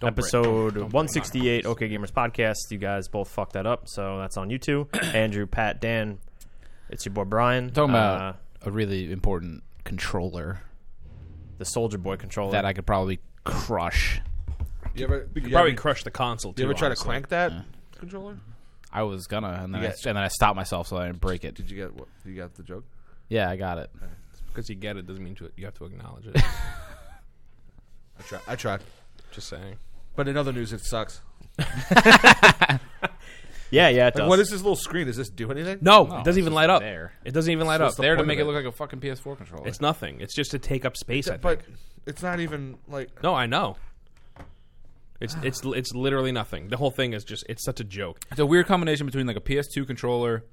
Don't break- episode don't break my 168 OK Gamers podcast. You guys both fucked that up, so that's on you two. Andrew, Pat, Dan. It's your boy Brian. Talking Uh, about a really important controller the Soldier Boy controller. that I could probably crush. You ever you Probably ever, crush the console. you too, ever try honestly. to crank that controller? I was gonna, and then You I, got- and then I stopped myself so I didn't break it. Did you get what? You got the joke? Yeah, I got it. Because you get it doesn't mean to, you have to acknowledge it. I tried. I tried. Just saying. But in other news, it sucks. yeah, yeah, it Like, does. what is this little screen? Does this do anything? No, No, it doesn't it's even just light up. there. It doesn't even light It's up. there to point make of it it? look like a fucking PS4 controller. It's nothing. It's just to take up space. I but think. it's not even like No, I know. It's it's it's literally nothing. The whole thing is just it's such a joke. It's a weird combination between like a PS2 controller,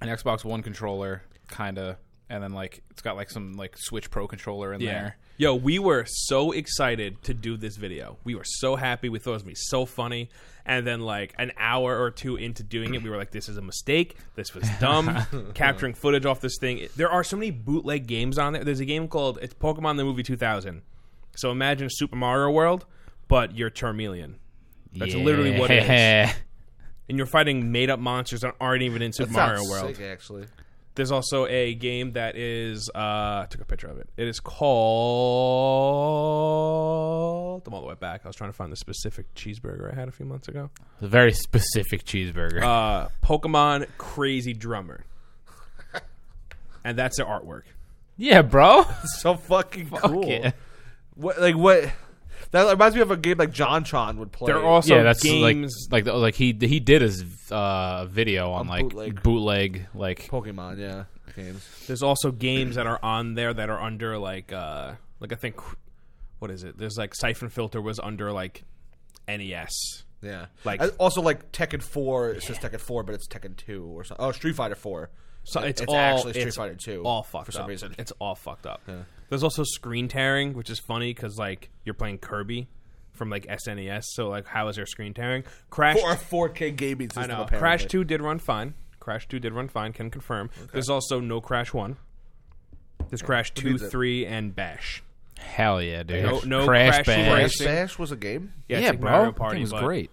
an Xbox One controller, kind of, and then like it's got like some like Switch Pro controller in there. Yo, we were so excited to do this video. We were so happy. We thought it was gonna be so funny. And then like an hour or two into doing it, we were like, "This is a mistake. This was dumb." Capturing footage off this thing. There are so many bootleg games on there. There's a game called it's Pokemon the Movie 2000. So imagine Super Mario World, but you're Charmeleon. That's literally what it is. Yeah. and you're fighting made up monsters that aren't even in Super That Mario sounds World. sick, actually, There's also a game that is uh I took a picture of it. It is called I'm all the way back. I was trying to find the specific cheeseburger I had a few months ago. A very specific cheeseburger. Uh Pokemon Crazy Drummer. and that's their artwork. yeah, bro. so fucking cool. yeah. What like what? That reminds me of a game like John Tron would play. There are also yeah, that's games like like the- like he he did his uh, video on On like bootleg, bootleg. like Pokemon, yeah, games. there's also games that are on there that are under like uh like I think what is it? There's like Siphon Filter was under like E NES. Yeah, Like- And also like Tekken Four. It says Tekken Four, but it's Tekken Two or something. Oh, Street Fighter Four. So it's, it's all, actually Street it's Fighter 2, All fucked for some up. reason. It's all fucked up. There's also screen tearing, which is funny because like you're playing Kirby from like SNES. So like, how is there screen tearing? Crash. Or a 4K gaming I system. know. apparently. Crash Two did run fine. Crash Two did run fine. Can confirm. There's also no Crash One. There's Crash Two, needs it? Three, and Bash. hell yeah, dude. No- no crash Crash bang. Race. Crash Bash was a game. Yeah, it's Yeah, like bro. Mario That Party thing was but, great.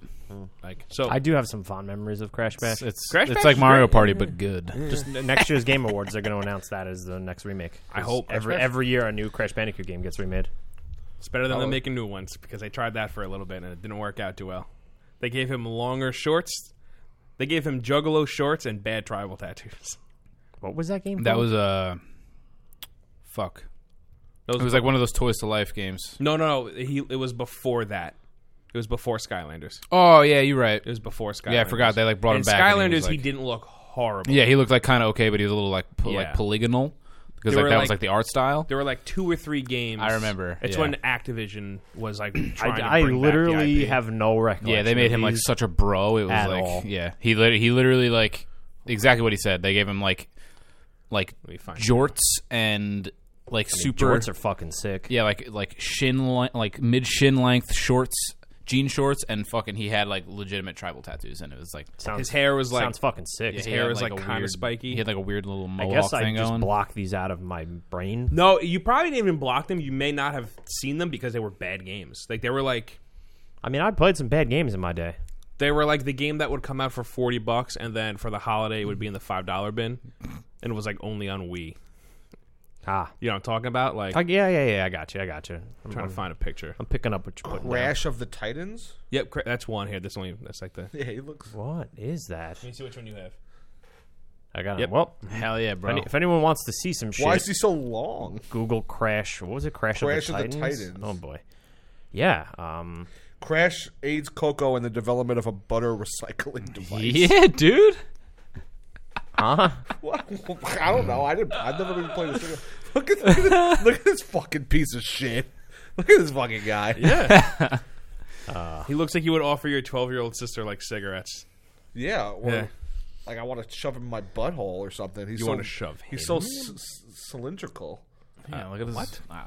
Like so, I do have some fond memories of Crash Bash. It's it's, Crash it's Bash like is Mario great. Party but good. Just n- next year's Game Awards, they're going to announce that as the next remake. I hope. every Crash Bash- every year a new Crash Bandicoot game gets remade. It's better than them making new ones because I tried that for a little bit and it didn't work out too well. They gave him longer shorts. They gave him juggalo shorts and bad tribal tattoos. What was that game? That called? was uh, fuck. Those It was like one of those Toys to Life games. no, no, no. He it was before that. It was before Skylanders. Oh yeah, you're right. It was before Skylanders. Yeah, I forgot they like brought And him back. and Skylanders, was, he, like- didn't look horrible. Yeah, he looked like kind of okay, but he was a little like po- Yeah. like polygonal because like There were, that was like- like the art style. There were like two or three games. I remember, It's yeah. when Activision was like. I, Trying to I bring back the literally IP. have no recollection. Yeah, they made of him like these. such a bro. It was at like all. yeah, he lit- he literally like exactly what he said. They gave him like like Let me find. jorts and like super Jorts are fucking sick. yeah like like shin li- like mid shin length shorts, jean shorts, and fucking he had like legitimate tribal tattoos, and it was like Sounds, His hair was like. sounds fucking sick. his hair was, like, kinda spiky. He had like a weird little I mohawk guess I thing just going. block these out of my brain. no, you probably didn't even block them. You may not have seen them because they were bad games. Like they were like. I mean, I played some bad games in my day. They were like the game that would come out for forty bucks, and then for the holiday it would be in the five dollar bin, and it was like only on Wii. Ah, You know what I'm talking about? Like I, yeah, yeah, yeah. I got you. I got you. I'm, trying to find a picture. I'm picking up what you're putting. down. Crash of the Titans. Yep, cra- that's one here. This only that's like the. Let Yeah, he looks. What is that? me see which one you have. I got Yep. it. Well, Hell yeah, bro! any- if anyone wants to see some shit, Why is he so long? Google Crash. What was it? Crash, Crash of, of the the Titans? Titans. Oh boy. Yeah. Um. Crash aids Coco in the development of a butter recycling device. yeah, dude. Huh. What? I don't know. I didn't. I've never been playing this. Video. Look at look at, this, look at this fucking piece of shit. Look at this fucking guy. Yeah, He looks like you would offer your 12 year old sister like cigarettes. or Yeah. like I want to shove him in my butthole or something. He's You so, wanna shove He's so c- c- cylindrical. Uh, Yeah, look at this. What? I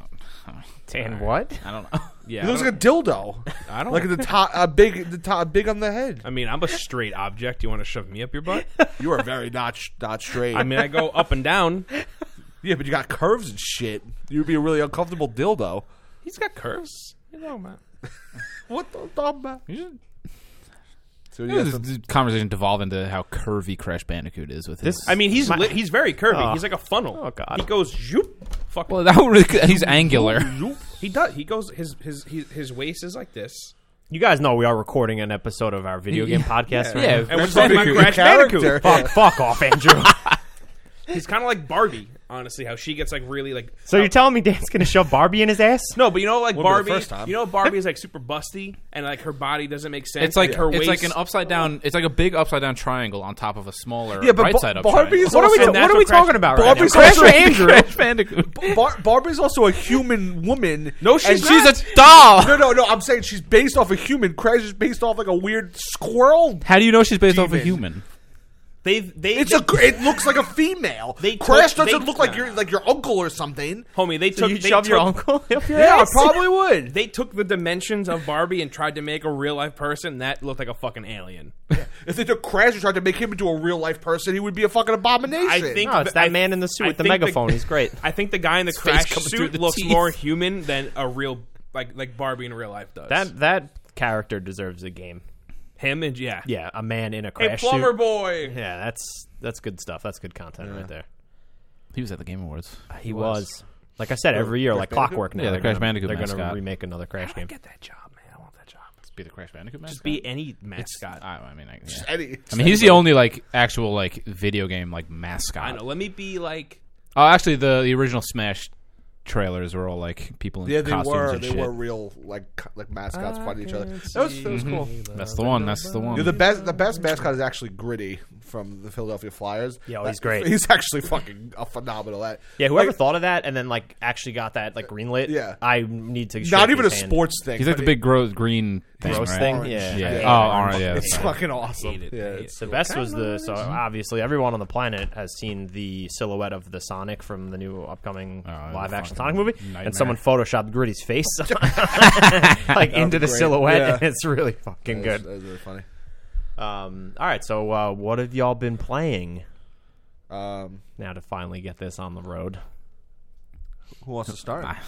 don't, And what? I don't know. Yeah, He I looks don't, like a dildo. I don't- Like the top, a big, the top, big on the head. I mean, I'm a straight object. You want to shove me up your butt? You are very not sh- not straight. I mean, I go up and down. yeah, but you got curves and shit. You'd be a really uncomfortable dildo. He's got curves. You know, man. What the I'm talking about. So you got This some- this conversation devolved into how curvy Crash Bandicoot is with his. This- I mean, he's My- li- he's very curvy. Oh. he's like a funnel. Oh, God. He goes zoop. Fuck. well, that one really, he's angular. zoop. He does. He goes. His his his, his waist is like this. You guys know we are recording an episode of our video game podcast right Yeah, now. And we're talking about Bandicoot. Crash Bandicoot. Character. Fuck, fuck off, Andrew. He's kind of like Barbie, honestly. How she gets like really like. so you're telling me Dan's gonna shove Barbie in his ass? No, but you know, like Wouldn't be the Barbie. first time. You know, Barbie is like super busty, and like her body doesn't make sense. It's like and her it's waist. like an upside down. It's like a big upside down triangle on top of a smaller Yeah, but right Ba- side up. Barbie's triangle. What are we, Also, what that's are we what Crash- talking about right Barbie's now? Crash also- or Andrew? Crash Bandicoot. Bar- Barbie's also a human woman. No, and she's She's a doll. No, no, no. I'm saying she's based off a human. Crash is based off like a weird squirrel. How do you know she's based off a Demon. human? they they It's they, a. gr- It looks like a female. They Crash took- doesn't they- look like your like your uncle or something. homie. They So took you they shove your took- uncle up your Yeah, I ass? probably would. They took the dimensions of Barbie and tried to make a real life person that looked like a fucking alien. If they took Crash and tried to make him into a real life person, he would be a fucking abomination. I think No, it's that I- man in the suit I with the think megaphone. He's great. I think the guy in the face crash coming through suit the looks teeth. more human than a real like like Barbie in real life does. That that character deserves a game. him and yeah, Yeah, a man in a Hey, crash plumber suit. boy. Yeah, that's that's good stuff. That's good content right there. He was at the Game Awards. He was. Like I said, every year, like clockwork. Now, Yeah, the they're Crash gonna- Bandicoot They're gonna mascot. remake another Crash game. Get that job, man. I want that job. Be the Crash Bandicoot mascot. Just be any mascot. I, I mean, I, yeah. Eddie. I mean, he's the only like actual like video game like mascot. I know. Let me be like Oh, actually, the the original Smash trailers were all like people in Yeah, they costumes were. and They shit. were real like co- like mascots fighting each other. That was, that was Mm-hmm. cool. That's the one. That's the one. Yeah, the best the best mascot is actually Gritty from the Philadelphia Flyers. Yo, That- oh, he's great. He's actually fucking a phenomenal at. Yeah, whoever Like, thought of that and then like actually got that like greenlit. Yeah. I need to. not shake even a his hand. sports thing. He's like but the big gro- green thing, gross right? thing. Orange. Yeah. Yeah. Yeah. Oh, all right. Yeah. It's that's- fucking awesome. it. Yeah, I hate it's The best was the so obviously everyone on the planet has seen the silhouette of the Sonic from the new upcoming Oh, live action fucking Sonic movie, nightmare. and someone photoshopped Gritty's face like into the great. silhouette, Yeah. and it's really fucking That was- good. That was really funny. Um, all right, so uh, what have y'all been playing Um, now to finally get this on the road? who wants to start? Ah,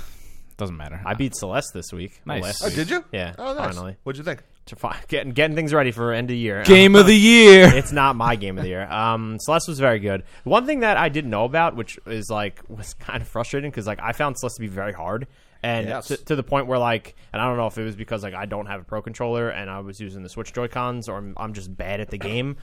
Doesn't matter. I beat Celeste this week. or Nice. last Oh, oh, week. did you? Yeah, Oh, nice. finally. What'd you think? To fi- getting getting things ready for end of year. game of the year. it's not my game of the year. Um, Celeste was very good. One thing that I didn't know about, which is like was kind of frustrating, because like I found Celeste to be very hard, and Yes. to, to the point where like, and I don't know if it was because like I don't have a pro controller and I was using the Switch Joy Cons, or I'm, I'm just bad at the game.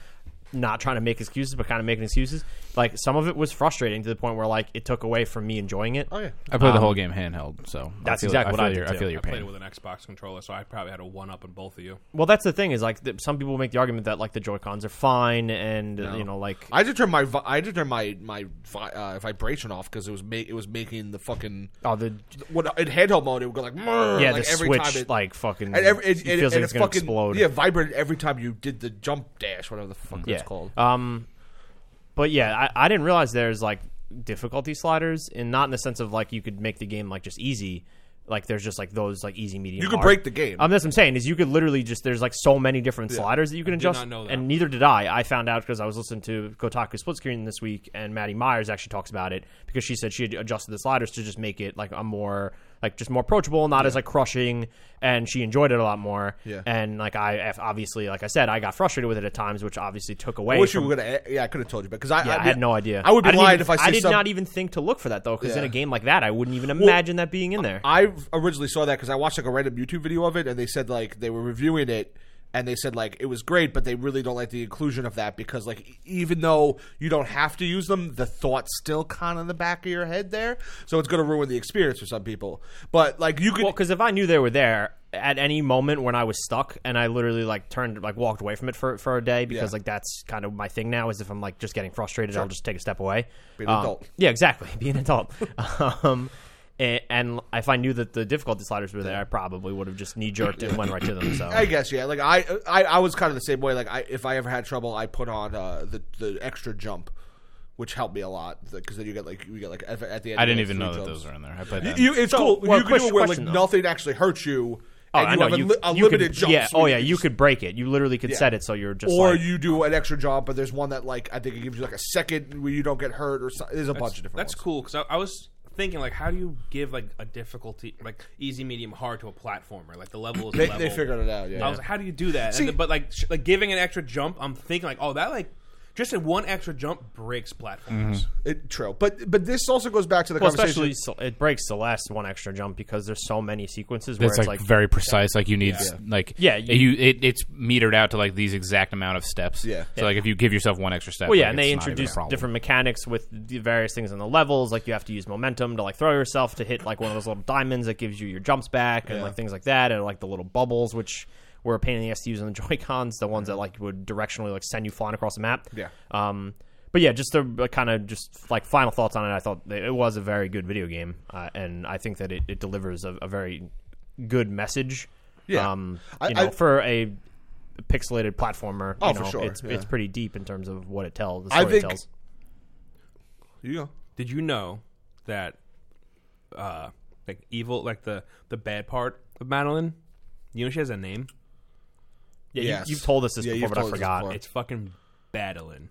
Not trying to make excuses, but kind of making excuses. Like some of it was frustrating to the point where like it took away from me enjoying it. Oh yeah. I played the whole game handheld, so I Um, that's feel- I exactly what I feel did, your- I too. feel your I played it pain. with an Xbox controller, so I probably had a one up on both of you. Well, that's the thing is like th- some people make the argument that like the Joy Cons are fine, and uh, you know like I had to turn my vi- I had to turn my my vi- uh, vibration off because it was ma- it was making the fucking oh the when in handheld mode it would go like "Mrrr," yeah like the every Switch time it, like fucking and every, and, it and- Mm. feels like and it it's gonna fucking, explode. Yeah, vibrated every time you did the jump dash, whatever the fuck that's called. Um, but yeah, I, I didn't realize there's like difficulty sliders, and not in the sense of like you could make the game like just easy. Like there's just like those like easy medium. You could hard. break the game. Um, that's what I'm saying is you could literally just there's like so many different sliders that you can adjust. not know that. And neither did I. I found out because I was listening to Kotaku Split Screen this week, and Maddie Myers actually talks about it because she said she had adjusted the sliders to just make it like a more like just more approachable, not as like crushing, and she enjoyed it a lot more. Yeah. And like I obviously, like I said, I got frustrated with it at times, which obviously took away. I wish from- you were gonna. Yeah, I could have told you, because I, yeah, I, had no idea. I would be didn't lying even- if I see did some- not e-, even think to look for that though, because in Yeah. a game like that, I wouldn't even imagine that being in there. I originally saw that because I watched like a random YouTube video of it, and they said like they were reviewing it, and they said like it was great, but they really don't like the inclusion of that because like e- even though you don't have to use them, the thought's still kind of in the back of your head there, so it's gonna ruin the experience for some people. But like you could, Well, because if I knew they were there at any moment when I was stuck and I literally like turned like walked away from it for, for a day because Yeah. like that's kind of my thing now is if I'm like just getting frustrated I'll just take a step away. Be an Um, adult. Yeah, exactly. Be an adult. um, and, and if I knew that the difficulty sliders were there, I probably would have just knee jerked and went right to them. So I guess yeah. Like I, I, I was kind of the same way. Like I, if I ever had trouble, I put on uh, the the extra jump, which helped me a lot because then you get like you get like at at the end. I you didn't get even three know that jumps. those were in there. I played You- that. You, it's cool. well, you can do question- it where like question, though. nothing actually hurts you. Oh, and I you know have a, you, li- a you limited could, jump. Yeah. so Oh yeah, can you just- could break it. You literally could Yeah. set it so you're just Or like, you do an extra jump, but there's one that like I think it gives you like a second where you don't get hurt, or so, there's a bunch of different. That's ones. cool because I, I was thinking like, how do you give like a difficulty like easy, medium, hard to a platformer? Like the level is a They, level. they figured it out. Yeah. I was like, how do you do that? See- and, but like, sh- like giving an extra jump, I'm thinking like, oh, that like just a one extra jump breaks platforms. It, true, but but this also goes back to the Well, conversation. especially Cel- it breaks Celeste one extra jump because there's so many sequences where It's it's, like, like, very precise. Like you need, s- like Yeah, you, you- it, it's metered out to like these exact amount of steps. Yeah. So like if you give yourself one extra step, well, yeah, like, and they it's not even a introduce problem. different mechanics with the various things on the levels. Like you have to use momentum to like throw yourself to hit like one of those little diamonds that gives you your jumps back and Yeah. like things like that, and like the little bubbles which were a pain in the ass to use on the Joy Cons, the ones that like would directionally like send you flying across the map. Yeah. Um, but yeah, just to kind of just like final thoughts on it, I thought that it was a very good video game, uh, and I think that it, it delivers a, a very good message. Yeah. Um, I- you know, I- for a pixelated platformer, Oh, you for know, sure, it's it's yeah. pretty deep in terms of what it tells. The I story it think- tells. you go. Did you know that uh like evil, like the the bad part of Madeline, you know she has a name. Yeah, Yes. you, have told us this Yeah, before, you've but I told us this forgot. before. It's fucking Battlein.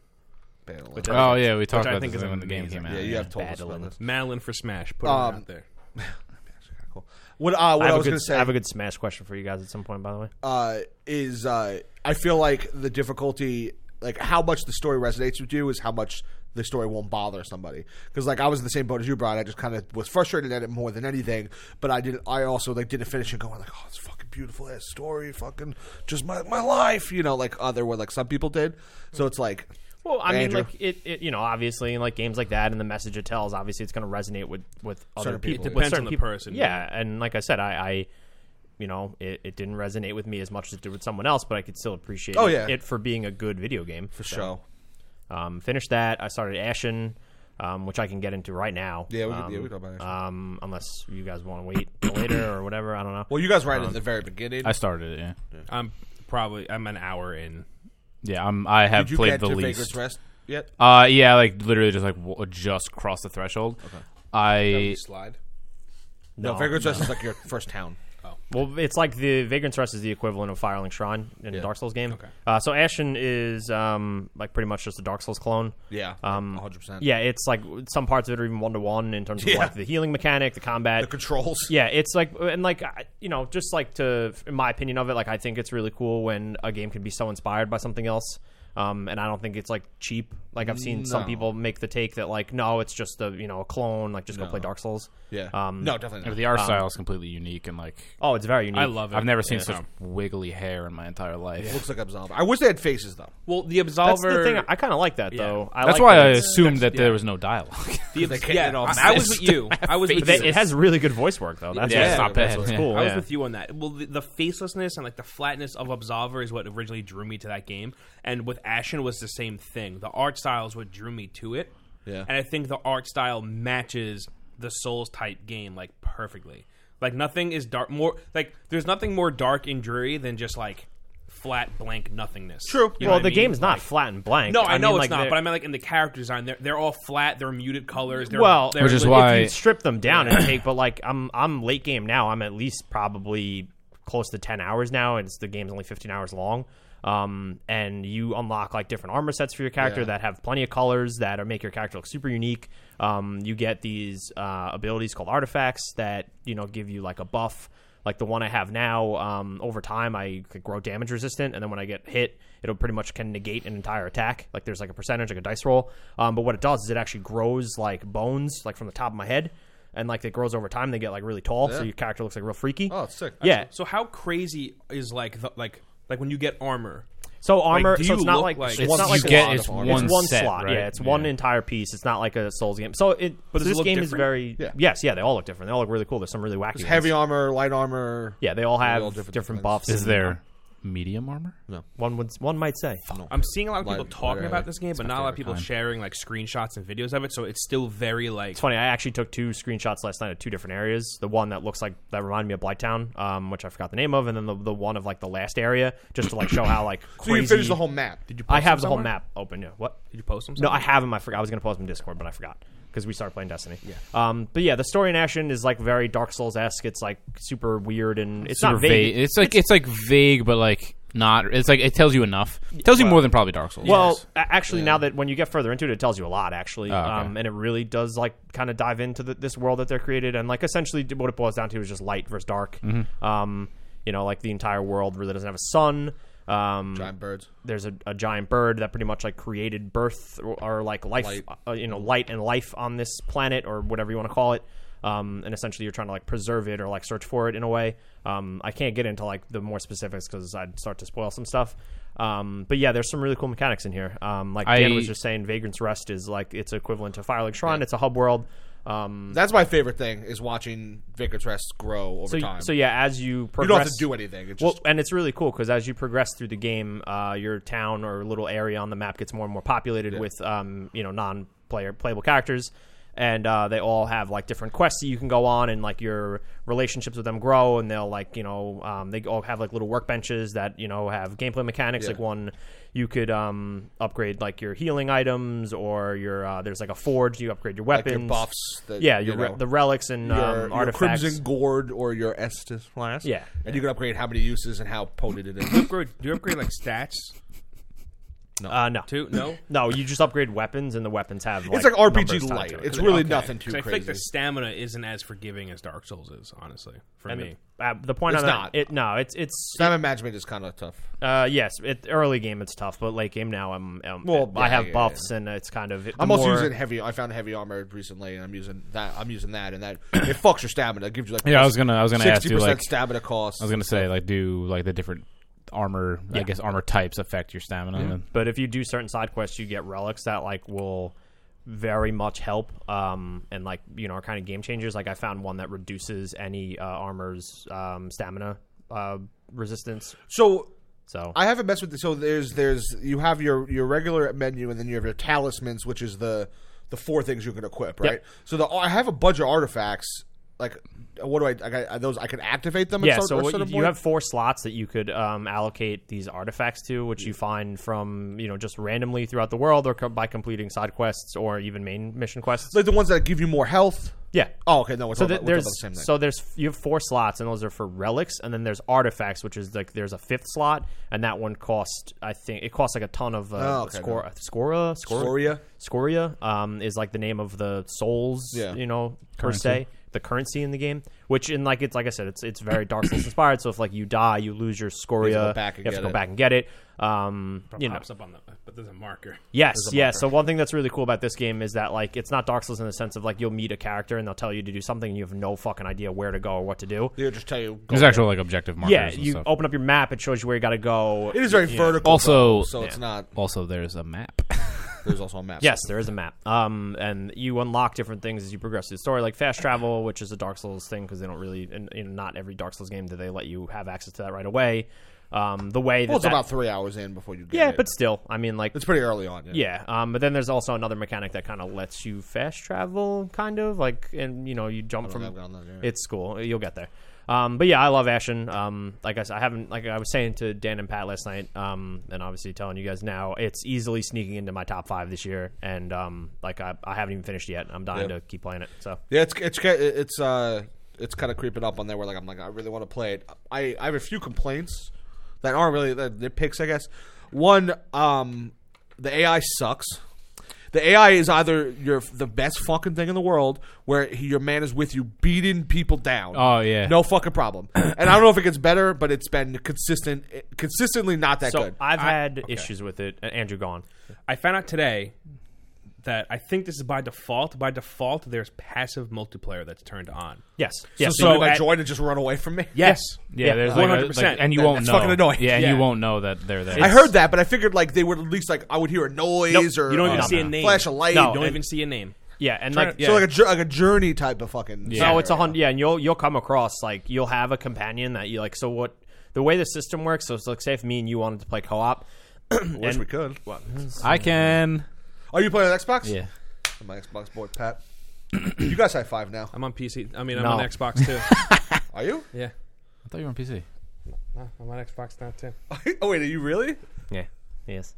Battle. Oh yeah, we talked I about think this is when the game amazing. came Yeah, out. yeah, you have told us Battling. about this. Madeline for Smash. Put Um, it out there. Cool. What uh, I what I, have, a was good, going to say I have a good Smash question for you guys at some point, by the way. uh, is uh, I feel like the difficulty, like how much the story resonates with you, is how much the story won't bother somebody. Because like I was in the same boat as you, Brian. I just kind of was frustrated at it more than anything. But I didn't. I also like didn't finish and going like, oh, it's fucking beautiful ass story, fucking just my my life, you know, like other where like some people did. So it's like, Well, I Andrew? mean, like it, it, you know, obviously, in like games like that, and the message it tells, obviously, it's going to resonate with with other Certain people. people. It with depends certain on the people. person. Yeah, and like I said, I, I you know, it, it didn't resonate with me as much as it did with someone else, but I could still appreciate. Oh, it, yeah. it for being a good video game for show. Um, finished that. I started Ashen, um, which I can get into right now. Yeah, we could- um, yeah, we could talk about Ashen. Um, unless you guys want to wait till later or whatever, I don't know. Well, you guys were right at the very beginning. Um, I started it. Yeah. I'm probably I'm an hour in. Yeah. I'm. I have Did you played get the to least. Vagrant's Rest yet? Uh, yeah, like literally just like w- just crossed the threshold. I slide. no, No, Vagrant's Rest is like your first town. Well, it's like the Vagrant's Rest is the equivalent of Firelink Shrine in a Dark Souls game. Okay. Uh, so Ashen is um, like pretty much just a Dark Souls clone. Yeah, Um, 100%. Yeah, it's like some parts of it are even one to one in terms of Yeah. like the healing mechanic, the combat, The controls. yeah, it's like and like I- you know, just like to in my opinion of it, like I think it's really cool when a game can be so inspired by something else. Um, and I don't think it's like cheap. Like I've seen some No. people make the take that like no, it's just a you know a clone. Like just go play Dark Souls. Yeah. Um, no, definitely. Not. the art style is completely unique and like Oh, it's very unique. I love it. I've never seen such wiggly hair in my entire life. Looks like Absolver. I wish they had faces though. Well, the absolver. That's the thing. I kind of like that though. I That's like why that I it's- assumed that there was no dialogue. the They abs- can't yeah, get off I, I was with you. I was with But they- you. it has really good voice work though. That's yeah, what's- it's not that's bad. what's yeah. cool. I was yeah. with you on that. Well, the, the facelessness and like the flatness of Absolver is what originally drew me to that game, and with Ashen was the same thing. The art style is what drew me to it, Yeah. And I think the art style matches the Souls type game like perfectly. Like nothing is dark more. Like there's nothing more dark and dreary than just like flat blank nothingness. True. You know well, what the I mean? game's not flat and blank. No, I, know mean, it's like, not, they're- but I mean like in the character design, they're they're all flat. They're muted colors. They're, well, they're Which is li- why- if you strip them down and take, but like I'm I'm late game now. I'm at least probably close to ten hours now, and it's, the game's only fifteen hours long. Um, and you unlock like different armor sets for your character Yeah. that have plenty of colors that are, make your character look super unique. Um, you get these uh, abilities called artifacts that you know give you like a buff. Like the one I have now, um, over time I could grow damage resistant, and then when I get hit, it'll pretty much can negate an entire attack. Like there's like a percentage, like a dice roll. Um, but what it does is it actually grows like bones, like from the top of my head, and like it grows over time. They get like really tall, so your character looks like real freaky. Oh, it's sick. Yeah. So how crazy is like the, like like when you get armor? So armor. do so it's you not look like, like- it's It's- not you like get- a it's slot. one it's one set, slot. right? Yeah, it's one Yeah. entire piece. It's not like a Souls game. So it. But does it this look game is different? very. Yeah. Yes. Yeah. They all look different. They all look really cool. There's some really wacky. Heavy ones. armor, light armor. Yeah. They all have all different different, things. buffs. Is and there medium armor? One would. One might say. I'm seeing a lot of people Like, talking whatever. about this game, but not a lot of favorite people kind. sharing like screenshots and videos of it. So it's still very like It's funny. I actually took two screenshots last night of two different areas. The one that looks like that reminded me of Blighttown, um, which I forgot the name of, and then the, the one of like the last area, just to like show how like So crazy. you finish the whole map. Did you? I have them the whole somewhere? map open. Yeah. What? Did you post them? No, I somewhere? haven't. I forgot. I was going to post them in Discord, but I forgot because we started playing Destiny. Yeah. Um, but yeah, the story in Ashen is like very Dark Souls esque. It's like super weird and it's Super not vague. It's like it's, like vague, but like not. It's like it tells you enough. It tells you more than probably Dark Souls. Well, does. a- actually, now that when you get further into it, it tells you a lot, actually, okay. um, and it really does like kind of dive into the, this world that they're created, and like essentially what it boils down to is just light versus dark. Um, you know, like the entire world really doesn't have a sun. Um, Giant birds. there's a, a giant bird that pretty much like created birth or, or like life, Light. Uh, you know, light and life on this planet or whatever you want to call it. Um, and essentially, you're trying to like preserve it or like search for it in a way. Um, I can't get into like the more specifics because I'd start to spoil some stuff. Um, but yeah, there's some really cool mechanics in here. Um, like Dan I- was just saying, Vagrant's Rest is like it's equivalent to Firelink Shrine. It's a hub world. Um, That's my favorite thing is watching Vicar's Rest grow over so, time. so yeah, as you you progress, don't have to do anything. It's just well, and it's really cool because as you progress through the game, uh, your town or little area on the map gets more and more populated with um, you know non-player playable characters, and uh, they all have like different quests that you can go on, and like your relationships with them grow, and they'll like you know um, they all have like little workbenches that you know have gameplay mechanics. Like one, you could um, upgrade like your healing items, or your uh, there's like a forge you upgrade your like weapons. your buffs. The, yeah, you your re- know, the relics and your, um, your artifacts. Crimson Gourd or your Estus Flask. Yeah. and you can upgrade how many uses and how potent it is. upgrade, do you upgrade like stats uh, no, too? No. No, you just upgrade weapons, and the weapons have. Like, it's like numbers RPG tied light. to it. It's really Okay. nothing too 'Cause I feel like crazy. the stamina isn't as forgiving as Dark Souls is, honestly, for And me. the, uh, the point It's on that, not. it no, it's it's Diamond management is kind of tough. uh, yes, it, early game it's tough, but late game now I'm, i Well, I yeah, have yeah, buffs and it's kind of I'm also using heavy. I found heavy armor recently, and I'm using that. I'm using that, and that it fucks your stamina. It gives you like yeah, I was gonna, I was gonna ask sixty you, percent like, stamina cost. I was gonna say, like, do like the different armor, I guess, armor types affect your stamina? And- But if you do certain side quests, you get relics that like will very much help um, and like you know are kind of game changers. Like I found one that reduces any uh, armor's um, stamina uh, resistance. so So I haven't messed with this. So there's there's you have your your regular menu, and then you have your talismans, which is the the four things you can equip, right? So the I have a bunch of artifacts. Like, what do I? I got, those I can activate them. Yeah, at some, so at what certain you, you point? have four slots that you could um, allocate these artifacts to, which you find from you know just randomly throughout the world, or co- by completing side quests or even main mission quests. like the ones that give you more health. yeah. Oh, okay, no, we're So talking th- about, we're talking there's about the same thing. so there's you have four slots, and those are for relics, and then there's artifacts, which is like there's a fifth slot, and that one cost I think it costs like a ton of uh, Oh, okay, scor- scora scora Scoria? Scoria um, is like the name of the souls, Yeah. you know, per se, the currency in the game. Which in like it's like I said, it's it's very Dark Souls inspired. So if like you die, you lose your Scoria, go back and you have to get go it. back and get it. Um, you know, pops up on the, but there's a marker. yes, yeah. So one thing that's really cool about this game is that like it's not Dark Souls in the sense of like you'll meet a character and they'll tell you to do something and you have no fucking idea where to go or what to do. They'll just tell you. go There's actual like objective markers. Yeah, and you stuff. open up your map, it shows you where you got to go. It is very vertical. Also- though, so it's Yeah. not. also there's a map. There's also a map. Yes, there is a map. Um, and you unlock different things as you progress through the story, like fast travel, which is a Dark Souls thing because they don't really, and you know, not every Dark Souls game do they let you have access to that right away. Um, the way that Well, it's that- about three hours in before you get yeah, it. but still, I mean, like it's pretty early on. Yeah. yeah. Um, but then there's also another mechanic that kind of lets you fast travel, kind of like, and you know, you jump from I've gone there, yeah. it's cool. You'll get there. Um, but yeah, I love Ashen. Um, like I, s- I haven't, like I was saying to Dan and Pat last night, um, and obviously telling you guys now, it's easily sneaking into my top five this year, and um, like I, I haven't even finished yet. I'm dying to keep playing it. So Yeah, it's it's ca- it's uh it's kind of creeping up on there. Where like I'm like I really want to play it. I I have a few complaints that aren't really that they're picks, I guess. One, um, the AI sucks. The AI is either your the best fucking thing in the world, where he, your man is with you beating people down. Oh, yeah. no fucking problem. and I don't know if it gets better, but it's been consistent, consistently not that so good. I've I- had okay. issues with it. A- Andrew gone. I found out today that I think this is by default. By default, there's passive multiplayer that's turned on. Yes. Yes. so- Somebody might at- join and just run away from me. Yes. Yeah, Yeah. there's like, a- 100%. like- and you That- won't that's know. fucking annoying. Yeah, and Yeah. you won't know that they're there. I heard that, but I figured like they would at least like I would hear a noise Nope, or you don't even uh, see a name. flash of light. No, You don't and- even see a name. yeah. And Trying like to- So Yeah. like a jour- like a journey type of fucking. Yeah. No, scenario. it's a hundred. Yeah, and you'll you'll come across like you'll have a companion that you like. So what? The way the system works. So it's like say if me and you wanted to play co-op. Wish we could. I can. Are you playing on Xbox? Yeah. My Xbox boy Pat. you guys high five now. I'm on PC. I mean, I'm No. on Xbox too. Are you? yeah, I thought you were on PC. I'm on Xbox now too. oh wait, are you really? Yeah. Yes.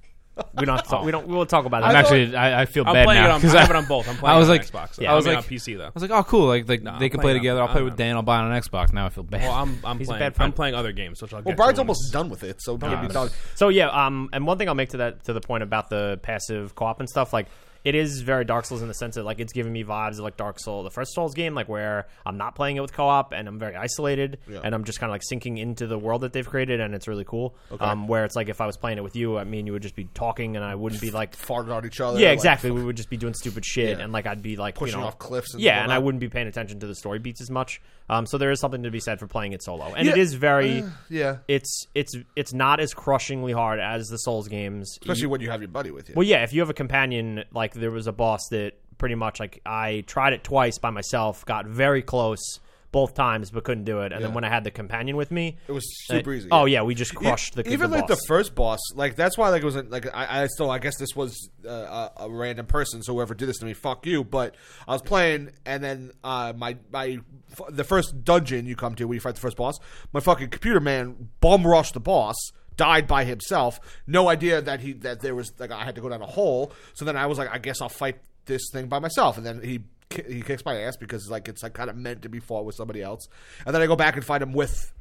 We don't. Have to talk, we don't. We will talk about I that. thought- actually, I, I feel I'm bad playing now it on. I have it I, on both. I'm playing I was it on like- Xbox. yeah, I I was was on PC though. was like, oh, cool. Like, like No, they I'm can play playing on- together. I'll I play don't with know. Dan. I'll buy it on Xbox. Now I feel bad. Well, I'm I'm He's a playing. bad I'm friend. playing other games, which I'll get. Well, to Brian's when it's- almost done with it, so don't get me that's- done. So yeah, um, and one thing I'll make to that to the point about the passive co-op and stuff, like it is very Dark Souls in the sense that like it's giving me vibes of like Dark Souls, the first Souls game, like where I'm not playing it with co-op and I'm very isolated and I'm just kind of like sinking into the world that they've created and it's really cool. Um, where it's like if I was playing it with you, I mean you would just be talking and I wouldn't be like. Farted on each other. Yeah, like, exactly. we would just be doing stupid shit, Yeah. and like I'd be like Pushing you know, off cliffs and yeah, and I whatnot. wouldn't be paying attention to the story beats as much. Um, so there is something to be said for playing it solo, and it Yeah. uh, is very yeah. it's it's it's not as crushingly hard as the Souls games. Especially when you have your buddy with you. Well, yeah, if you have a companion, like there was a boss that pretty much like I tried it twice by myself, got very close both times, but couldn't do it. And then when I had the companion with me, it was super easy. Oh yeah. yeah, we just crushed the E-, even the like boss. the first boss like that's why like it was like I, I still I guess this was uh, a, a random person so whoever did this to me fuck you but I was playing and then uh, my my f- the first dungeon you come to when you fight the first boss my fucking computer man bum rushed the boss died by himself no idea that he that there was like I had to go down a hole so then I was like I guess I'll fight this thing by myself and then he ki- he kicks my ass because like it's like kind of meant to be fought with somebody else and then I go back and fight him with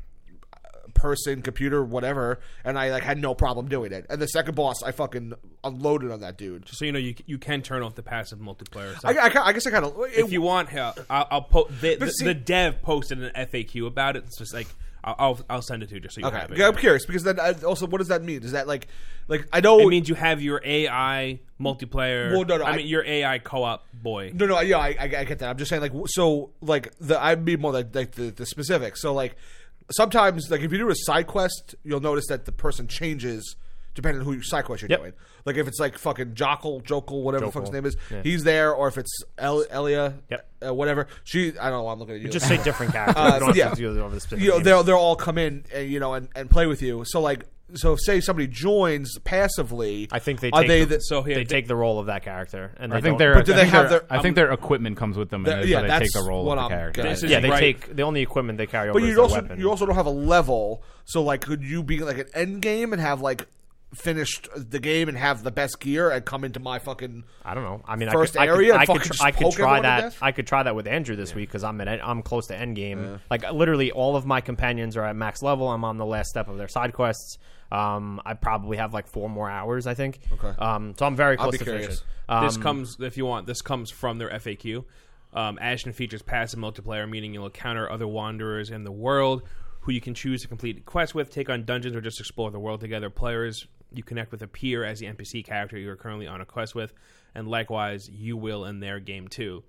person, computer, whatever, and I like had no problem doing it. And the second boss, I fucking unloaded on that dude. So you know you you can turn off the passive multiplayer. So I, I, I guess I kind of if you want, uh, I'll, I'll po- the, the, see- the dev posted an FAQ about it. It's just like I'll I'll, I'll send it to you just so you okay. have it. Yeah, I'm curious because then I, also, what does that mean? Is that like, like I know It means you have your AI multiplayer. Well, no, no, I, I- mean your AI co-op boy. No, no, yeah, I, I, I get that. I'm just saying, like, w- so, like, the I mean more like, like the, the specifics. So, like, sometimes, like, if you do a side quest, you'll notice that the person changes depending on who your side quest you're Yep. doing. Like, if it's like fucking Jockle, Jokel, whatever the fuck his Jokel. name is, he's there, or if it's El- Elia, Yep. uh, whatever. She, I don't know, I'm looking at you. just say different characters. Uh, You don't have yeah. to do it over the specific you know, names. they'll they'll all come in, and, you know, and, and play with you. So, like, so if say somebody joins passively, I think they are take they the- the, So here, they take the role of that character, and they I don't- think they're. But do I they think have they're- their- I think their equipment comes with them, and Their- they, yeah, but they that's take the role what of the I'm character. getting This is yeah, they right. take the only equipment they carry over. But is you their also weapon. you also don't have a level, so like, could you be like an end game and have like finished the game and have the best gear and come into my fucking? I don't know. I mean, first I could, area and I could, I fucking could, just tr- I could poke try everyone to that. death? I could try that with Andrew this week because I'm at, I'm close to end game. Like literally, all of my companions are at max level. I'm on the last step of their side quests. Um, I probably have like four more hours. I think. Okay. Um, so I'm very close be to finishing. curious. Um, This comes if you want. This comes from their FAQ. Um, Ashton features passive multiplayer, meaning you'll encounter other wanderers in the world who you can choose to complete quests with, take on dungeons, or just explore the world together. Players you connect with appear as the NPC character you are currently on a quest with, and likewise you will in their game too.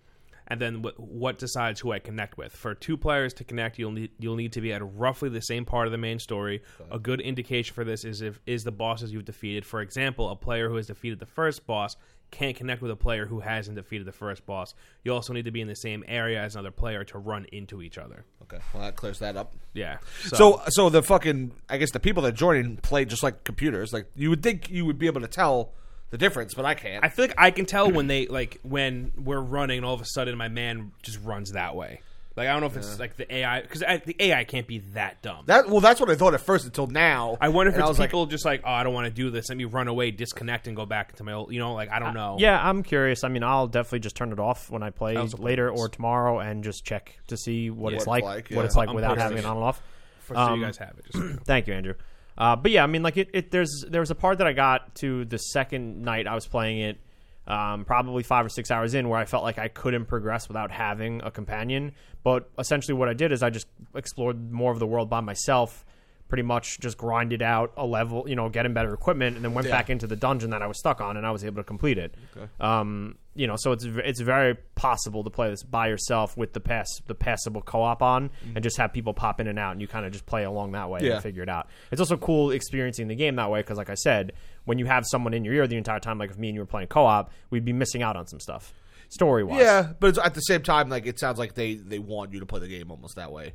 And then what, what decides who I connect with? For two players to connect, you'll need you'll need to be at roughly the same part of the main story. A good indication for this is if is the bosses you've defeated. For example, a player who has defeated the first boss can't connect with a player who hasn't defeated the first boss. You also need to be in the same area as another player to run into each other. Okay, well that clears that up. Yeah. So so the fucking I guess the people that join play just like computers. Like you would think you would be able to tell the difference, but I can't. I feel like I can tell when they like when we're running, and all of a sudden my man just runs that way. Like I don't know if it's like the AI because the AI can't be that dumb. that well, that's what I thought at first until now. I wonder if And I it's was like, people just like, oh, I don't want to do this. Let me run away, disconnect, and go back into my old. You know, like I don't know. Yeah, I'm curious. I mean, I'll definitely just turn it off when I play was a point. later or tomorrow and just check to see what it's What like, it's like, what yeah. it's like I'm without posting having it. it on and off. Um, For, so Um, you guys have it. Just, Thank you, Andrew. Uh, but yeah, I mean, like it, it. There's there was a part that I got to the second night I was playing it, um, probably five or six hours in, where I felt like I couldn't progress without having a companion. But essentially, what I did is I just explored more of the world by myself. Pretty much just grinded out a level, you know, getting better equipment, and then went back into the dungeon that I was stuck on, and I was able to complete it. Um, you know, so it's v- it's very possible to play this by yourself with the pass the passable co op on, and just have people pop in and out, and you kind of just play along that way Yeah. and figure it out. It's also cool experiencing the game that way because, like I said, when you have someone in your ear the entire time, like if me and you were playing co-op, we'd be missing out on some stuff story wise. yeah, but it's, at the same time, like it sounds like they they want you to play the game almost that way.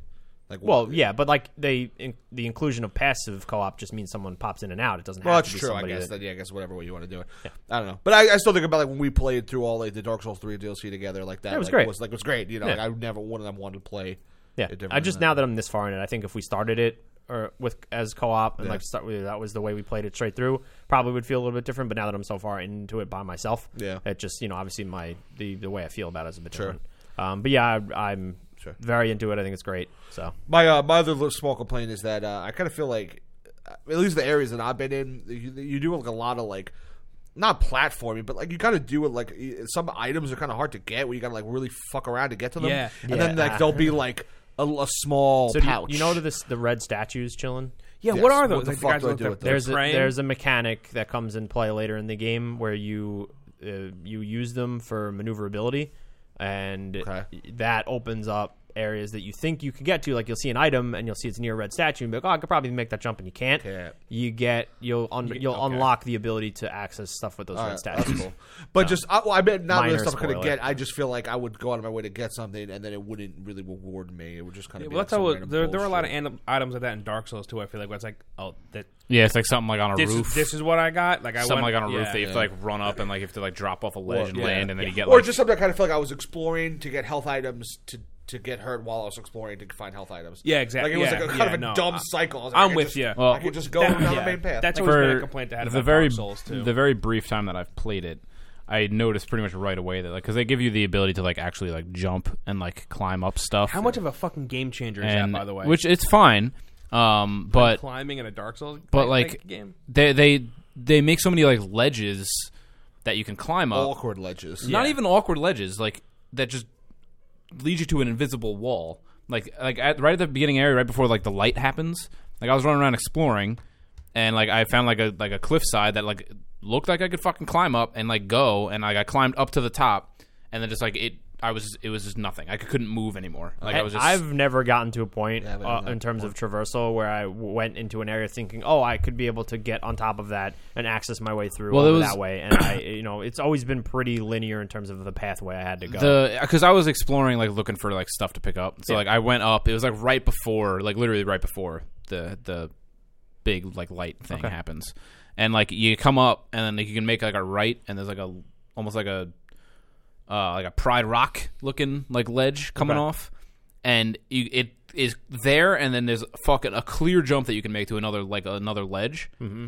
Like Well, yeah, but like they in, the inclusion of passive co-op just means someone pops in and out. It doesn't. Well, have that's to be true. I somebody guess that- that, yeah, I guess whatever way you want to do it. I don't know, but I, I still think about like when we played through all like the Dark Souls three DLC together, like that. it was like, great. Was like it was great. You know, Yeah. like, I never one of them wanted to play. yeah, it different I just than that. now that I'm this far in it, I think if we started it or with as co-op and Yeah. like start with, that was the way we played it straight through. Probably would feel a little bit different, but now that I'm so far into it by myself, Yeah. it just you know obviously my the the way I feel about it is a bit different. Um, but yeah, I, I'm Sure. very into it. I think it's great. So My uh, my other little small complaint is that uh, I kind of feel like, uh, at least the areas that I've been in, you, you do like a lot of like, not platforming, but like you got to do it like y- some items are kind of hard to get where you got to like really fuck around to get to them. Yeah. and then Yeah. like there'll be like a, a small so do you, pouch. you know this the red statues chilling. Yeah, Yes. what are those? What the Like, fuck guys do I look do like with they're there's a, praying? there's a mechanic that comes in play later in the game where you uh, you use them for maneuverability, and Okay. that opens up areas that you think you can get to. Like you'll see an item and you'll see it's near a red statue, and be like, "Oh, I could probably make that jump," and you can't. Can't. You get you'll un- you'll okay. unlock the ability to access stuff with those red right, statues. But Uh, just I, well, I mean, not really minor stuff I could spoiler. get. I just feel like I would go out of my way to get something, and then it wouldn't really reward me. It would just kind Yeah, of. well, that's be like how some it, random there, there were a lot of bullshit. anim- items like that in Dark Souls too. I feel like where it's like, oh, that Yeah, it's like something like on a this roof. is, this is what I got. Like I something went, like on a roof yeah. that you have to like run up and like you have to like drop off a ledge and yeah. land and then you get or like just something I kind of feel like I was exploring to get health items to to get hurt while I was exploring to find health items. Yeah, exactly. Like it was Yeah, like a kind yeah, of a no, dumb I- cycle. I was like, I'm I could with just- you. Well, I could just go that- down yeah. the main path. That's Like, always been a complaint I had the about very Dark Souls too. the very brief time that I've played it, I noticed pretty much right away that like because they give you the ability to like actually like jump and like climb up stuff. How much of a fucking game changer is and that, by the way? which it's fine, um, but climbing in a Dark Souls, but like game. they they they make so many like ledges that you can climb up. awkward ledges. Not even awkward ledges like that just lead you to an invisible wall. Like like at, right at the beginning area, right before like the light happens. Like I was running around exploring, and like I found like a like a cliffside that like looked like I could fucking climb up and like go, and like I climbed up to the top, and then just like it, I was it was just nothing. I couldn't move anymore. Like I was just have never gotten to a point Yeah, I've uh, never- in terms of traversal where I w- went into an area thinking, "Oh, I could be able to get on top of that and access my way through Well, over it was- that way." And I, you know, it's always been pretty linear in terms of the pathway I had to go. the because I was exploring like looking for like stuff to pick up. So like I went up. It was like right before, like literally right before the the big like light thing happens, and like you come up and then like, you can make like a right, and there's like a almost like a uh, like a Pride Rock looking like ledge coming off, and you it is there, and then there's fucking a clear jump that you can make to another like another ledge. Mm-hmm.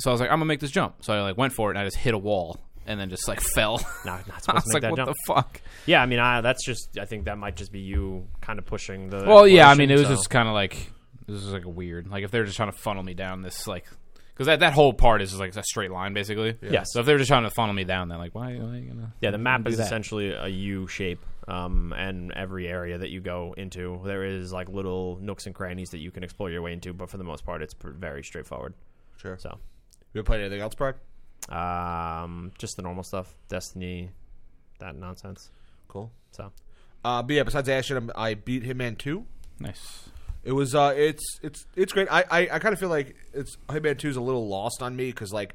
So I was like, I'm gonna make this jump. So I like went for it, and I just hit a wall, and then just like fell. No, not I supposed to was make like, that what jump. the fuck? yeah, I mean, I, that's just. I think that might just be you kind of pushing the. Well, yeah, I exploration, mean, it was so- just kind of like this is like a weird. Like if they're just trying to funnel me down this like because that, that whole part is like a straight line basically. Yeah. Yes. So if they're just trying to funnel me down, then like why? why are you gonna? Yeah, the map do is that. essentially a U shape, um, and every area that you go into, there is like little nooks and crannies that you can explore your way into. But for the most part, it's pr- very straightforward. Sure. So, You ever played anything else, Brad? um, just the normal stuff, Destiny, that nonsense. Cool. So, Uh, but yeah, besides Ashen, I'm- I beat Hitman Two. Nice. It was uh, it's it's it's great. I I, I kind of feel like it's Hitman Two is a little lost on me because like,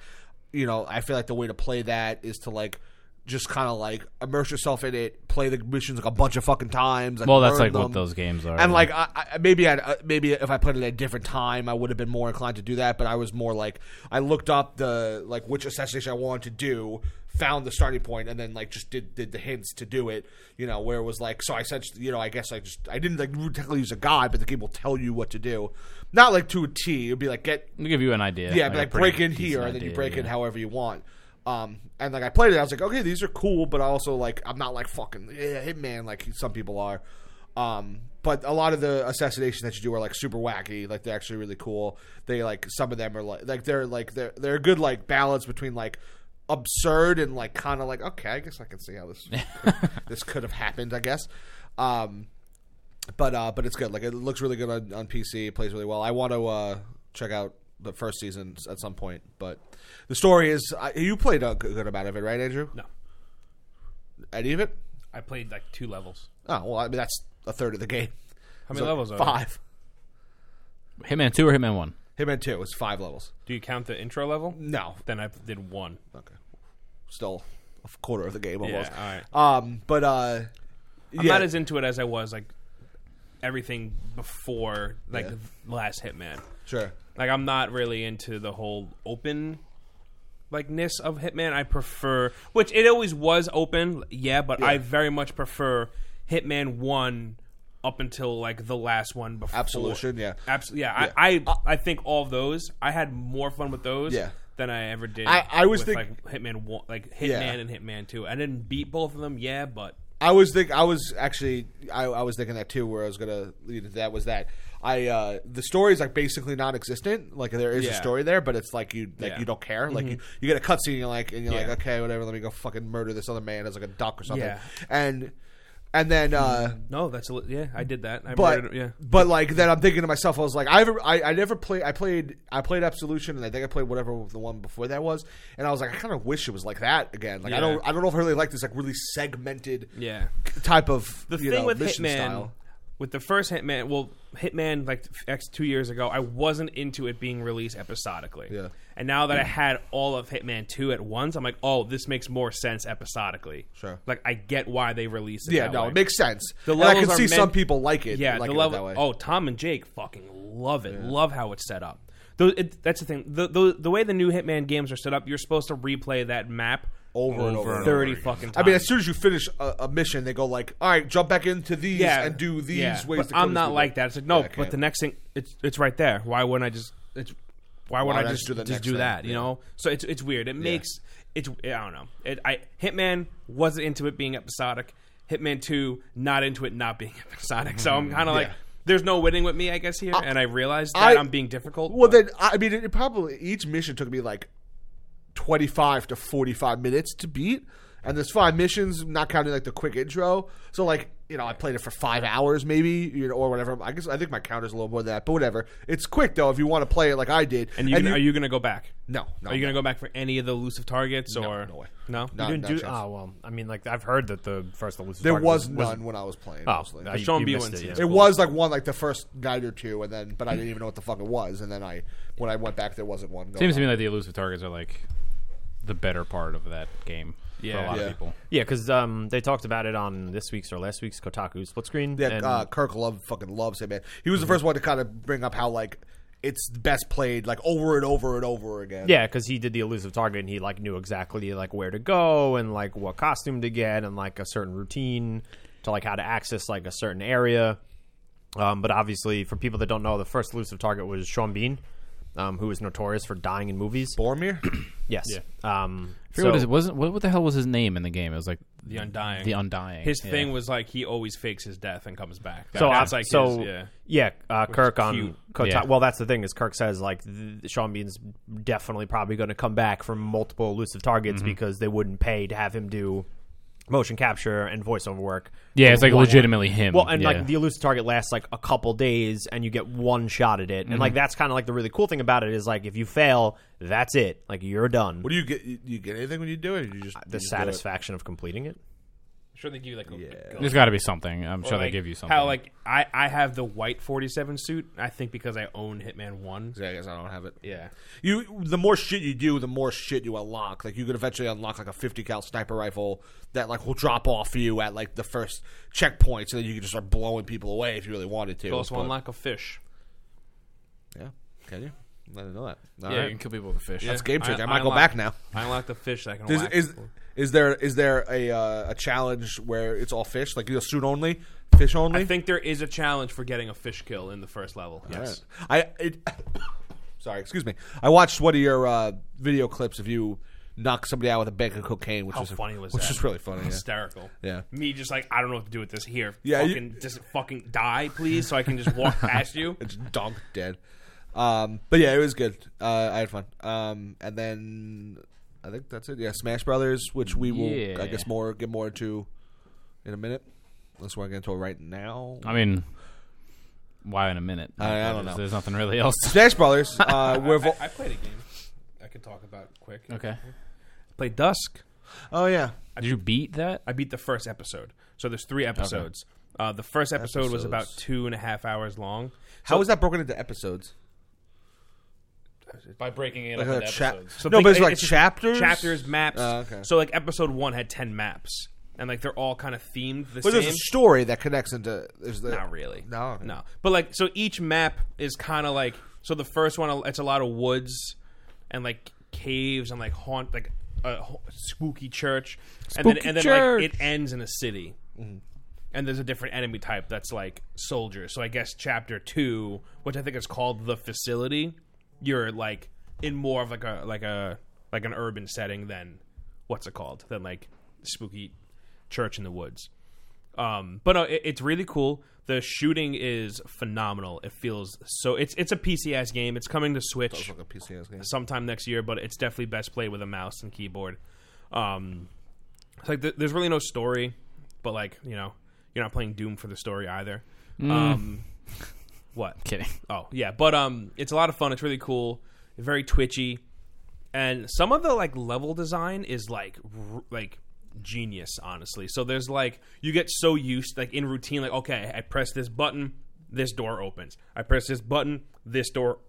you know, I feel like the way to play that is to like. Just kind of like immerse yourself in it, play the missions like a bunch of fucking times. Like Well, that's learn like what them. those games are. And like, I, I, maybe I'd, uh, maybe if I played it at a different time, I would have been more inclined to do that. But I was more like, I looked up the like which assassination I wanted to do, found the starting point, and then like just did did the hints to do it. You know, where it was like, so I said, you know, I guess I just I didn't like technically use a guide, but the game will tell you what to do. Not like to a T. It'd be like get It'll give you an idea. yeah, a but like pretty break in decent here and then you idea, break in yeah. however you want. Um, and like I played it, I was like, okay, these are cool, but also like I'm not like fucking yeah, hitman like some people are. Um, but a lot of the assassinations that you do are like super wacky, like they're actually really cool. They like some of them are like like they're like they're they're a good like balance between like absurd and like kind of like okay, I guess I can see how this this could have happened, I guess. Um, but uh, but it's good. Like it looks really good on, on PC. It plays really well. I want to uh, check out the first season s- at some point. But the story is I, you played a good good amount of it, right, Andrew? No. Any of it? I played like two levels. Oh well, I mean that's a third of the game. How many levels are there? Five. Hitman Two or Hitman One. Hitman Two is five levels. Do you count the intro level? No, Then I did one. still a quarter of the game Yeah, almost. all right. Um, but uh, I'm not as into it as I was like everything before like Yeah. the last Hitman. sure. Like I'm not really into the whole open likeness of Hitman. I prefer which it always was open, yeah, but I very much prefer Hitman 1 up until like the last one before Absolution, yeah. Absolutely, yeah. I, I I think all of those. I had more fun with those. Yeah. Than I ever did. I- I was with, think- like Hitman one, like Hitman Yeah. and Hitman two. I didn't beat both of them. Yeah, but I was think I was actually I, I was thinking that too. Where I was gonna lead to that was that I uh, the story is like basically non-existent. Like there is a Yeah. story there, but it's like you like Yeah. you don't care. Like you, you get a cutscene, you're like and you're Yeah. like okay, whatever. Let me go fucking murder this other man as like a duck or something. Yeah. And and then uh, no, that's a, li- yeah. I did that. I but murdered- yeah. but like then I'm thinking to myself, I was like, I've I, I never played. I played I played Absolution, and I think I played whatever the one before that was. And I was like, I kind of wish it was like that again. Like I Yeah. don't I don't know if I really like this like really segmented Yeah. type of the you thing know, with mission Hitman, style. with the first Hitman, well, Hitman like X two years ago, I wasn't into it being released episodically. Yeah. And now that I had all of Hitman two at once, I'm like, oh, this makes more sense episodically. Sure. Like I get why they released it. Yeah, that no, way. it makes sense. The and I can levels are see some meant- people like it. Yeah, like the it level. that way. Oh, Tom and Jake fucking love it. Love how it's set up. Tho- it- that's the thing. The, the the way the new Hitman games are set up, you're supposed to replay that map Over and over and thirty fucking. I times. mean, as soon as you finish a, a mission, they go like, "All right, jump back into these and do these yeah. ways." But to kill I'm these not people." like that. It's like no, Yeah, I but can't. the next thing, it's it's right there. Why wouldn't I just it's why Why wouldn't not I just just do do, the just next do thing? that? You Yeah. know, so it's it's weird. It makes it's I don't know. It, I Hitman was into it being episodic. Hitman Two not into it not being episodic. So I'm kind of like Mm-hmm. Yeah. there's no winning with me, I guess here, and I realize that I- I, am being difficult. Well, but- then I mean, it, it probably each mission took me like twenty-five to forty-five minutes to beat, and there's five missions, not counting like the quick intro. So like. You know, I played it for five hours, maybe, you know, or whatever. I guess I think my count is a little more than that, but whatever. It's quick though. If you want to play it like I did, and you, gonna- are you going to go back? no, no, Are you going to go back for any of the elusive targets or no way. No. no, You no didn't do. chance. Oh well, I mean, like I've heard that the first elusive There target was none when I was playing. Oh, mostly. uh, you- Sean you B. missed Winston. yeah. It It was like one like the first night or two, and then but I didn't even know what the fuck it was, and then I when I went back there wasn't one. Going Seems to on. me like the elusive targets are like the better part of that game for a Yeah. lot Yeah. of people. Yeah, because um, they talked about it on this week's or last week's Kotaku split screen. yeah, and- uh, Kirk love fucking loves it, man. He was the first one to kind of bring up how like it's best played like over and over and over again. Yeah, because he did the elusive target and he like knew exactly like where to go and like what costume to get and like a certain routine to like how to access like a certain area. Um, but obviously, for people that don't know, the first elusive target was Sean Bean, um, who is notorious for dying in movies. Boromir. Yes. Um, So, what, so- is, wasn't, what, what the hell was his name in the game? It was like The Undying. The Undying. His yeah. thing was like he always fakes his death and comes back. so That- that's I'm- like so his, yeah. yeah, uh, Kirk on cute. Kota- Yeah. well that's the thing is Kirk says like th- Sean Bean's definitely probably going to come back from multiple elusive targets Mm-hmm. because they wouldn't pay to have him do motion capture and voiceover work. Yeah, it's like One- legitimately him. Well, and yeah. like the elusive target lasts like a couple days, and you get one shot at it, and Mm-hmm. like that's kind of like the really cool thing about it is like if you fail, that's it, like you're done. What do you get? You you get anything when you do it? Or you just the you just do it? satisfaction of completing it. Sure, they give you like a. There's got to be something. I'm sure like, they give you something. How like I I have the white 47 suit. I think because I own Hitman One. Yeah, I guess I don't have it. Yeah. You the more shit you do, the more shit you unlock. Like you could eventually unlock like a fifty cal sniper rifle that like will drop off you at like the first checkpoint, so then you can just start blowing people away if you really wanted to. You also But- unlock a fish. Yeah, can you? I didn't know that. All yeah, right. you can kill people with a fish. Yeah. That's It's game change. I, I- might I go unlock- back now. I unlock the fish that I can. Is, whack is people. is there is there a uh, a challenge where it's all fish, like you know, suit only, fish only? I think there is a challenge for getting a fish kill in the first level. All Yes. right. I it, sorry, excuse me. I watched one of your uh, video clips of you knock somebody out with a bag of cocaine, which How was funny was which that? was really funny. Yeah. Hysterical. Yeah. Me just like I don't know what to do with this here. Yeah, you- Fucking just fucking die, please, so I can just walk past you. It's dog dead. Um, but yeah, it was good. Uh, I had fun. Um, and then I think that's it. Yeah, Smash Brothers, which we will, I Yeah. guess, more get more into in a minute. Unless we're going to it right now. I mean, why in a minute? I- I don't know. There's, there's nothing really else. Smash Brothers. Uh, we're vo- I played a game. I could talk about quick. okay. Play Dusk. oh yeah, Did you beat that? I beat the first episode. So there's three episodes. Uh, the first episode was about Episodes. two and a half hours long. how is that broken into episodes? By breaking it Like a chap- So no, think- but it's it- like just chapters. chapters, maps. Oh, okay. So like episode one had ten maps, and like they're all kind of themed the But there's same. a story that connects into. There's the, Not really. No, okay. no. But like, so each map is kind of like. So the first one, it's a lot of woods and like caves and like haunt, like a ho- spooky church, and then Spooky and then church. like it ends in a city. and there's a different enemy type that's like soldier. So I guess chapter two, which I think is called the facility, you're like in more of like a like a like an urban setting than what's it called than like spooky church in the woods. Um, but no, it, it's really cool. The shooting is phenomenal. It feels so. It's it's a PC ass game. It's coming to Switch Like a PCS game. sometime next year, but it's definitely best played with a mouse and keyboard. Um, it's like th- there's really no story, but like you know, you're not playing Doom for the story either. Um, what? Kidding. Oh yeah, but um, it's a lot of fun. It's really cool. Very twitchy, and some of the like level design is like r- like genius, honestly. So there's like you get so used like in routine, like okay, I press this button, this door opens. I press this button, this door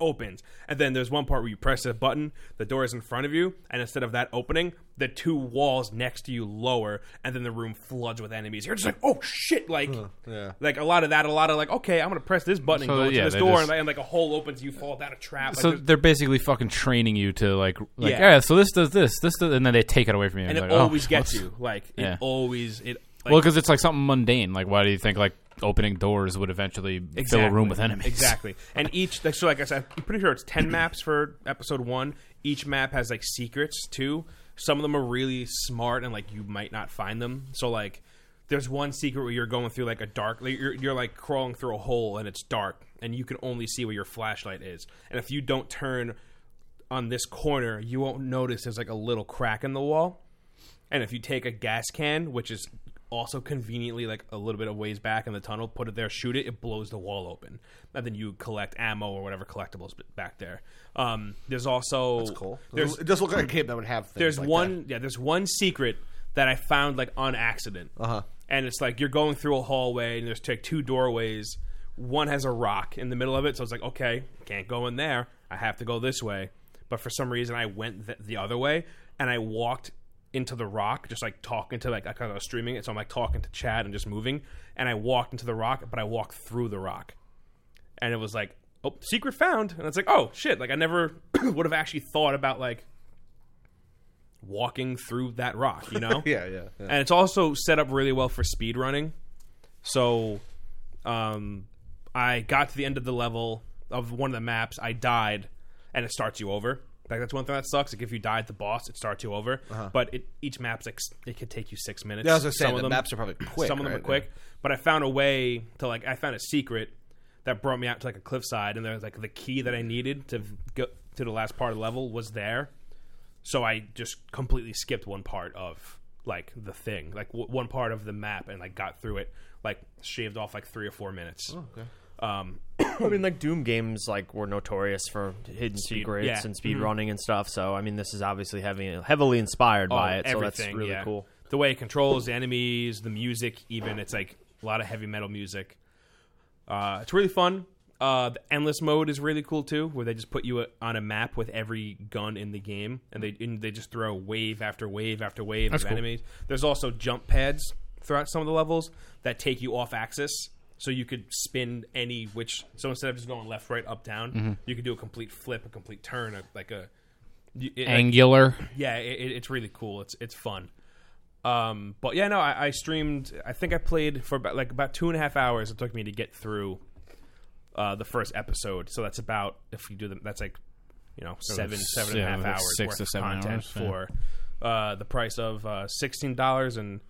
opens. And then there's one part where you press a button, the door is in front of you, and instead of that opening, the two walls next to you lower, and then the room floods with enemies. You're just like, oh shit! Like, yeah. like a lot of that, a lot of like, okay, I'm gonna press this button So, and go into yeah, this they door, just- and, like, and like a hole opens, you fall down a trap. Like, So there's- they're basically fucking training you to like, like Yeah. yeah. So this does this, this does, and then they take it away from you. and it It's like, oh, always gets whoops. you. Like, it Yeah. always it. Like, Well, because it's like something mundane. Like, why do you think like opening doors would eventually fill a room with enemies? Exactly. And each, like, so like I said, I'm pretty sure it's 10 maps for episode one. Each map has, like, secrets, too. Some of them are really smart and, like, you might not find them. So, like, there's one secret where you're going through, like, a dark, like, you're, you're, like, crawling through a hole and it's dark and you can only see where your flashlight is. And if you don't turn on this corner, you won't notice there's, like, a little crack in the wall. And if you take a gas can, which is also conveniently like a little bit of ways back in the tunnel, put it there, shoot it, it blows the wall open. And then you collect ammo or whatever collectibles b- back there. Um, there's also It's cool. There's it does look like a game that would have. Things there's like one yeah there's one secret that I found like on accident. Uh-huh. And it's like you're going through a hallway and there's like two doorways. One has a rock in the middle of it, so it's like okay, can't go in there. I have to go this way. But for some reason, I went th- the other way and I walked into the rock, just like talking to like because I was streaming it, so I'm like talking to Chad and just moving. And I walked into the rock, but I walked through the rock and it was like oh secret found and it's like oh shit like i never would have actually thought about like walking through that rock you know that. Yeah, yeah. yeah. and it's also set up really well for speed running so um i got to the end of the level of one of the maps i died and it starts you over like that's one thing that sucks like if you die at the boss it starts you over but it, each map's like s- it could take you six minutes Uh-huh. Yeah, I was gonna say, Some of the them- maps are probably quick, some of them right? are quick but i found a way to like i found a secret that brought me out to like a cliffside and there was like the key that i needed to v- go to the last part of the level was there so I just completely skipped one part of like the thing, like w- one part of the map, and like got through it, like shaved off like three or four minutes. Um, I mean, like Doom games, like were notorious for hidden secrets yeah. and speed Mm-hmm. running and stuff. So I mean, this is obviously heavy, heavily inspired by it. So that's Oh, everything, really yeah. cool. The way it controls the enemies, the music, even it's like a lot of heavy metal music. Uh, it's really fun. Uh, the endless mode is really cool too, where they just put you uh, on a map with every gun in the game, and they and they just throw wave after wave after wave of enemies. There's also jump pads throughout some of the levels that take you off axis, so you could spin any which. So instead of just going left, right, up, down, you could do a complete flip, a complete turn, a, like a you- it- like- Angular. yeah, it, it- it's really cool. It's it's fun. Um, but yeah, no, I, I streamed. I think I played for about, like about two and a half hours. It took me to get through uh, the first episode. So that's about if you do them, that's like you know seven it's- seven and a yeah, half like hours six worth to of seven content hours, yeah. for uh, the price of uh, sixteen dollars and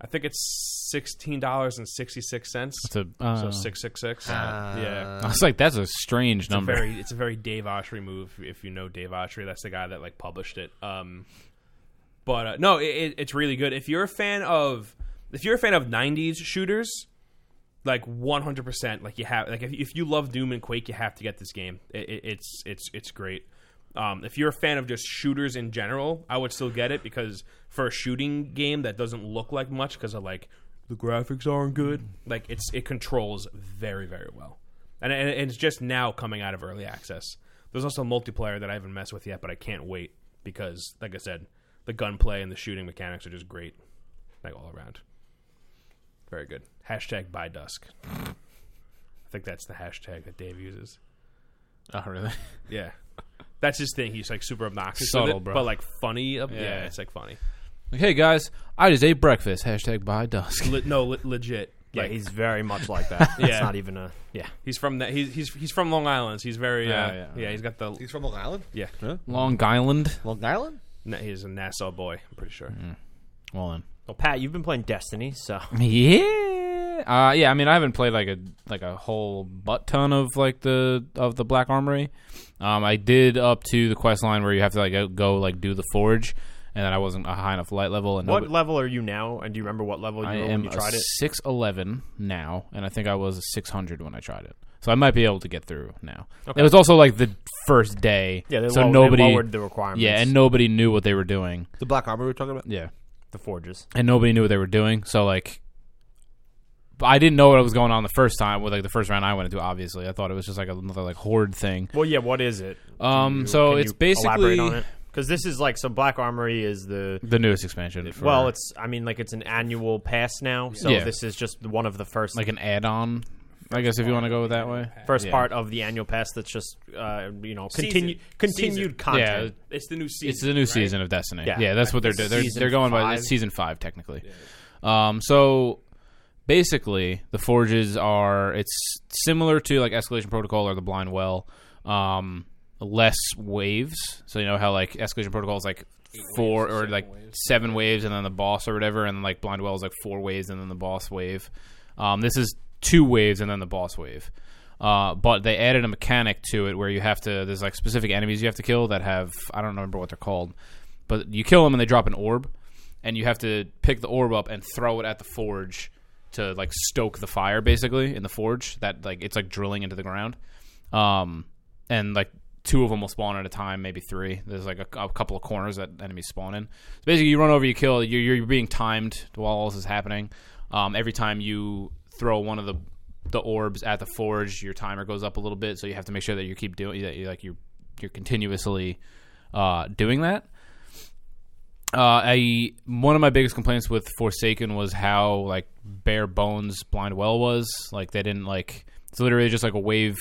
I think it's sixteen dollars and sixty six cents. It's a, uh, So six six six. Yeah. I was like, that's a strange number. Very, it's a very Dave Oshry move. If you know Dave Oshry, that's the guy that like published it. Um, but uh, no, it, it, it's really good. If you're a fan of, if you're a fan of '90s shooters, like 100, percent like you have, like if, if you love Doom and Quake, you have to get this game. It, it, it's it's it's great. Um, if you're a fan of just shooters in general, I would still get it because for a shooting game that doesn't look like much because of like the graphics aren't good, like it's it controls very very well, and, and and it's just now coming out of early access. There's also multiplayer that I haven't messed with yet, but I can't wait because, like I said, the gunplay and the shooting mechanics are just great, like all around. Very good. Hashtag by dusk. I think that's the hashtag that Dave uses. Oh, really? Yeah, that's his thing. He's like super obnoxious, with Subtle, it, bro. but like funny. Of, yeah. Yeah. it's like funny. Like, hey guys, I just ate breakfast. Hashtag by dusk. Le- no, le- legit. Yeah, Like, he's very much like that. Yeah. It's not even a yeah. He's from that. He's he's he's from Long Island. So he's very. Uh, Ah, yeah, yeah. he's got the. He's from Long Island. yeah, Long Island. Long Island. Na- he's a Nassau boy. I'm pretty sure. Well then. Well, Pat, you've been playing Destiny, so Yeah. Uh, yeah. I mean, I haven't played like a like a whole butt ton of like the of the Black Armory. Um, I did up to the quest line where you have to like go- go like do the forge, and then I wasn't a high enough light level. And what nobody- level are you now? And do you remember what level you I were when am you tried it? six eleven now, and I think I was a six hundred when I tried it. So I might be able to get through now. It was also like the first day, Yeah, they, so low- they nobody, lowered the requirements. yeah, and nobody knew what they were doing. The Black Armor we were talking about. Yeah, the forges. and nobody knew what they were doing. So like, I didn't know what was going on the first time with like the first round I went into. Obviously, I thought it was just like another like horde thing. Well, yeah. What is it? Um, so it's basically because this is like so. Black Armory is the the newest expansion. For, well, it's I mean like it's an annual pass now. So Yeah. this is just one of the first like an add-on, I guess if you want to go with that way. first yeah. part of the annual pass that's just uh, you know Season. continue Season. continued content. It's the new season. It's the new season of Destiny. Yeah. Yeah, that's what they're doing. They're, Season they're going by five. it's season five technically. Um, so basically, the forges are it's similar to like Escalation Protocol or the Blind Well, um, less waves. So you know how like Escalation Protocol is like four or like seven waves and then the boss or whatever, and like Blind Well is like four waves and then the boss wave. Um, this is two waves and then the boss wave. Uh, but they added a mechanic to it where you have to there's like specific enemies you have to kill that have I don't remember what they're called, but you kill them and they drop an orb, and you have to pick the orb up and throw it at the forge to like stoke the fire basically in the forge that like it's like drilling into the ground, um, and like two of them will spawn at a time maybe three there's like a, a couple of corners that enemies spawn in so basically you run over you kill you're, you're being timed while all this is happening um, every time you throw one of the the orbs at the forge, your timer goes up a little bit, so you have to make sure that you keep doing that. You like you you're continuously uh, doing that. Uh, I one of my biggest complaints with Forsaken was how like bare bones Blind Well was. Like they didn't like it's literally just like a wave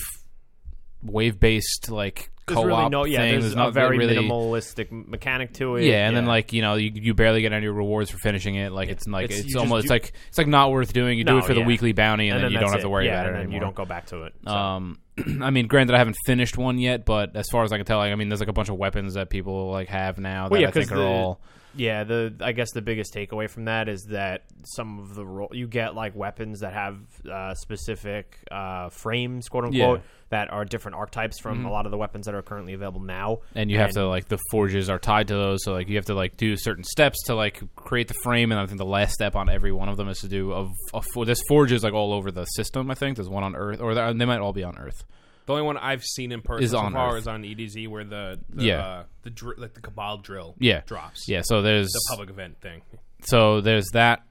wave based like There's co-op really no yeah. thing. There's, a not very really, minimalistic mechanic to it. yeah, and then like you know, you, you barely get any rewards for finishing it. Like it's like It's- it's, you just almost do- it's like it's like not worth doing. You No, do it for yeah. the weekly bounty, and, then, you don't that's have to it. worry Yeah, about it and then you anymore. don't go back to it. So. Um, I mean, granted, I haven't finished one yet, but as far as I can tell, like, I mean, there's like a bunch of weapons that people like have now that Well, yeah, I think 'cause are the- all Yeah, the I guess the biggest takeaway from that is that some of the ro- you get like weapons that have uh, specific uh, frames, quote unquote, Yeah. Mm-hmm. that are different archetypes from a lot of the weapons that are currently available now. and you have to like the forges are tied to those so like you have to like do certain steps to like create the frame and i think the last step on every one of them is to do a, a for this forge is like all over the system i think there's one on earth or they they might all be on earth The only one I've seen in person Is so on far Earth. is on EDZ, where the, the Yeah. uh, the dr- like the Cabal drill yeah drops yeah so there's the public event thing. so there's that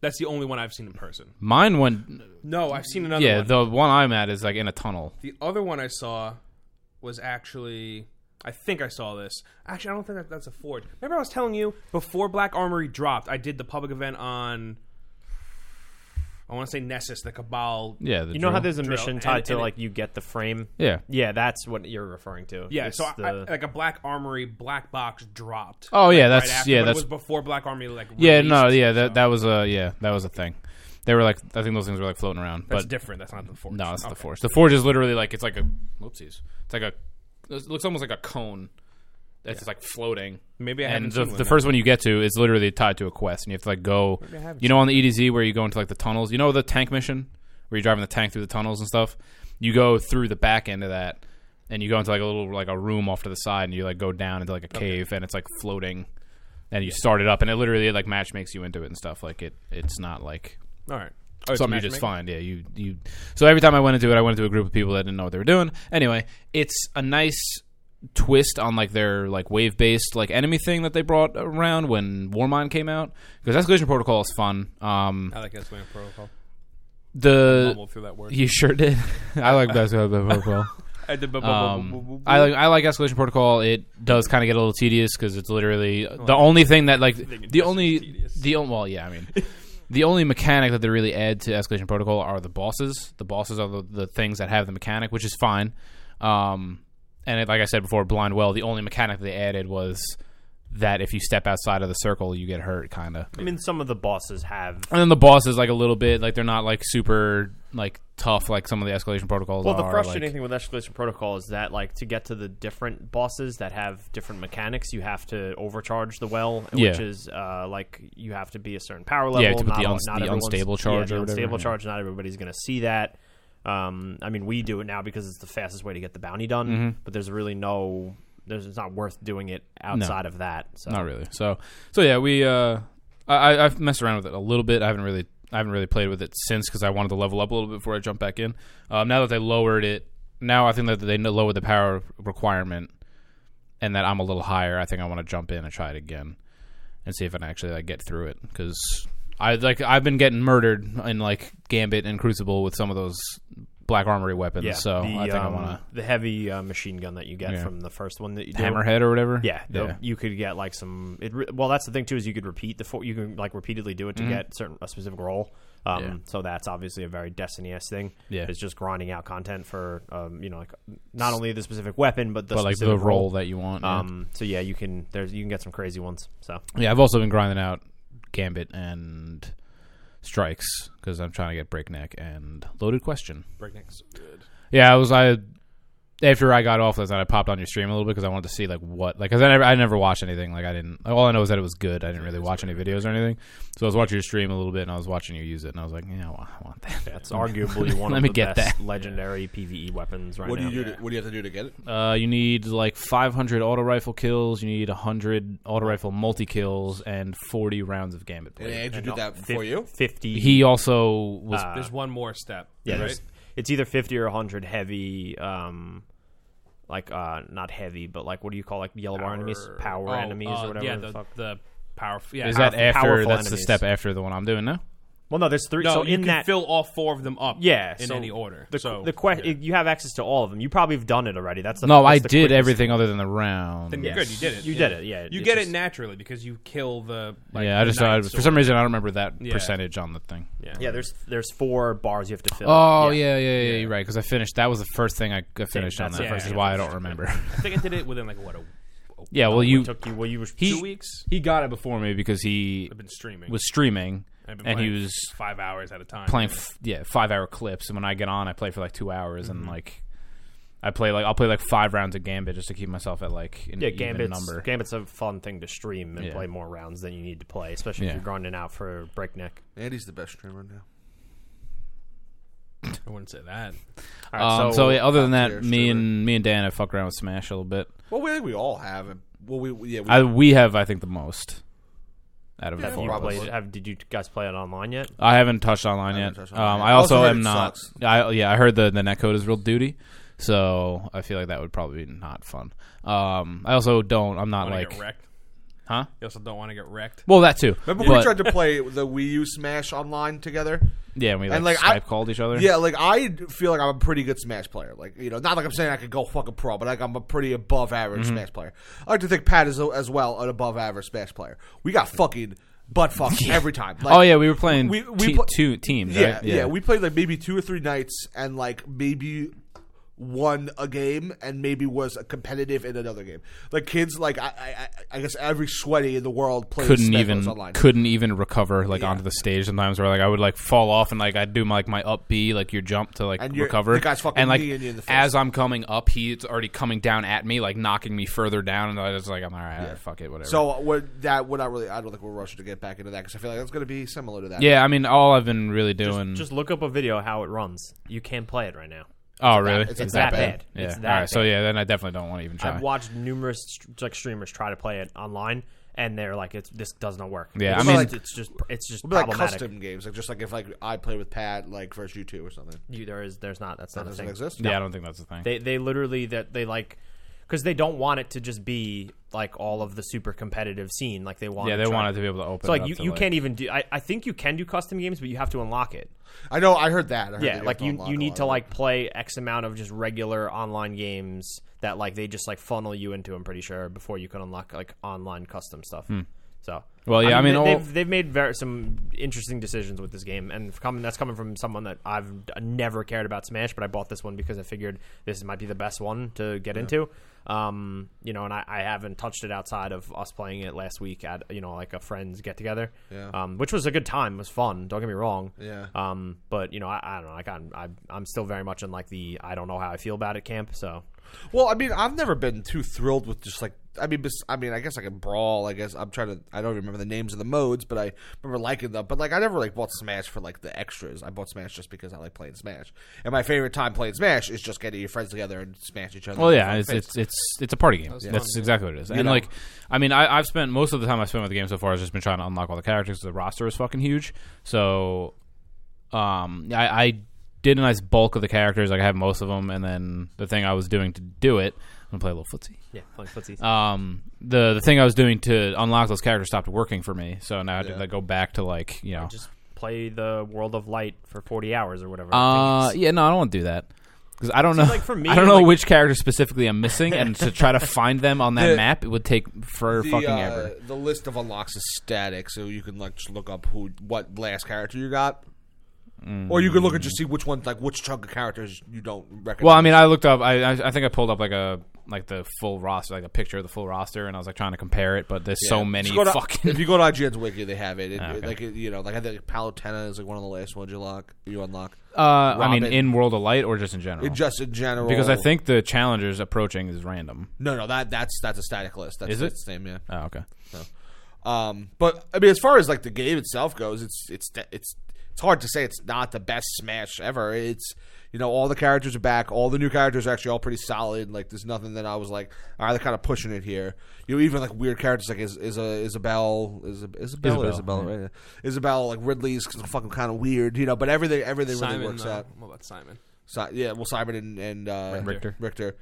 That's the only one I've seen in person. mine went No, I've seen another yeah one. the one i'm at is like in a tunnel The other one I saw was actually. I think I saw this. Actually, I don't think that, that's a Ford. Remember, I was telling you before Black Armory dropped, I did the public event on. I want to say Nessus, the Cabal. yeah the You know how drill. there's a Drill. mission And- tied to and it- like you get the frame. yeah Yeah, that's what you're referring to. Yeah, It's so I, I, the- like a Black Armory black box dropped. oh yeah that's right after, yeah but that's it was before Black Armory. Like Yeah, no, released. yeah, that that was a yeah, that was a thing. They were like, I think those things were like floating around, that's but different. That's not the Ford. no, that's not the forge. The forge is literally like it's like a whoopsies. It's like a it looks almost like a cone that's just like floating. Maybe I and haven't the, seen one the then. first one you get to is literally tied to a quest, and you have to like go. You know, on the EDZ where you go into like the tunnels. You know the tank mission where you're driving the tank through the tunnels and stuff. You go through the back end of that, and you go into like a little like a room off to the side, and you like go down into like a cave, and it's like floating, and you start it up, and it literally like match makes you into it and stuff. Like it, it's not like All right. Oh, it's something you just matchmaking? find. Yeah, you you. So every time I went into it, I went into a group of people that didn't know what they were doing. Anyway, it's a nice twist on like their like wave based like enemy thing that they brought around when Warmind came out because Escalation Protocol is fun. Um, I like Escalation Protocol. the Mumble through that word. you sure did. I like Escalation Protocol. I did bu- bu- bu- bu- bu- Um, bu- I like I like Escalation Protocol. It does kind of get a little tedious because it's literally the only thing that like the only the only well yeah I mean the only mechanic that they really add to Escalation Protocol are the bosses. The bosses are the, the things that have the mechanic, which is fine. Um, and it, like I said before, Blind Well, the only mechanic they added was that if you step outside of the circle, you get hurt, kind of. I mean, some of the bosses have. And then the boss is like a little bit like they're not like super like tough like some of the escalation protocols. Well, the are, frustrating like- thing with escalation protocol is that, like, to get to the different bosses that have different mechanics, you have to overcharge the well, which Yeah. is uh, like you have to be a certain power level. Yeah, to put not the all- uns- not the everyone's- unstable yeah, charge the or whatever, unstable yeah. charge. Not everybody's going to see that. Um, I mean, we do it now because it's the fastest way to get the bounty done. Mm-hmm. But there's really no, there's it's not worth doing it outside of that. So Not really. So so yeah, we uh, I I- I've messed around with it a little bit. I haven't really I haven't really played with it since because I wanted to level up a little bit before I jumped back in. Um, now that they lowered it, now I think that they lowered the power requirement and that I'm a little higher. I think I want to jump in and try it again and see if I can actually like get through it because. I like I've been getting murdered in like Gambit and Crucible with some of those black armory weapons, yeah. so the, I think I um, want the heavy uh, machine gun that you get Yeah. from the first one that you to do. hammerhead or whatever. um, Yeah, the- yeah, you could get like some. It re- well, that's the thing too is you could repeat the four. You can like repeatedly do it to get certain a specific role. Um, Mm-hmm. Yeah. So that's obviously a very Destiny esque thing. Yeah. it's just grinding out content for um, you know like not only the specific weapon but the but like specific the role. role that you want. yeah. Um, so yeah, you can there's you can get some crazy ones. So Yeah, I've also been grinding out Gambit and Strikes because I'm trying to get Breakneck and Loaded Question. Breakneck's good. Yeah, I was I after I got off last night, I popped on your stream a little bit because I wanted to see like what like because I never I never watched anything like I didn't all I know is that it was good. I didn't really watch any videos or anything, so I was watching your stream a little bit and I was watching you use it and I was like, yeah, well, I want that. that's arguably one Let of me the get best legendary PVE weapons right What do now. you do? To, what do you have to do to get it? Uh, you need like 500 auto rifle kills. You need 100 auto rifle multi kills and 40 rounds of Gambit. Did Blade. Andrew do that Fif- for you? Fifty. He also was There's one more step. Yeah, right? there's it's either fifty or hundred heavy. Um, like uh, not heavy, but like what do you call like yellow bar enemies? Power Oh, enemies uh, or whatever. Yeah, the the, fuck. the powerful. Yeah, Is that powerful- after? powerful That's the enemies. step after the one I'm doing now. Well, no, there's three. No, so you in can that, fill all four of them up. yeah, in so any order. The, so the que- you have access to all of them. You probably have done it already. That's the, No, that's I the did quickest- everything other than the round. Then you're Yes. good. You did it. You did it, yeah, you it's get just- it naturally because you kill the. Like, yeah, I the just I, knights for or some whatever. reason I don't remember that Yeah. percentage on the thing. Yeah, there's there's four bars you have to fill. Oh yeah, yeah, yeah, you're right. Because I finished. That was the first thing I got finished on that's that. the first Which is thing why I don't remember. I think I did it within like what a yeah, well you took you. Well, you were two he weeks. he got it before me because he I've been streaming. was streaming I've been and he playing was five hours at a time playing f- yeah five hour clips. And when I get on, I play for like two hours and like. I play like I'll play like five rounds of Gambit just to keep myself at like an yeah. even Gambit's number. Gambit's a fun thing to stream and Yeah. play more rounds than you need to play, especially Yeah. if you're grinding out for breakneck. Andy's the best streamer now. I wouldn't say that. All right, Um, so, yeah, other than tier that, me streamer. and me and Dan have fucked around with Smash a little bit. Well, we we all have. and- Well, we we- yeah. We, I, we have, I think, the most out of the have you four of us. played? Have, did you guys play it online yet? I haven't touched online haven't yet. touched online um, yet. I I also also, heard am it not. sucks. I, yeah, I heard the the netcode is real duty, so I feel like that would probably be not fun. Um, I also don't. I'm not Want to like, get wrecked? huh? You also don't want to get wrecked. Well, that too. remember But- we tried to play the Wii U Smash online together. yeah, and we like, and, like, I- Skype called each other. Yeah, like I feel like I'm a pretty good Smash player. Like you know, not like I'm saying I could go fucking pro, but like I'm a pretty above average Mm-hmm. Smash player. I like to think Pat is as well an above average Smash player. We got fucking butt fucked every time. Like, oh yeah, we were playing we- we te- pla- two teams. yeah, right? yeah, We played like maybe two or three nights, and like maybe won a game, and maybe was a competitive in another game. Like kids, like I, I, I- I guess every sweaty in the world plays couldn't Smash even Bros. online. couldn't even recover like onto the stage sometimes where like I would like fall off and like I'd do my like my up B like your jump to like And you're- recover the guy's fucking and like kneeing you in the face. as I'm coming up he's already coming down at me like knocking me further down and I was like I'm all right fuck it whatever So we're, that we're not really. I don't think we're rushing to get back into that because I feel like that's going to be similar to that. yeah I mean all I've been really doing Just look up a video how it runs. You can play it right now. oh really it's It's that that bad. bad. yeah It's that all right so bad. yeah then I definitely don't want to even try I've watched numerous st- like streamers try to play it online, and they're like, "It's this does not work." Yeah, it's, I mean- it's, it's just it's just It'd be like problematic. custom games, like just like if like I play with Pat, like versus you two or something. You, there is there's not that's not a Doesn't thing. exist. yeah I don't think that's the thing They they literally that they like because they don't want it to just be like all of the super competitive scene. Like they want yeah to they try- wanted to be able to open So it like up you, to, you can't even do. I, I think you can do custom games, but you have to unlock it. I know. I heard that. I heard that yeah like have you unlock you a need lot to of- like play x amount of just regular online games that like they just like funnel you into i'm pretty sure before you can unlock like online custom stuff So Hmm. Well, yeah, I mean, they- all- they've, they've made ver some interesting decisions with this game, and f- coming that's coming from someone that I've d- never cared about Smash, but I bought this one because I figured this might be the best one to get into. Um, you know, and I, I haven't touched it outside of us playing it last week at you know like a friends get together, Yeah. um, which was a good time, was fun. Don't get me wrong, Yeah. Um, but you know, I, I don't know, I got I, I'm still very much in like the I don't know how I feel about it camp, so Well, I mean, I've never been too thrilled with just like I mean, bes- I mean, I guess I can brawl. I guess I'm trying to. I don't remember the names of the modes, but I remember liking them. But like, I never like bought Smash for like the extras. I bought Smash just because I like playing Smash, and my favorite time playing Smash is just getting your friends together and smash each other. Well, in the yeah, fucking it's face. it's it's it's a party game. That's exactly what it is. and know. like, I mean, I, I've spent most of the time I've spent with the game so far has just been trying to unlock all the characters. The roster is fucking huge, so um, I, I did a nice bulk of the characters. Like I have most of them, and then the thing I was doing to do it, I'm gonna play a little footsie. yeah, playing footsie. Um, the the thing I was doing to unlock those characters stopped working for me, so now I had to like, go back to like you know. just play the World of Light for 40 hours or whatever. I Uh, think it's- yeah, no, I don't want to do that. Because I don't know, like, for me, I don't know like- which character specifically I'm missing, and to try to find them on that The- map, it would take for the, fucking uh, ever. The list of unlocks is static, so you can like just look up who, what last character you got, or you can look and just see which one, like which chunk of characters you don't recognize. Well, I mean, I looked up. I I I think I pulled up like a like the full roster, like a picture of the full roster, and I was like trying to compare it, but there's Yeah. so many Just go to- fucking. If you go to IGN's wiki, they have it. It- okay. it- Like it- you know, like I think Palutena is like one of the last ones you lock, you unlock. Uh, I mean, Robin. in World of Light or just in general? It just in general, because I think the challengers approaching is random. no, no, that that's that's a static list. That's, Is it? that's the same, yeah. Oh, okay. Um, but I mean, as far as like the game itself goes, it's it's it's it's hard to say it's not the best Smash ever. It's you know all the characters are back. All the new characters are actually all pretty solid. Like there's nothing that I was like, all right, they're kind of pushing it here. You know, even like weird characters like is is a Isabel is Isabel or Isabel, Isabel right? Isabel like Ridley's fucking kind of weird. You know, but everything everything really Simon, works uh, out. what about Simon? Si- yeah, well, Simon and, and uh, Richter. Richter.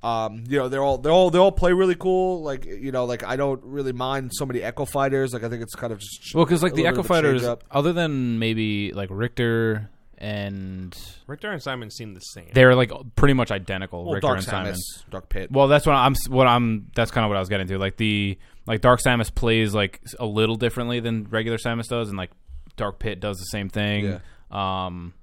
Um, you know, they're all they all they all play really cool. Like you know, like I don't really mind so many Echo Fighters. Like I think it's kind of just Well, because like a the little Echo bit of a change Fighters, up. other than maybe like Richter and Richter and Simon seem the same. they're like pretty much identical. Well, Richter Dark and Samus, Simon. Dark Pit. Well, that's what I'm. What I'm. That's kind of what I was getting to. Like the like Dark Samus plays like a little differently than regular Samus does, and like Dark Pit does the same thing. Um,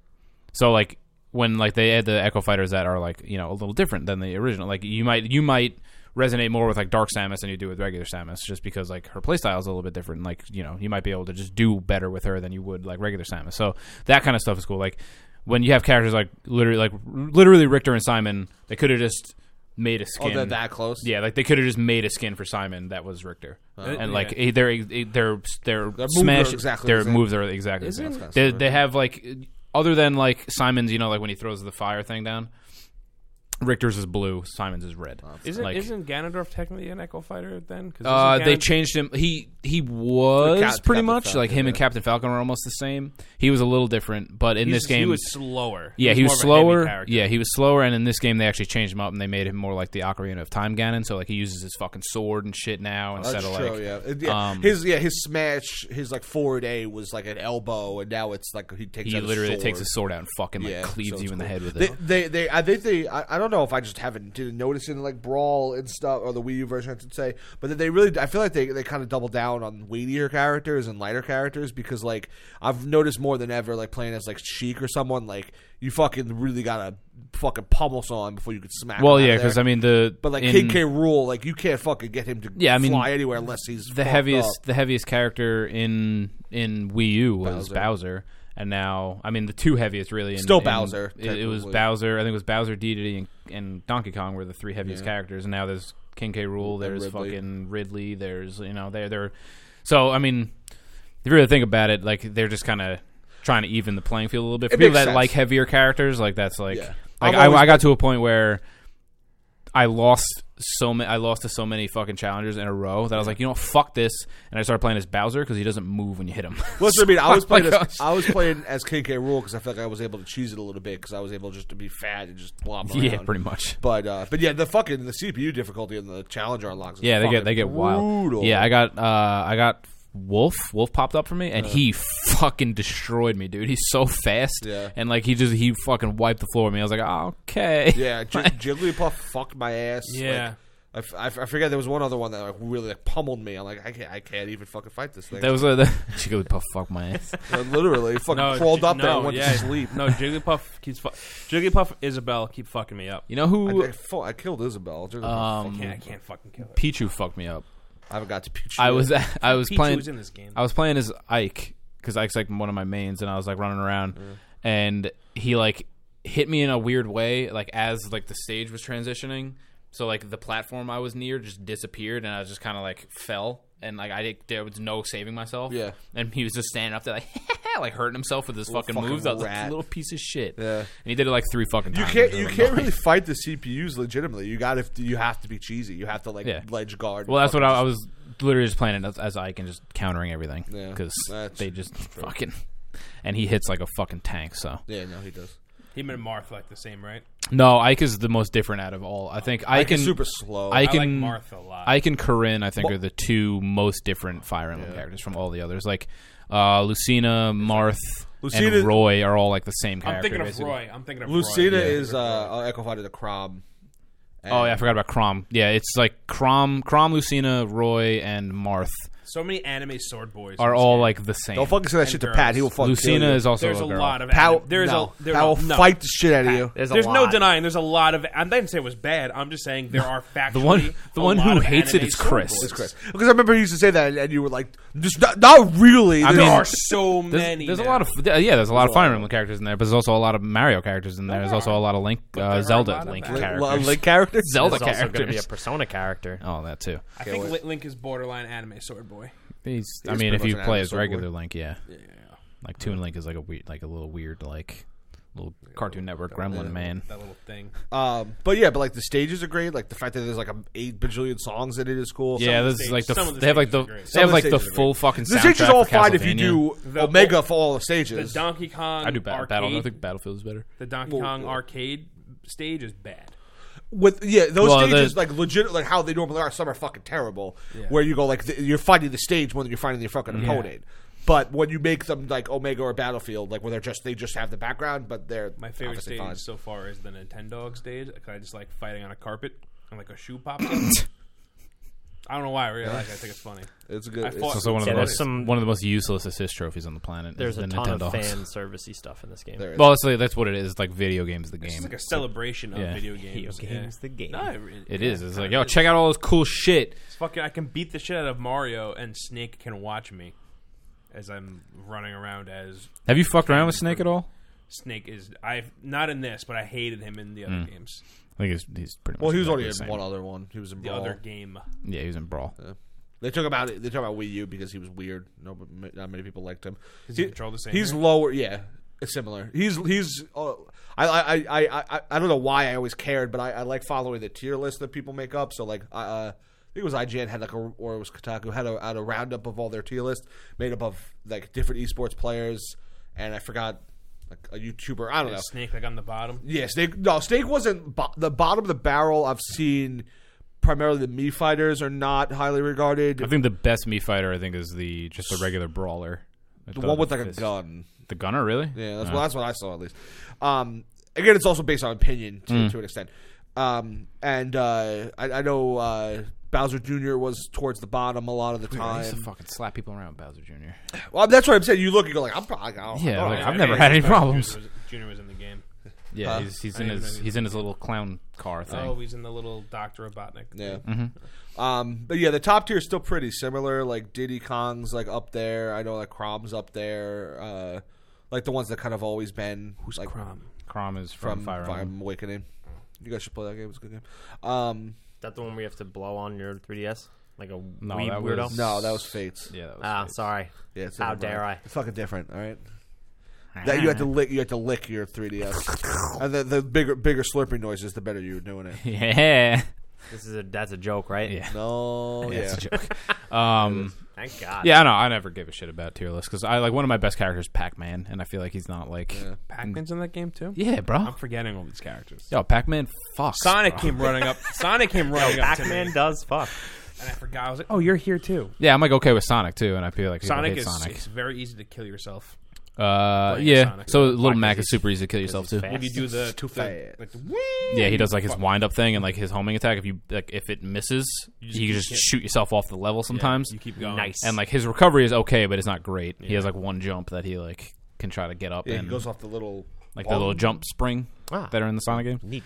so like when like they add the Echo Fighters that are like you know a little different than the original. Like you might you might resonate more with like Dark Samus than you do with regular Samus, just because like her playstyle is a little bit different. Like you know you might be able to just do better with her than you would like regular Samus. So that kind of stuff is cool. Like when you have characters like literally like literally Richter and Simon, they could have just made a oh, skin. they're that close. Yeah, like they could have just made a skin for Simon that was Richter, and like eh, their eh, their their Oh. moves smash are exactly their the same. moves are exactly the Isn't- same. That's They, kinda they have like eh, other than like Simon's, you know, like when he throws the fire thing down. Richter's is blue, Simon's is red. Isn't like- isn't Ganondorf technically an Echo Fighter then? 'Cause Uh, isn't they Ganon- changed him. He he was Cap- pretty Captain much Falcon, like him and yeah. Captain Falcon were almost the same. He was a little different, but in He's- this game, he was slower. yeah, he was, more of a heavy slower. character. Yeah, he was slower, and in this game they actually changed him up and they made him more like the Ocarina of Time Ganon. So like he uses his fucking sword and shit now instead That's of true. like Oh, yeah, It- yeah. um, his yeah his smash his like forward A was like an elbow, and now it's like he takes he out literally his sword. takes his sword out and fucking like Yeah, cleaves so you it's in the cool. head with They, it. they, they, I think they, I, I don't know if I just haven't didn't notice it in like Brawl and stuff or the Wii U version, I should say. But then they really, I feel like they, they kind of double down on weightier characters and lighter characters because like I've noticed more than ever, like playing as like Sheik or someone, like you fucking really gotta fucking pummel someone before you can smack. Well, him out yeah, there. because I mean the but like in Kid K. Rule, like you can't fucking get him to Yeah, I mean, fly anywhere unless he's the fucked heaviest up. the heaviest character in in Wii U was Bowser. Bowser. and now I mean the two heaviest really in, Still in- Bowser, It, it was technically. Bowser. I think it was Bowser, DDD, and, and Donkey Kong were the three heaviest characters, and now there's King K. Rule, there's Ridley. fucking Ridley, there's you know there there. So I mean, if you really think about it, like they're just kind of trying to even the playing field a little bit. For It people makes that sense. like heavier characters, like that's like Yeah. like I've I, always I got to a point where I lost so many. I lost to so many fucking challengers in a row that I was like, you know, what, fuck this, and I started playing as Bowser because he doesn't move when you hit him. Listen, I mean, I was Oh my playing. gosh. As, I was playing as King K. Rule because I felt like I was able to cheese it a little bit because I was able just to be fat and just blob around. yeah, pretty much. But uh, but yeah, the fucking the CPU difficulty and the challenger unlocks. is Yeah, they fucking get they get brutal. wild. Yeah, I got uh, I got Wolf. Wolf popped up for me, and he fucking destroyed me, dude. He's so fast, Yeah. and like he just he fucking wiped the floor with me. I was like, okay, yeah. J- Jigglypuff fucked my ass. Yeah. Like, I, f- I f- I forget there was one other one that like really like, pummeled me. I'm like, I can't, I can't even fucking fight this thing. That was a Jigglypuff. Fuck my ass. I literally fucking crawled J- up there no, and went yeah. to sleep. No, Jigglypuff keeps fu- Jigglypuff Isabel keep fucking me up. You know I, who? I, fu- I killed Isabel. Um, Can't, I can't fucking kill her. Pichu fucked me up. I haven't got to Pichu. I was I was Pichu playing was in this game. I was playing as Ike because Ike's like one of my mains, and I was like running around, and he like hit me in a weird way, like as like the stage was transitioning. So like the platform I was near just disappeared, and I was just kind of like fell, and like I did, there was no saving myself. Yeah. and he was just standing up there like like hurting himself with his fucking, fucking moves. I was like rat. little piece of shit. Yeah. and he did it like three fucking You times. can't. It You was can't annoying. really fight the CPUs legitimately. You got to. You have to be cheesy. You have to like Yeah. ledge guard. Well, that's what I, I was literally just playing it as, as Ike and just countering everything Yeah, because that's they just fucking and he hits like a fucking tank. So Yeah, no, he does. Him and Marth like the same, right? no, Ike is the most different out of all. I think Ike, Like, can it's super slow. Ike I like and Marth a lot. Ike and Corinne, I think, are the two most different Fire Emblem characters from all the others. Like uh, Lucina, Marth, Lucina- and Roy are all like the same character. I'm thinking of basically. Roy. I'm thinking of Lucina Roy. is uh, oh, Echo Fighter the Crom. Oh yeah, I forgot about Crom. Yeah, it's like Crom, Crom, Lucina, Roy, and Marth So many anime sword boys are in this all game. like the same. Don't fucking say that shit to girls. Pat. He will fucking. Lucina kill you. is also There's a, a girl. lot of Pat. anime. There's no, a there, Pat will no. fight the shit out of you. There's, a There's no lot. denying. There's a lot of. I didn't say it was bad. I'm just saying there are factually The one- the a one lot who of hates it anime is sword Chris. boys. It's Chris. Because I remember you used to say that, and you were like, "Just not, not really." I There's- There mean, are so There's, many. there's a now. lot of yeah. There's a lot of Fire Emblem characters in there, but there's also a lot of Mario characters in there. There's also a lot of Link, uh, are a Zelda lot of Link Mario- characters, Link- Link characters. Zelda There's also going to be a characters. persona character. Oh, that too. I think Li- Link is borderline anime sword boy. He's, I is mean, pretty if you much an play anime as sword regular Link, yeah. Like Toon Link is like a weird, like a little weird, like little Cartoon Network gremlin man. That little thing. Um, but yeah, but like the stages are great. Like the fact that there's like a eight bajillion songs in it is cool. Yeah, the this is stages- like the, some of the they have like the stages are great. they have Some of like the the stages are full fucking the soundtrack. stages are all for fine if you Castlevania. do The- Omega for all the The stages. Donkey Kong. I do ba- arcade, battle. I think Battlefield is better. The Donkey Well, Kong well. arcade stage is bad. With yeah, those Well, stages the- like legit like how they normally are. Some are fucking terrible. Where you go like th- you're fighting the stage more than you're fighting your fucking opponent. But when you make them like Omega or Battlefield, like where they're just they just have the background, but they're My favorite obviously stage fine. so far is the Nintendog stage. 'cause I just like fighting on a carpet and like a shoe pops up. I don't know why I really like. it. I think it's funny. It's a good. I it's- fought- It's also one of Yeah, the there's most some- one of the most useless assist trophies on the planet. There's is a the ton of Nintendogs. fan servicey stuff in this game. There is. Well, that's, like, that's what it is. Like video games, the game. It's like a celebration of Yeah. video games. Video yeah. games, the game. No, it, re- It yeah, is. It's kinda like, yo, is. check out all this cool shit. It's fucking. I can beat the shit out of Mario, and Snake can watch me as I'm running around as Have you fucked around with Snake at all? Snake is. I've not in this, but I hated him in the other Mm. games. I think he's, he's pretty. Much Well, he was exactly only in the same. one other one. He was in The Brawl. other game. Yeah, he was in Brawl. They took about they took about Wii U because he was weird. No, but ma- not many people liked him. Does he control the same He's hair? lower. Yeah, it's similar. He's he's. Uh, I, I I I I I don't know why I always cared, but I, I like following the tier list that people make up. So like I. Uh, I think it was IGN had like a or it was Kotaku had a, had a roundup of all their tier list made up of like different esports players and I forgot like a YouTuber I don't know Snake like on the bottom. yeah, Snake. No, Snake wasn't bo- the bottom of the barrel. I've seen primarily the Mii fighters are not highly regarded. I think the best Mii fighter, I think, is the just the regular brawler. the one with like a gun. The gunner, really? Uh, Yeah, that's, well, that's what I saw at least. Um, again, it's also based on opinion to, Mm. to an extent. Um, and uh, I, I know uh, Bowser Jr. was towards the bottom a lot of the I used to time. fucking slap people around Bowser Jr. Well, that's what I'm saying. You look, you go like, I'm probably. Yeah, like, I've Yeah, never yeah, had any Bowser problems. Junior was, Junior was in the game. Yeah, Huh? he's, he's I in didn't his know he he's in his little clown car thing. Oh, he's in the little Doctor Robotnik. Yeah. Mm-hmm. Um, but yeah, the top tier is still pretty similar. Like Diddy Kong's like up there. I know like Crom's up there. Uh, like the ones that kind of always been. Who's like Prom. Crom is from, from Fire Fire Emblem. Awakening? You guys should play that game. It's a good game. Um, That the one where you have to blow on your 3DS like a No, weeb that weirdo. was- no, that was Fates. Yeah, that was Ah, great. sorry. Yeah, it's How different, bro. dare I? It's fucking different. All right. That you had to lick. You had to lick your 3ds. and Uh, the, the bigger, bigger slurping noises, the better you were doing it. yeah. This is a that's a joke, right? Yeah. No, yeah, yeah. it's a joke. Um, Thank God. yeah, I know. I never gave a shit about tier list because I like one of my best characters, Pac Man, and I feel like he's not like yeah, Mm. Pac-Man's in that game too. bro. I'm forgetting all these characters. Yo, Pac Man, fuck. Sonic came running up. Sonic came running up to me, Pac-Man does fuck. and I forgot. I was like, "Oh, you're here too." Yeah, I'm like okay with Sonic too, and I feel like people Sonic hate is Sonic. it's very easy to kill yourself. Uh, Playing yeah. Sonic. So Little Mac is super easy to kill yourself too. If you do the two the, like the whee- Yeah, he does like his wind up thing and like his homing attack. If you like, if it misses, you, just can keep just hitting. shoot yourself off the level sometimes. you keep going. Nice. Oh, and like his recovery is okay, but it's not great. He has like one jump that he like can try to get up Yeah, he and goes off the little like the little jump spring Ah. that are in the Sonic game. Neat.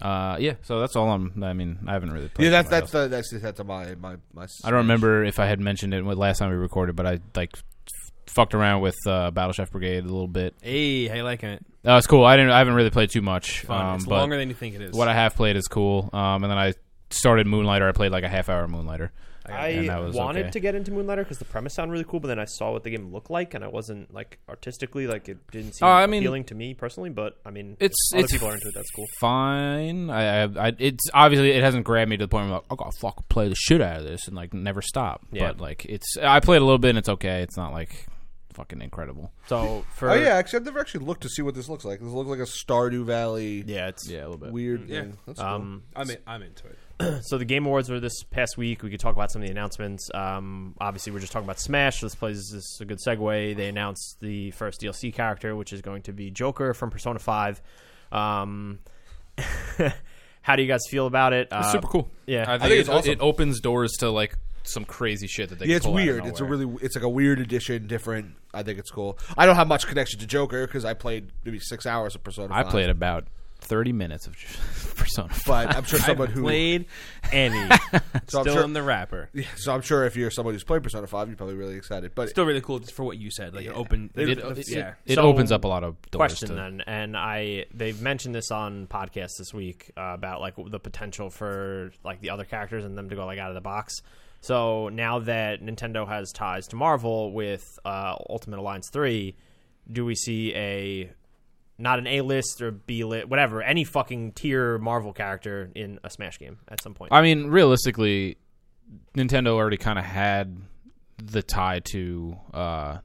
Uh, yeah. So that's all I'm. I mean, I haven't really played. Yeah, that's much that's else. the, that's that's my my my. I don't remember if I had mentioned it with- last time we recorded, but I like f- fucked around with uh, Battle Chef Brigade a little bit. Hey, how you liking it? That was Oh, cool. I didn't. I haven't really played too much. Fun. Um, it's but longer than you think it is. what I have played is cool. Um, and then I started Moonlighter. I played like a half hour of Moonlighter. And that I was wanted okay. to get into Moonlighter because the premise sounded really cool, but then I saw what the game looked like, and I wasn't like artistically like it didn't seem Uh, I mean- appealing to me personally. But I mean, It's- if other it's- people are into it. That's cool. fine. I, I, I it's obviously it hasn't grabbed me to the point where I'm like, I gotta fuck play the shit out of this and like never stop. Yeah. But like it's I played a little bit and it's okay. It's not like fucking incredible. So for Oh yeah, actually, I've never actually looked to see what this looks like. This looks like a Stardew Valley. yeah, it's Yeah, a little bit. Weird. Yeah. That's cool. um, I'm in, I'm into it. so the game awards were this past week. We could talk about some of the announcements. Um, obviously, we're just talking about Smash. So this plays this is a good segue. They announced the first DLC character, which is going to be Joker from Persona Five. Um, how do you guys feel about it? Uh, super cool. yeah. I think, think it, it's awesome. it opens doors to like some crazy shit that they yeah, can it's pull out of weird. It's a nowhere. really it's like a weird edition, different. I think it's cool. I don't have much connection to Joker because I played maybe six hours of Persona. I 5, played about thirty minutes of Persona. 5. but I'm sure someone who Played any. so I'm Still sure- in the wrapper. Yeah, so I'm sure if you're someone who's played Persona Five, you're probably really excited. But Still really cool just for what you said. Like it open. It, the- the- it- yeah. it So, opens up a lot of doors. question to, then and i they've mentioned this on podcasts this week uh, about like the potential for like the other characters and them to go like out of the box so now that nintendo has ties to marvel with uh, ultimate alliance 3 do we see a not an a list or b list whatever any fucking tier marvel character in a smash game at some point I mean, realistically, Nintendo already kind of had the tie to uh,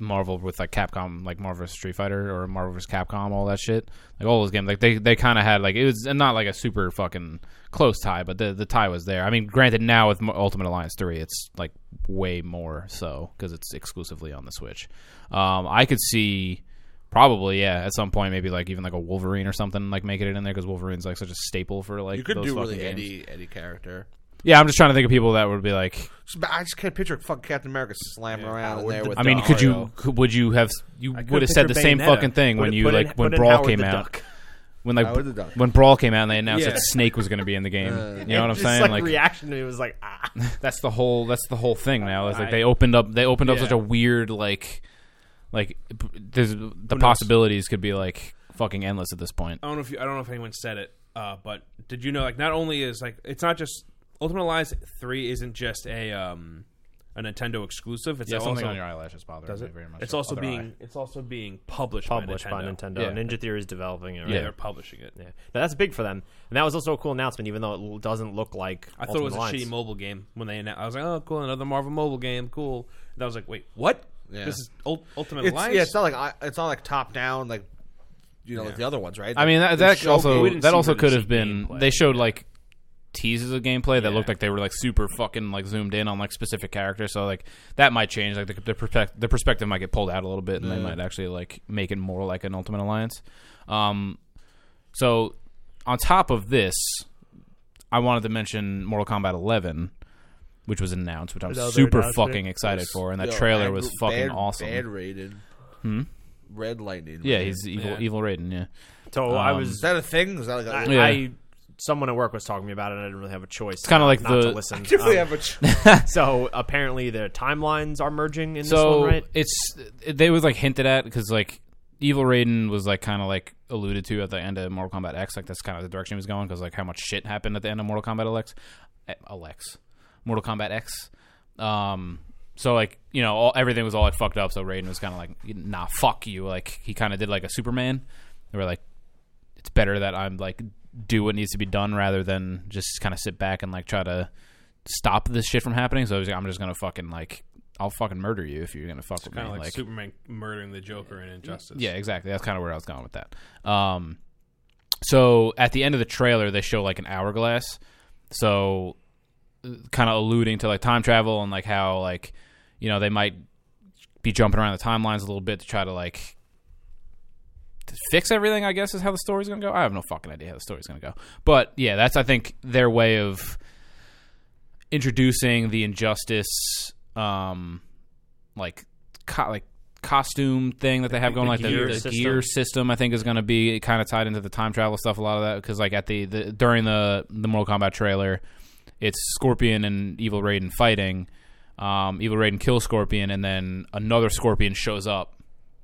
Marvel with like Capcom, like Marvel vs. Street Fighter or Marvel vs. Capcom, all that shit. Like all those games, like they they kind of had like it was and not like a super fucking close tie, but the the tie was there. I mean, granted, now with Mo- Ultimate Alliance three, it's like way more so because it's exclusively on the Switch. Um, I could see. Probably, yeah. At some point, maybe like even like a Wolverine or something, like make it in there because Wolverine's like such a staple for like you could those do fucking really games. any any character. Yeah, I'm just trying to think of people that would be like. So, but I just can't picture fucking Captain America slamming around in there with. I mean, could you? Dario. Could, would you have? You could would have said the picture same Bayonetta. fucking thing Put when in- you put in- like when put in Brawl Howard came the out. Duck. When like Howard the Duck. when Brawl came out and they announced Yeah. that Snake was going to be in the game. you know what I'm Just, saying? like, Like, reaction to me was like ah that's the whole that's the whole thing now. It's like I- they opened up they opened up Yeah. such a weird like like p- there's the possibilities could be like fucking endless at this point. I don't know if you, I don't know if anyone said it, uh, but did you know like not only is like it's not just Ultimate Alliance Three isn't just a um, a Nintendo exclusive. It's Yeah, also something on your eyelashes bothers me very much. it's The also other being eye. it's also being published published by by Nintendo. Nintendo. Yeah. Ninja Theory is developing it. Right? Yeah, Yeah. they're publishing it. Yeah, now, that's big for them, and that was also a cool announcement. Even though it l- doesn't look like I thought it was a Ultimate shitty Alliance. mobile game when they announced. I was like, oh, cool, another Marvel mobile game, cool. And I was like, wait, what? Yeah. This is Ul- Ultimate It's, Alliance. yeah, it's not like I, it's not like top down like you know like the other ones, right? I mean, They- that, they that show- also we didn't that see also really could see have been. gameplay, They showed like teases of gameplay that Yeah. looked like they were like super fucking like zoomed in on like specific characters. So like that might change. Like the the, perspect- the perspective might get pulled out a little bit, and Mm. they might actually like make it more like an Ultimate Alliance. Um, so on top of this, I wanted to mention Mortal Kombat 11. Which was announced, which I'm Another super announcement. fucking excited for, and that Yo, trailer Bad- was fucking Bad- awesome. Hmm? Bad Raiden. Red Lightning. Yeah, Raiden. he's evil, Yeah. evil Raiden. Yeah, So I Is was, that a thing? Is that like a, I, Yeah. I- someone at work was talking to me about it, and I didn't really have a choice. It's kinda like not the- to listen. Definitely Um, have a ch- so apparently, their timelines are merging in this so one, right? it's they was like hinted at because like evil raiden was like kind of like alluded to at the end of mortal kombat x like that's kind of the direction he was going because like how much shit happened at the end of mortal kombat alex eh, alex mortal kombat x um so like you know all, everything was all like fucked up so raiden was kind of like nah fuck you like he kind of did like a superman where like it's better that i'm like do what needs to be done rather than just kind of sit back and like try to stop this shit from happening so I was like, i'm just gonna fucking like i'll fucking murder you if you're gonna fuck with me kind of like, Superman murdering the Joker in Injustice. yeah, exactly. That's kind of where I was going with that. Um, so at the end of the trailer, they show like an hourglass, so kind of alluding to like time travel and like how like you know they might be jumping around the timelines a little bit to try to like to fix everything. I guess is how the story's gonna go. I have no fucking idea how the story's gonna go. But yeah, that's I think their way of introducing the injustice, um, like co- like costume thing that they have going like the, gear the system. gear system i think is going to be kind of tied into the time travel stuff a lot of that because like at the, the during the the mortal kombat trailer it's scorpion and evil raiden fighting um, evil raiden kills scorpion and then another scorpion shows up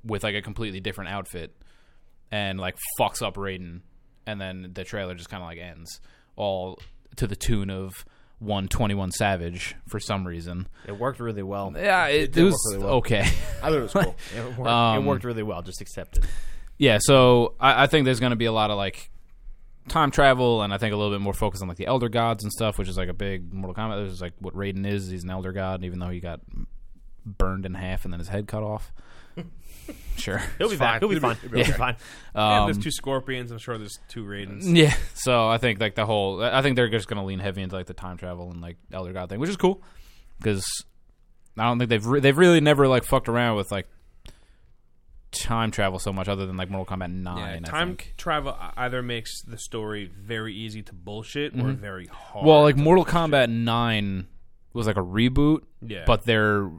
with like a completely different outfit and like fucks up raiden and then the trailer just kind of like ends all to the tune of 121 savage for some reason It worked really well. It yeah it, did work was really well. okay I thought it was cool. worked, Um, it worked really well. Just accept it. Yeah, so I, I think there's going to be a lot of like time travel, and I think a little bit more focus on like the elder gods and stuff, which is like a big Mortal Kombat. This is like what Raiden is. He's an elder god, even though he got burned in half and then his head cut off. sure. He'll be fine. He'll be fine. He'll be fine. and there's two scorpions. I'm sure there's two Raidens. Yeah. So I think like the whole. I think they're just going to lean heavy into like the time travel and like elder god thing, which is cool because I don't think they've re- they've really never like fucked around with like time travel so much other than like Mortal Kombat Yeah, Nine. I time think. travel e- either makes the story very easy to bullshit Mm-hmm. or very hard. Well, like Mortal Kombat 9 was like a reboot, Yeah. but their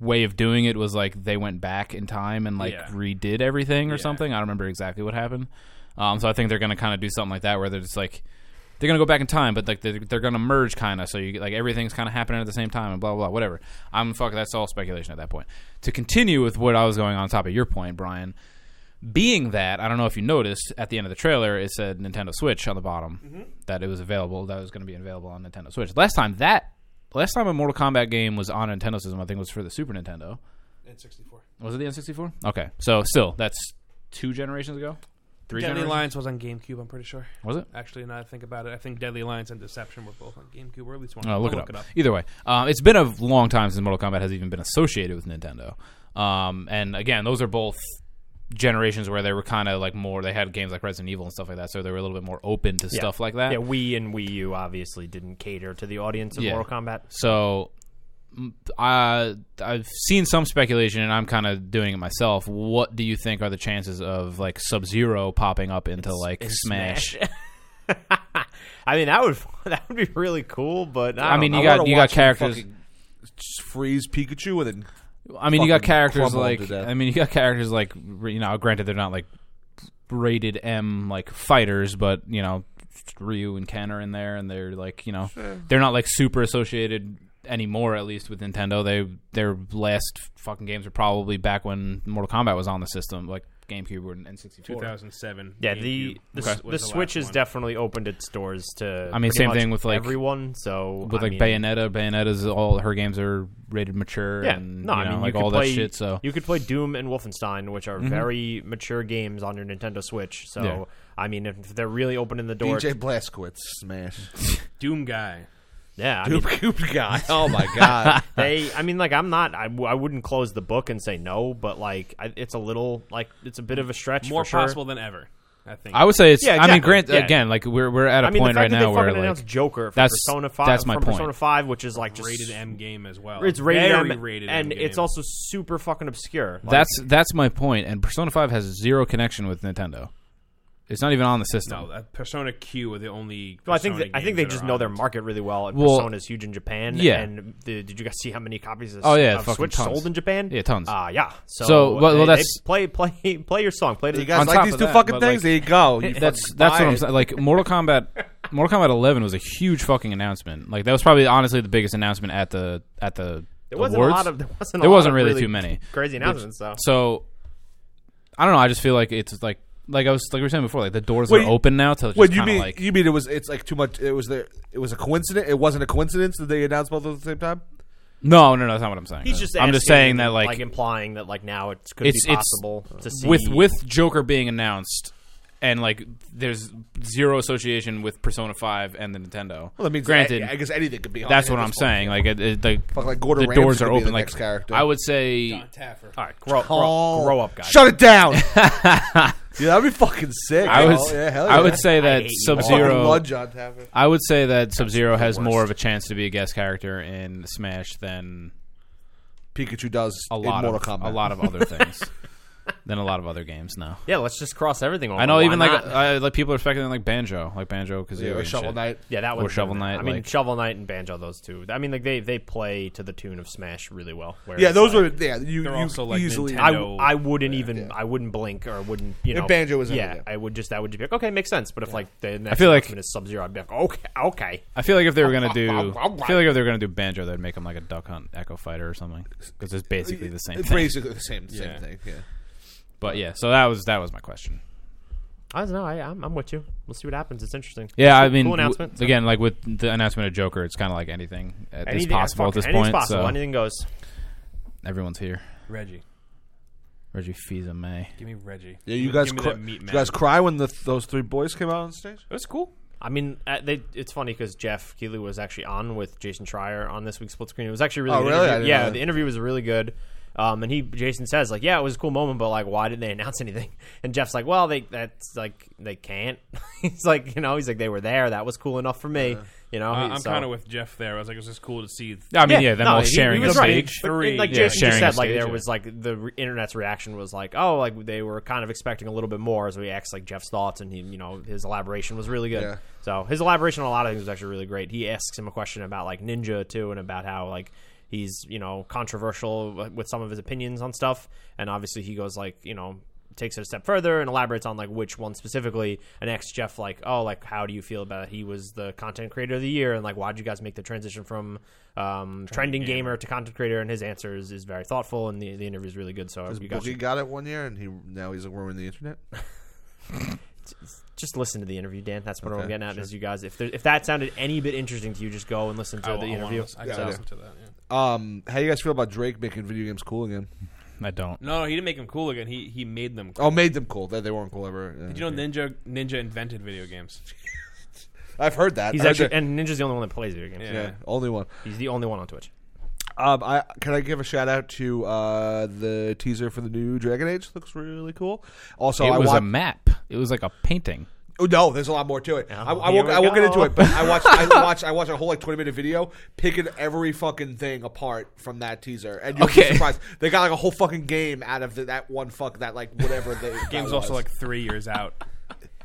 way of doing it was like they went back in time and like Yeah. redid everything or Yeah. something. I don't remember exactly what happened. Um, so I think they're going to kind of do something like that where they're just like they're going to go back in time, but like they're, they're going to merge kind of so you like everything's kind of happening at the same time and blah blah blah whatever. I'm fuck that's all speculation at that point. To continue with what I was going on top of your point, Brian, being that, I don't know if you noticed at the end of the trailer, it said Nintendo Switch on the bottom that it was available, that it was going to be available on Nintendo Switch. Last time that, last time a Mortal Kombat game was on a Nintendo system, I think it was for the Super Nintendo. N64. Was it the N64? Okay, so still that's two generations ago, three Deadly generations. Alliance was on GameCube. I'm pretty sure. Was it? Actually, now that I think about it, I think Deadly Alliance and Deception were both on GameCube, or at least one. Oh, Uh, I'll look, it, up. Either way, um, it's been a long time since Mortal Kombat has even been associated with Nintendo. Um, and again, those are both generations where they were kind of like more. They had games like Resident Evil and stuff like that, so they were a little bit more open to stuff like that. Yeah, Wii and Wii U obviously didn't cater to the audience of Uh, Yeah. Mortal Kombat. So m- I I've seen some speculation, and I'm kind of doing it myself. What do you think are the chances of like Sub Zero popping up into like Smash? I mean, that would that would be really cool, but I, I don't mean, know. you wanna got you got watch him characters. fucking Just freeze Pikachu and then I mean, you got fucking characters crumble like to death. I mean, you got characters like you know. Granted, they're not like rated M like fighters, but you know, Ryu and Ken are in there, and they're like you know, they're not like super associated anymore. At least with Nintendo, they their last fucking games were probably back when Mortal Kombat was on the system, like GameCube or N sixty four. 2007. yeah, the the, GameCube was the Switch last has one. definitely opened its doors to. I mean, pretty same much thing with, like- everyone. So With I like mean, Bayonetta, Bayonetta's all her games are rated mature. Yeah, and, no, you I know, mean, like you could all play, that shit. So Mm-hmm. you could play Doom and Wolfenstein, which are very mature games on your Nintendo Switch. So Yeah. I mean, if they're really opening the door, DJ Blazkowicz smash. Doom guy. yeah, I mean, Dupe Cube guy. Oh my god. they i mean like i'm not I, w- I wouldn't close the book and say no but like I, it's a little like it's a bit of a stretch More for sure. possible than ever. I think. I would say it's. Yeah, I mean, exactly. grant Yeah. again, like we're we're at a i mean point the fact that right they now where fucking like announced joker from that's- persona 5 that's my from persona point. 5 which is like just rated M game as well. it's rated Very M, rated M and it's game. also super fucking obscure Like, That's that's my point, and Persona Five has zero connection with Nintendo. It's not even on the system. no. uh, Persona Q are the only. well, I think Persona that, I think they games that just are know on their it. market really well, and Well, Persona's huge in Japan. yeah. and the, did you guys see how many copies of, Oh, yeah, of fucking Switch tons. sold in Japan? Yeah, tons. Uh, yeah. So, So, well- well, they- they that's- play play play your song. Play to You the guys On like top these of two that, fucking but, like, things? there you go. You that's fucking that's what buy I'm it. saying. Like Mortal Kombat, Mortal Kombat 11 was a huge fucking announcement. Like that was probably honestly the biggest announcement at the at the There wasn't awards. a lot of there wasn't a There lot wasn't of really too many. crazy announcements. so so I don't know. I just feel like it's like like I was like we were saying before. Like the doors Wait, are open now to just Wait, you kinda mean like you mean it was? It's like too much. It was there. It was a coincidence. It wasn't a coincidence that they announced both at the same time. no no no that's not what I'm saying. He's just. I'm just asking saying and, that like, like implying that like now it could It's- be it's- possible to see with with Joker being announced and like there's zero association with Persona 5 and the Nintendo. Well, that means granted I, I guess anything could be. on that's it at what I'm this point. saying. Like it, it, like, Fuck, like Gordon the Ramsay doors could are be the open like next character. I would say Taffer. all right, grow, Oh. grow, grow up, guys. Shut it down. yeah, that'd be fucking sick. I would Oh, yeah, hell I yeah. would say hate that you. Sub Fucking Zero love John Taffer. I would say that Sub Zero has more of a chance to be a guest character in Smash than Pikachu does a lot in of Mortal Kombat. a lot of other things than a lot of other games now. Yeah, let's just cross everything over. I know Why even like not? I, like people are expecting like Banjo, like Banjo because Yeah, or Shovel Knight. Yeah, that or one. Shovel Knight, I mean, like- Shovel Knight and Banjo, those two. I mean, like they they play to the tune of Smash really well. where Yeah, it's those like, were yeah. You, you They're also, like, easily Nintendo I, know- I wouldn't even I wouldn't blink or wouldn't you If know Banjo was in it, yeah yeah. I would just that would just be like okay makes sense but if like the next feel like- announcement is Sub Zero I'd be like okay okay I feel like if they were gonna do, I feel like if they were gonna do Banjo, they'd make them like a Duck Hunt Echo Fighter or something because it's basically the same it's thing. basically the same Yeah. same thing. Yeah. But yeah, so that was that was my question. I don't know I I'm, I'm with you we'll see what happens it's interesting Yeah, I Cool- mean, cool w- announcement again, like with the announcement of Joker, it's kind of like anything at Anything- is possible fuck, at this anything's point. possible So anything goes everyone's here. Reggie. Reggie Fils May. Give me Reggie. Yeah, Give you me- guys, give me cry, that meat you man. guys cry when the, those three boys came out on stage. It was cool. I mean, uh, they, it's funny because Jeff Keeley was actually on with Jason Schreier on this week's split screen. It was actually really Oh, good. really? I interview. didn't know Yeah, that. the interview was really good. Um, and he, Jason says, like, yeah, it was a cool moment, but like, why didn't they announce anything? And Jeff's like, well, they, that's like, they can't. he's like, you know, he's like, they were there. That was cool enough for me. you know, I- he- I'm so- kind of with Jeff there. I was like, it was just cool to see. Yeah, I mean, yeah, them no, all he- he sharing a was right. stage. But, and, like Yeah, Jason sharing just a said, like stage, there yeah. was like the re- internet's reaction was like, oh, like they were kind of expecting a little bit more. So he asked like Jeff's thoughts, and he, you know, his elaboration was really good. Yeah. So his elaboration on a lot of things was actually really great. He asks him a question about like Ninja too, and about how like he's you know controversial with some of his opinions on stuff, and obviously he goes like you know takes it a step further and elaborates on like which one specifically and asks Jeff like oh like how do you feel about it? he was the content creator of the year and like why did you guys make the transition from um, trending gamer to content creator and his answer is, is very thoughtful and the, the interview is really good so Because you guys Boogie should got it one year, and he now he's like ruining the internet. just listen to the interview Dan that's what I'm Okay, getting at is you guys if there, if that sounded any bit interesting to Uh, you just go and listen to the I, I wanna interview listen- I gotta Yeah. listen to that. yeah. Um, how you guys feel about Drake making video games cool again? I don't. No, no, he didn't make them cool again. He he made them. cool. Oh, made them cool. That they weren't cool ever. Yeah. Did you know Ninja Ninja invented video games? I've heard that. he's I heard actually that- and Ninja's the only one that plays video games Yeah. yeah, only one. he's the only one on Twitch Um, I can I give a shout out to uh, the teaser for the new Dragon Age. Looks really cool. Also, it I was watched. a map. It was like a painting. Oh, no, there's a lot more to it. I, I here won't, we I won't get go. into it, but I watched, I watched, I watched a whole like 20 minute video picking every fucking thing apart from that teaser, and you'll be Okay. surprised. They got like a whole fucking game out of the, that one fuck that like whatever the Game's that also was. like three years out.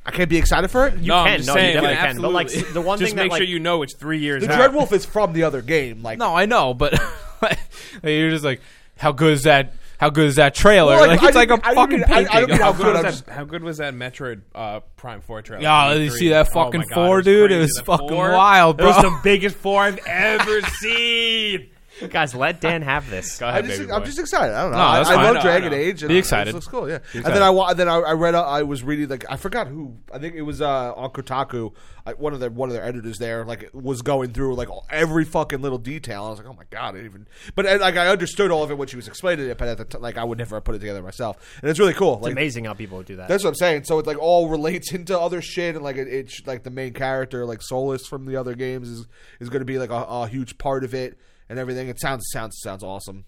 I can't be excited for it. no, I'm can. just No, you saying, definitely like, can. But, like, absolutely. the one just thing that, make like- sure you know it's three years the out. Dread Wolf is from the other game. Like No, I know, but like, you're just like, how good is that? How good is that trailer? Well, like, like, I it's like a didn't- I didn't fucking mean- I- I painting. don't mean how how good good was I'm that? just- How good was that Metroid uh, Prime Four trailer? Yeah, Like, you three. see that Oh my fucking God, four, it was dude? It crazy. was The fucking four- wild, It was bro. the biggest four I've ever seen. guys let Dan have this Go I ahead, just, baby I'm boy. just excited. I don't know. No, I, that's I fine. love I know, Dragon I know. Age. And Be it excited. looks cool. Yeah. And excited. then I wa- then I, I read. uh, I was reading like I forgot who. I think it was uh, on Kotaku. I, one of their one of their editors there like was going through like all- every fucking little detail. I was like, oh my god, I even. But and, like I understood all of it when she was explaining it. But at the t- like I would never have put it together myself. And it's really cool. like amazing how people would do that that's what I'm saying. So it like all relates into other shit, and like it, it sh- like the main character, like Solus from the other games, is is going to be like a, a huge part of it and everything. It sounds sounds sounds awesome.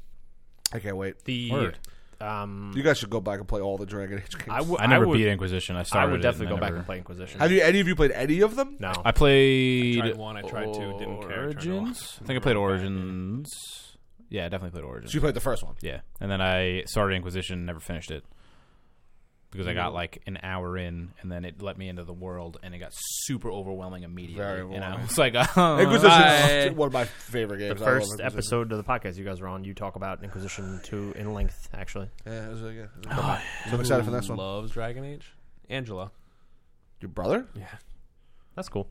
I can't wait. the Word. um You guys should go back and play all the Dragon Age games. I would- I never would- beat Inquisition. I I started. would it and definitely I go back never- and play Inquisition. Have you any of you played any of them? no, I played I tried one, I tried two, didn't care, turned it Origins. I think I played Origins. Yeah, I definitely played Origins. So you played the first one. Yeah, and then I started Inquisition, never finished it because I got like an hour in, and then it let me into the world, and it got super overwhelming immediately. Very and I overwhelming. was like, oh, Inquisition I- is one of my favorite games. the I love first Inquisition. episode of the podcast you guys were on, you talk about Inquisition two in length. Actually, Yeah, it was really good. It was Oh, a good one. So I'm excited for the next one. Loves Dragon Age. Angela. Your brother? Yeah. that's cool.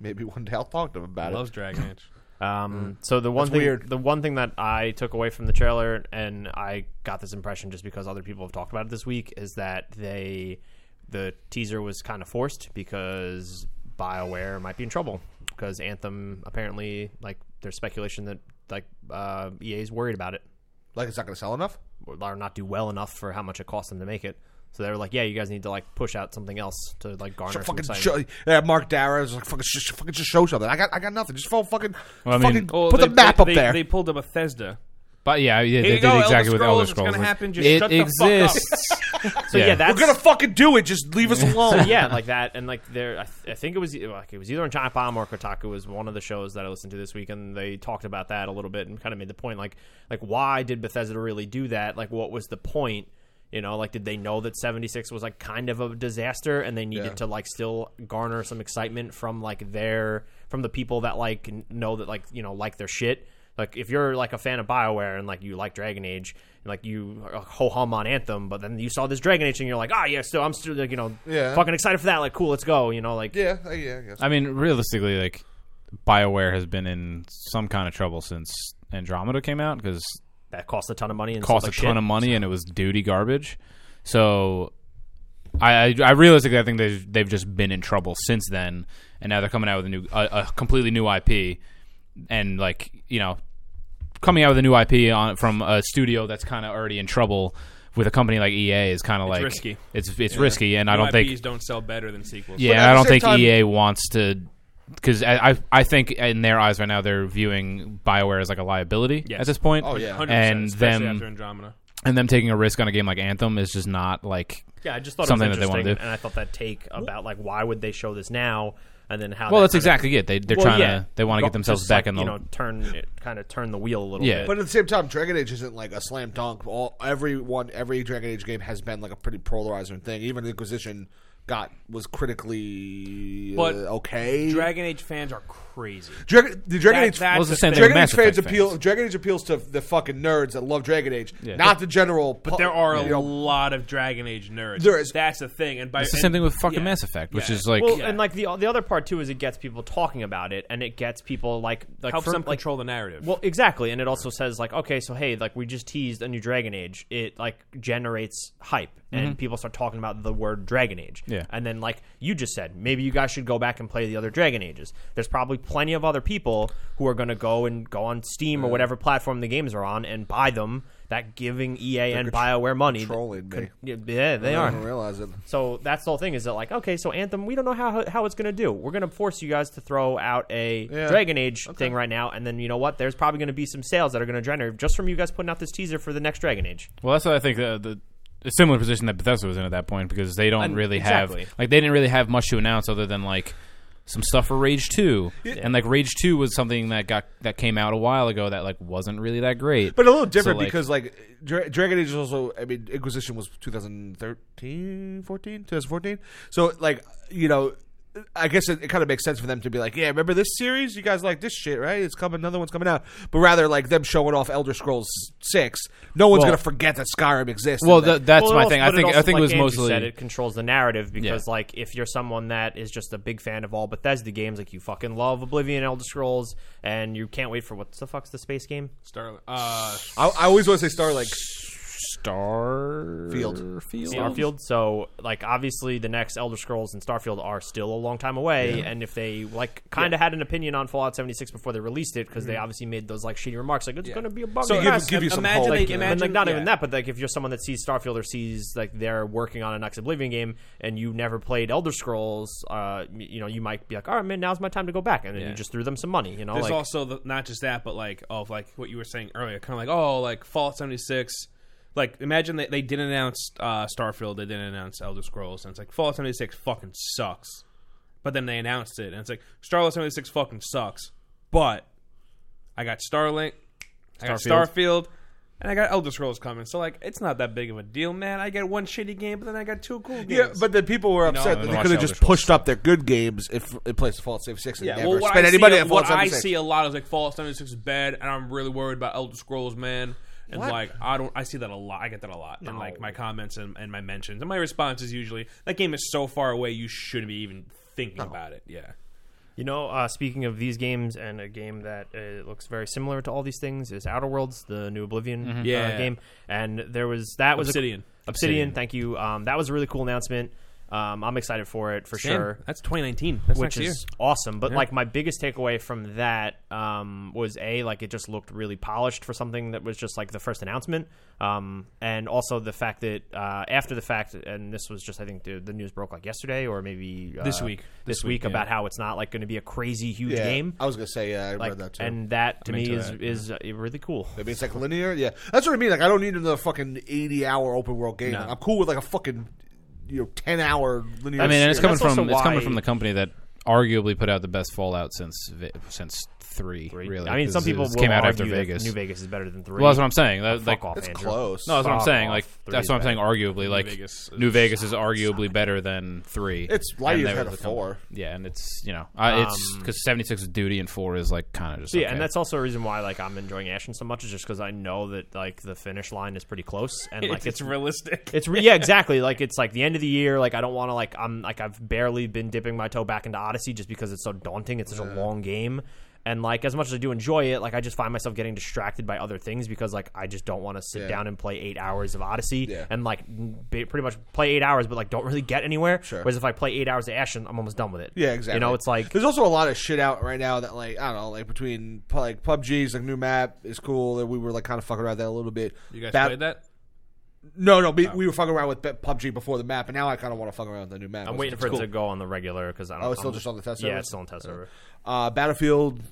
Maybe one day I'll talk to him about it. Loves Dragon Age. Um, so the one Mm. That's thing, weird. the one thing that I took away from the trailer, and I got this impression just because other people have talked about it this week, is that they, the teaser was kind of forced because Bioware might be in trouble because Anthem apparently, like, there's speculation that like uh, EA is worried about it. Like it's not going to sell enough. or not do well enough for how much it cost them to make it. So they were like, "Yeah, you guys need to like push out something else to like garner Just some fucking excitement." show, yeah, Mark Dara is like fucking just, fucking just show something. I got I got nothing. Just full fucking Well, I mean- fucking put the map up they, there. They pulled up Bethesda. But yeah, yeah Here they you go, did Elder exactly what Elder Scrolls, it's Scrolls. gonna was. happen, just it shut the fuck up. exists. So yeah, Yeah. that's We're gonna fucking do it. Just leave us alone. yeah, like that, and like there, I, th- I think it was e, like it was either on Giant Bomb or Kotaku was one of the shows that I listened to this week, and they talked about that a little bit and kind of made the point like like why did Bethesda really do that? Like, what was the point? You know, like did they know that seventy six was like kind of a disaster, and they needed to like still garner some excitement from like their from the people that like n- know that like you know like their shit. Like if you're like a fan of Bioware and like you like Dragon Age and like you ho hum on Anthem, but then you saw this Dragon Age and you're like, ah, yeah, so I'm still like you know, Yeah. fucking excited for that. Like, cool, let's go. You know, like yeah, I- yeah, I guess. I mean, realistically, like BioWare has been in some kind of trouble since Andromeda came out because that costs a ton of money and cost a ton of money and it was duty garbage. So I, I, I realistically I think they've they've just been in trouble since then, and now they're coming out with a new a, a completely new IP, and like you know, coming out with a new IP on from a studio that's kind of already in trouble. With a company like EA is kind of like risky. It's it's risky, and I don't IPs think don't sell better than sequels. But yeah, at I the don't same think time- EA wants to because I, I I think in their eyes right now they're viewing Bioware as like a liability Yes. at this point. Oh, yeah. 100%, and especially them- after Andromeda. and them taking a risk on a game like Anthem is just not like. Yeah, I just thought Something it was that they wanna interesting, do. and I thought that take about like why would they show this now, and then how. Well, that that's kinda- exactly it. They they're Well, trying yeah. to they want to Go- get themselves just, back like, in the you know turn it, kind of turn the wheel a little Yeah. bit. But at the same time, Dragon Age isn't like a slam dunk. All everyone, every Dragon Age game has been like a pretty polarizing thing. Even Inquisition got was critically uh, But okay. Dragon Age fans are crazy. Dragon, the Dragon That- Age. that's Well, it's the a same thing. thing with Dragon Age Mass Effect fans appeal. fans. Dragon Age appeals to the fucking nerds that love Dragon Age, not the general. But there are a you know, lot of Dragon Age nerds. There is. That's the thing. And by It's the and- same thing with fucking yeah. Mass Effect, which Yeah. is like Well, and like the the other part too is it gets people talking about it, and it gets people like like helps for- them like, control the narrative. Well, exactly, and it also says like, okay, so hey, like we just teased a new Dragon Age. It like generates hype, and people start talking about the word Dragon Age. Yeah. and then like you just said, maybe you guys should go back and play the other Dragon Ages. There's probably plenty of other people who are going to go and go on Steam or whatever platform the games are on and buy them. That giving EA and Bioware money. controlling me. Yeah, they I are. don't realize it. So that's the whole thing is that like okay, so Anthem, we don't know how how it's gonna do. We're gonna force you guys to throw out a Yeah. Dragon Age thing right now, and then you know what? There's probably gonna be some sales that are gonna generate just from you guys putting out this teaser for the next Dragon Age. Well, that's what I think uh, the, the a similar position that Bethesda was in at that point because they don't really exactly. have like they didn't really have much to announce other than like some stuff for Rage Two, and like Rage Two was something that got that came out a while ago that like wasn't really that great. But a little different So, like- because like Dra- Dragon Age is also I mean Inquisition was 2013, 14, 2014. So like you know I guess it, it kind of makes sense for them to be like, yeah, remember this series? You guys like this shit, right? It's coming, another one's coming out. But rather like them showing off Elder Scrolls 6. No one's Well- going to forget that Skyrim exists. well, And th- that- that's Well, my also- thing. I but think also, I think like it was Andrew mostly said, it controls the narrative because like if you're someone that is just a big fan of all Bethesda games, like you fucking love Oblivion, Elder Scrolls, and you can't wait for what the fuck's the space game? Starling. Uh, I, I always want to say Starlink. Star Field. Field. Starfield. So, like, obviously, the next Elder Scrolls and Starfield are still a long time away. And if they like kind of had an opinion on Fallout 76 before they released it, because they obviously made those like shitty remarks, like it's going to be a bug. Mm-hmm. so in give- this." yes, give you some imagine, hope, they- you know. imagine but like not yeah. even that, but like if you're someone that sees Starfield or sees like they're working on a next Oblivion game and you never played Elder Scrolls, uh, y- you know you might be like, all right, man, now's my time to go back, and then you Yeah. just threw them some money, you know, There's like also the, not just that, but like of like what you were saying earlier, kind of like oh, like Fallout 76. Like imagine they, they didn't announce uh, Starfield, they didn't announce Elder Scrolls, and it's like Fallout 76 fucking sucks. But then they announced it, and it's like Starlight 76 fucking sucks. But I got Starlink, I got Starfield. And I got Elder Scrolls coming, so like it's not that big of a deal, man. I get one shitty game, but then I got two cool games. Yeah, but then people were upset I that don't they watch could have Elder just Scrolls. pushed up their good games if it plays Fallout 76 and Yeah, never well, what, spent I any see, money on what Fallout I 76. see a lot is like Fallout 76 is bad, and I'm really worried about Elder Scrolls, man. And What? like I don't, I see that a lot. I get that a lot in like my comments and, and my mentions and my response is usually that game is so far away you shouldn't be even thinking about it. Yeah, You know, uh, speaking of these games, and a game that uh, looks very similar to all these things is Outer Worlds, the new Oblivion uh, Yeah. game. And there was that was a- Obsidian. Obsidian, thank you. Um, that was a really cool announcement. Um, I'm excited for it for Damn, sure. That's 2019. That's which next year. is awesome. But like my biggest takeaway from that um, was a like it just looked really polished for something that was just like the first announcement, um, and also the fact that uh, after the fact, and this was just I think the, the news broke like yesterday or maybe uh, This week. this, week, about how it's not like going to be a crazy huge Yeah, game. I was gonna say yeah, I Like, read that too. and that to me into is that, is uh, really cool. Maybe it's like linear. Yeah, that's what I mean. Like I don't need another fucking eighty-hour open world game. I'm cool with like a fucking you know ten-hour linear. I mean, and series. it's coming That's also from it's coming why- from the company that arguably put out the best Fallout since Vi- since three. Really, I mean, 'cause some people this will came out argue after that Vegas. New Vegas is better than three. well, that's what I'm saying. That, Fuck like, off, it's Andrew. close. No, that's what I'm Fuck saying. off. Like Three that's is what I'm better. saying. Arguably, like Vegas New Vegas is arguably better than three. It's And light years they ahead were of the com- four. Yeah, and it's you know uh, it's Um, because seventy six is duty and four is like kind of just So, yeah, okay. and that's also a reason why like I'm enjoying Ashen so much is just because I know that like the finish line is pretty close and like It's, it's realistic. It's re- yeah, exactly. Like it's like the end of the year. Like I don't want to like I'm like I've barely been dipping my toe back into Odyssey just because it's so daunting. It's such a long game, and like as much as I do enjoy it, like I just find myself getting distracted by other things because like I just don't want to sit Yeah. down and play eight hours of Odyssey Yeah. and like be, pretty much play eight hours, but like don't really get anywhere. Sure. Whereas if I play eight hours of Ashen, I'm almost done with it. Yeah, exactly. You know, it's like there's also a lot of shit out right now that like I don't know, like between pu- like PUBG's like new map is cool. That we were like kind of fucking around with that a little bit. You guys Bat- played that? No, no, we, we were fucking around with Be- PUBG before the map, and now I kind of want to fuck around with the new map. I'm It's- waiting it's for cool. it to go on the regular because I don't. Oh, it's still I'm- just on the test Yeah, server? it's still on test server. uh, Battlefield,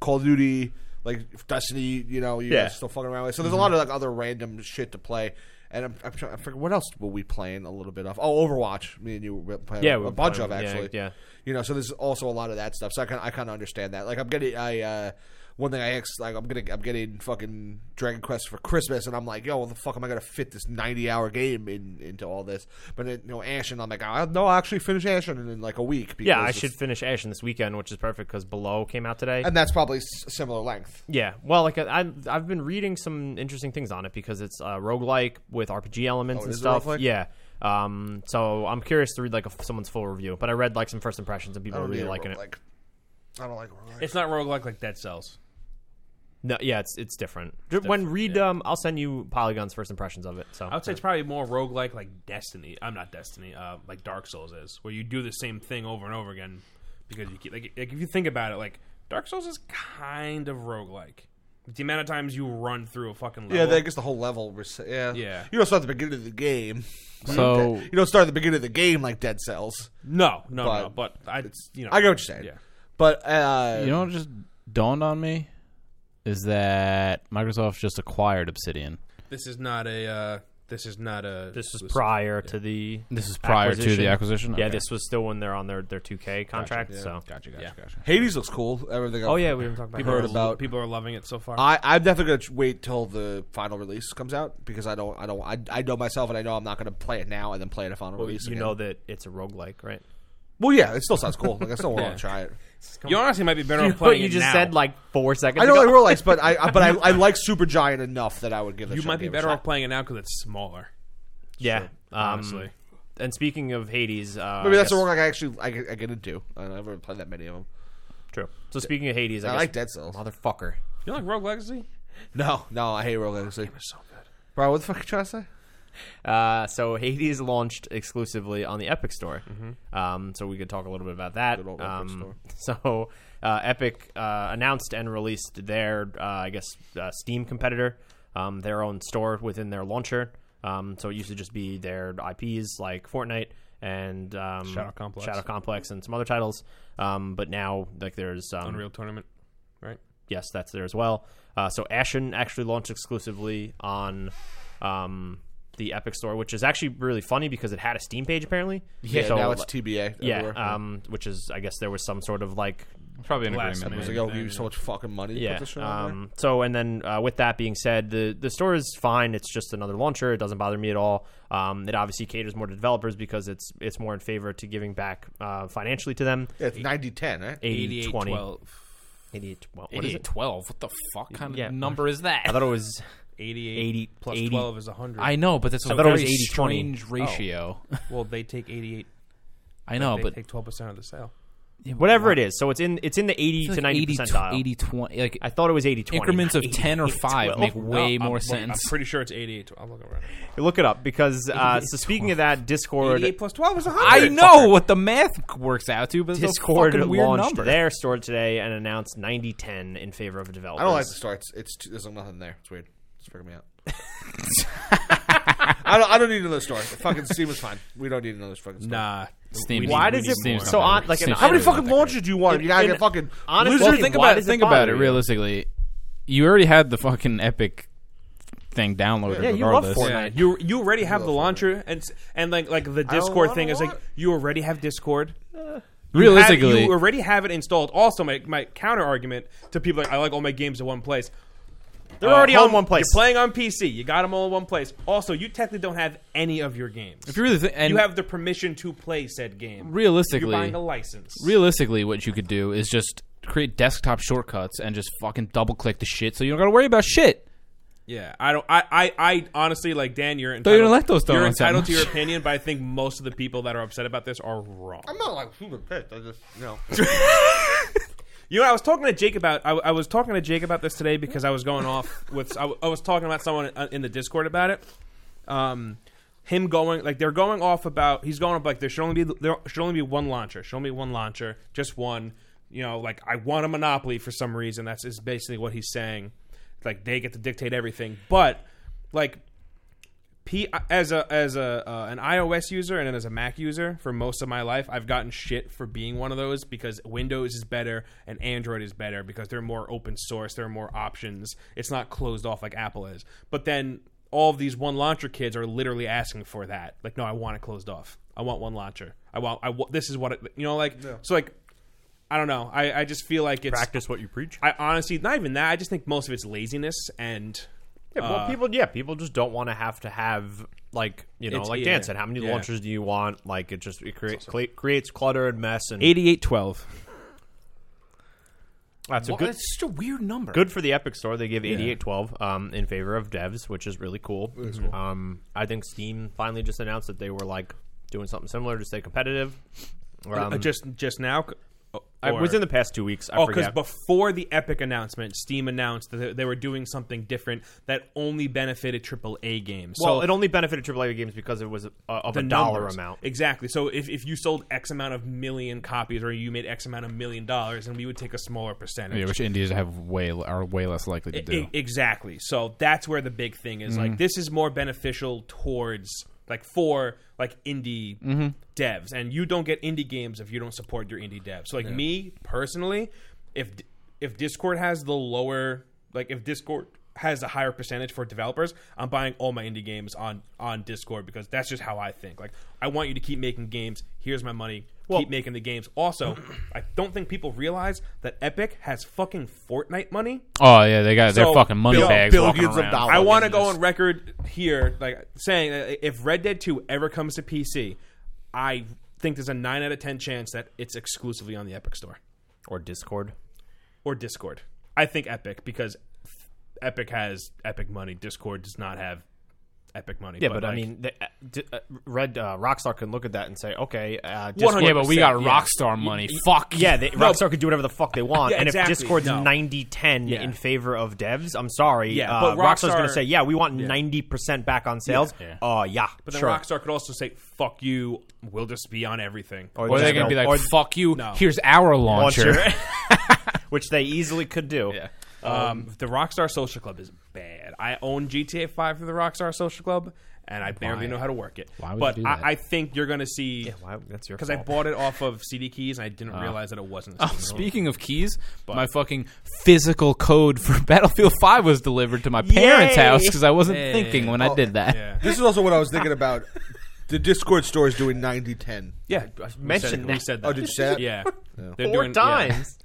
Call of Duty, like Destiny. You know, you Yeah. Mm-hmm. guys are still fucking around with. So there's a lot of like other random shit to play. And I'm, I'm trying. I forget what else were we playing a little bit of. Oh, Overwatch. Me and you were playing Yeah, a we were bunch playing- of yeah, actually. yeah. You know, so there's also a lot of that stuff. So I kind I kind of understand that. Like I'm getting I. Uh, one thing I ex- like, I'm getting, I'm getting fucking Dragon Quest for Christmas, and I'm like, yo, what the fuck am I gonna fit this 90 hour game in into all this? But then, you know, Ashen, I'm like, I no, I'll actually finish Ashen in like a week. Because Yeah, I it's- should finish Ashen this weekend, which is perfect because Below came out today. and that's probably s- similar length. Yeah, well, like I, I- I've been reading some interesting things on it because it's uh, roguelike with RPG elements Oh, and is it stuff. roguelike? Yeah, um, so I'm curious to read like a, someone's full review, but I read like some first impressions and people Oh, are really liking it. Like, I don't like roguelike. It's not roguelike like Dead Cells. No, yeah, it's it's different. when read, um, I'll send you Polygon's first impressions of it. So I would say it's probably more roguelike like Destiny. I'm not Destiny, uh, like Dark Souls is, where you do the same thing over and over again because you keep, like, like if you think about it, like Dark Souls is kind of roguelike. The amount of times you run through a fucking level. Yeah, I guess the whole level. Was, yeah, Yeah. You don't start at the beginning of the game. so You don't start at the beginning of the game like Dead Cells. no, no, But no. But I, you know, I get what you're saying. Yeah. But uh, you know what just dawned on me is that Microsoft just acquired Obsidian. This is not a. Uh, this is not a. this was prior to the This is prior to the acquisition. Yeah, Okay. this was still when they're on their their 2K contract. So Gotcha, gotcha, gotcha. Hades looks cool. Everything. oh I've- yeah, we were talking about people are heard that. lo- about- People are loving it so far. I, I'm definitely gonna tr- wait till the final release comes out because I don't, I don't, I, I know myself and I know I'm not gonna play it now and then play it at final release. you again. know that it's a roguelike, right? well, yeah, it still sounds cool. Like I still want to try it. you honestly might be better off What playing you it just now. said like four seconds. I don't ago. like roguelikes, but I, I- but I, I like Super Giant enough that I would give. That you shit a might be game a better shot. off playing it now because it's smaller. Yeah, honestly. honestly. And speaking of Hades, uh, Maybe I that's the guess- one like, I actually I, get- I get into. I don't ever played that many of them. True. So speaking of Hades, I, I guess, like Dead Cells. motherfucker. You like Rogue Legacy? No, no, I hate Rogue Legacy. So good. Bro, what the fuck are you trying to say? Uh, so Hades launched exclusively on the Epic Store. Um, so we could talk a little bit about that. Good old Epic Um, so uh, Epic uh, announced and released their, uh, I guess, uh, Steam competitor, um, their own store within their launcher. Um, so it used to just be their IPs like Fortnite and um, Shadow Complex. Shadow Complex, and some other titles. Um, but now like there's um, Unreal Tournament, right? yes, that's there as well. Uh, so Ashen actually launched exclusively on um, the Epic Store, which is actually really funny because it had a Steam page apparently. Yeah, so, now it's TBA. yeah, everywhere. um, which is I guess there was some sort of like Probably an Last agreement. It's man. like, oh, we use so much fucking money. to put yeah. this shit on Um, so and then uh, with that being said, the the store is fine. It's just another launcher. It doesn't bother me at all. Um, it obviously caters more to developers because it's it's more in favor to giving back uh, financially to them. there? Yeah, it's 90 10, right? 80, 20, 12. 88, well, what is 88, it? 12. What the fuck kind Yeah. of number is that? I thought it was 88 80 plus 80. 12 is 100. I know, but that's a I thought it was very 80-20. strange ratio. well, they take 88. Oh. I know, they but take 12% of the sale. whatever it is. So it's in it's in the eighty to Like ninety 80, percentile. 80, 20, like I thought it was 80 20. increments of 10 or 5 make way more sense. I'm pretty sure it's 88. I'll look over. Look it up because uh, so speaking of that Discord 88 plus 12 is 100. I know what the math works out to, but it's Discord a fucking weird launched number. their store today and announced 90-10 in favor of developers. I don't like the store. It's, it's too, there's nothing there. It's weird. It's freaking me out. I don't. I don't need another store. Fucking Steam is fine. We don't need another fucking store. Nah. Steam- Why We does need it Steam's so on not that like an, great. How many Steam's fucking not that launches do you want? You gotta And- get fucking honestly, lizard. fucking think why about it. does it Think about bother it you? realistically. You already had the fucking epic thing downloaded. Yeah, you love regardless. Fortnite. Yeah, you you already have the launcher and s- and like like the Discord wanna thing is like want- you already have Discord. Realistically, you already have it installed. Also, my, my counter argument to people like I like all my games in one place. They're already home- on Uh, one place. You're playing on PC. You got them all in one place. Also, you technically don't have any of your games. if you really think, and you have the permission to play said game. You're realistically, buying a license. realistically, what you could do is just create desktop shortcuts and just fucking double click the shit, so you don't got to worry about shit. Yeah, I don't. I, I, I honestly like Dan. You're you entitled. don't like those You're donuts that entitled to your much. opinion, but I think most of the people that are upset about this are wrong. I'm not like super pissed. I just you know. You know, I was talking to Jake about. I, I was talking to Jake about this today because I was going off with. I, I was talking about someone in- in the Discord about it. Um, him going like they're going off about. He's going up like there should only be there should only be one launcher. Show me one launcher, just one. You know, like I want a monopoly for some reason. That's is basically what he's saying. Like they get to dictate everything, but like P as a as a uh, an iOS user and as a Mac user for most of my life, I've gotten shit for being one of those because Windows is better and Android is better because they're more open source, there are more options. It's not closed off like Apple is. But then all of these one launcher kids are literally asking for that. Like, no, I want it closed off. I want one launcher. I want. I wa- this is what it, you know. Like, so like, I don't know. I I just feel like it's. Practice what you preach. I honestly not even that. I just think most of it's laziness and. Yeah, well, people, yeah, people just don't want to have to have like you know, It's- like yeah. Dan said, how many Yeah. launchers do you want? Like it just it creates cl- creates clutter and mess, and Eighty-eight twelve. that's a Well, good that's such a weird number. good for the Epic Store. They give eighty eight twelve um, in favor of devs, which is really cool. Um, I think Steam finally just announced that they were like doing something similar to stay competitive. Um, Uh, just just now. c- oh, o- I or- was in the past two weeks. I Oh, because forget. before the Epic announcement, Steam announced that they- they were doing something different that only benefited AAA games. well, so it only benefited AAA games because it was uh, of the a dollar numbers- amount. exactly. So if, if you sold X amount of million copies, or you made X amount of million dollars, and we would take a smaller percentage. yeah, which Indians have way are way less likely to do. Mm-hmm. E- exactly. So that's where the big thing is. Like this is more beneficial towards like for like indie Mm-hmm. devs, and you don't get indie games if you don't support your indie devs. So like me personally, if if Discord has the lower like if Discord has a higher percentage for developers, I'm buying all my indie games on on Discord because that's just how I think. Like I want you to keep making games. Here's my money. keep making the games. Also, I don't think people realize that Epic has fucking Fortnite money. oh yeah, they got So, their fucking money bill- bags walking billions of around. dollars. I want to go on record here, like saying that if Red Dead Two ever comes to PC, I think there's a nine out of ten chance that it's exclusively on the Epic Store Or Discord. or Discord. I think Epic because Epic has Epic money. Discord does not have Epic money. Yeah, but, I like, mean, the, uh, d- uh, Red uh, Rockstar can look at that and say, okay, uh, One Discord, hundred- Yeah, but we got Yeah. Rockstar money. Fuck yeah, they, Rockstar could do whatever the fuck they want. Yeah, and exactly. if Discord's No. ninety ten 90-10 Yeah. in favor of devs, I'm sorry. Yeah, uh, but Rockstar's going Rockstar- to say, yeah, we want 90% back on sales. Oh, Yeah. yeah. but then sure. Rockstar could also say, "Fuck you, we'll just be on everything." Or they're gonna just be like, or "Fuck you." No. Here's our launcher. launcher. Which they easily could do. Yeah. Um, the Rockstar Social Club is bad. I own GTA Five for the Rockstar Social Club, and I barely know how to work it. Why would but you do that? I, I think you're gonna see Why- that's your because I fault. bought it off of CD keys, and I didn't Uh. realize that it wasn't. a Oh, CD. speaking of keys, my fucking physical code for Battlefield 5 was delivered to my parents' Yay! house because I wasn't thinking when I did that. yeah, This is also what I was thinking about. The Discord store is doing 90-10. yeah. mentioned we that. said that. Oh, did you say that? Yeah, They're Four doing- yeah. times.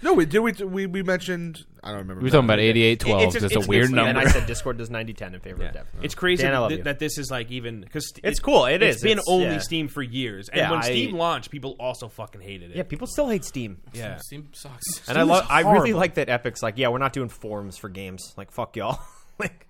No, we did. We we, we mentioned. I don't remember. We were talking about 8812. It's- It's, it's- a it's- weird it's- number. And I said Discord does 90-10 in favor Yeah. of devs. It's crazy Dan, I that, love thi- you. that this is like even because It's cool, it it's is, been it's- only yeah. Steam for years, and Yeah, when I- Steam launched, people also fucking hated it. Yeah, people still hate Steam. yeah. And I love. I really like that Epic's like, yeah, we're not doing forms for games. Like, fuck y'all. like,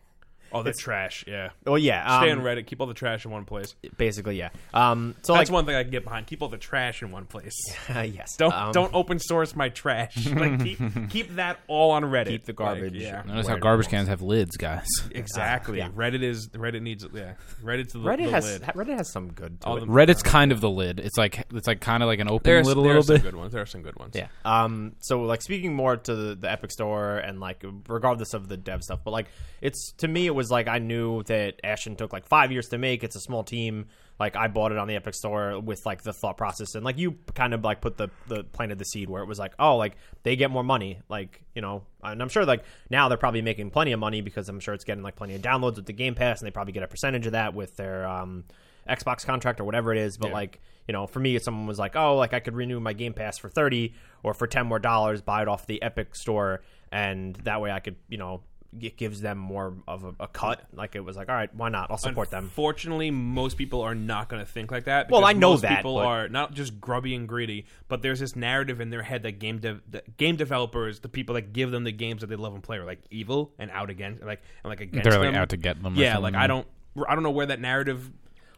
All the trash. Yeah. Oh yeah, Stay um, on Reddit. Keep all the trash in one place. basically yeah. Um, so That's like one thing I can get behind. Keep all the trash in one place. yes, Don't um, don't open source my trash. Like keep keep that all on Reddit. keep the Like, garbage. yeah. Notice where how it garbage belongs. cans have lids, guys. Exactly. yeah. Reddit is Reddit needs yeah. Reddit's the, Reddit the has lid. Reddit has some good. To All it. the Reddit's kind of the lid. It's like it's like kind of like an open There's, lid a there are little some bit. good ones. There are some good ones. Yeah. Um. So like speaking more to the, the Epic Store and like regardless of the dev stuff, but like it's to me it was like I knew that Ashton took like five years to make. It's a small team. Like I bought it on the Epic Store with like the thought process and like you kind of like put the the planted the seed where it was like oh like they get more money like you know and I'm sure like now they're probably making plenty of money because I'm sure it's getting like plenty of downloads with the Game Pass and they probably get a percentage of that with their um Xbox contract or whatever it is, but like you know, for me, if someone was like, "Oh, like I could renew my Game Pass for thirty or for ten more dollars, buy it off the Epic Store, and that way I could, you know, it gives them more of a, a cut." Like it was like, "All right, why not? I'll support them." Fortunately, most people are not going to think like that. Well, because I know most that, people but- are not just grubby and greedy, but there's this narrative in their head that game dev- that game developers, the people that give them the games that they love and play, are like evil and out against, like and like against They're, like, them. out to get them or Yeah, like something. I don't, I don't know where that narrative.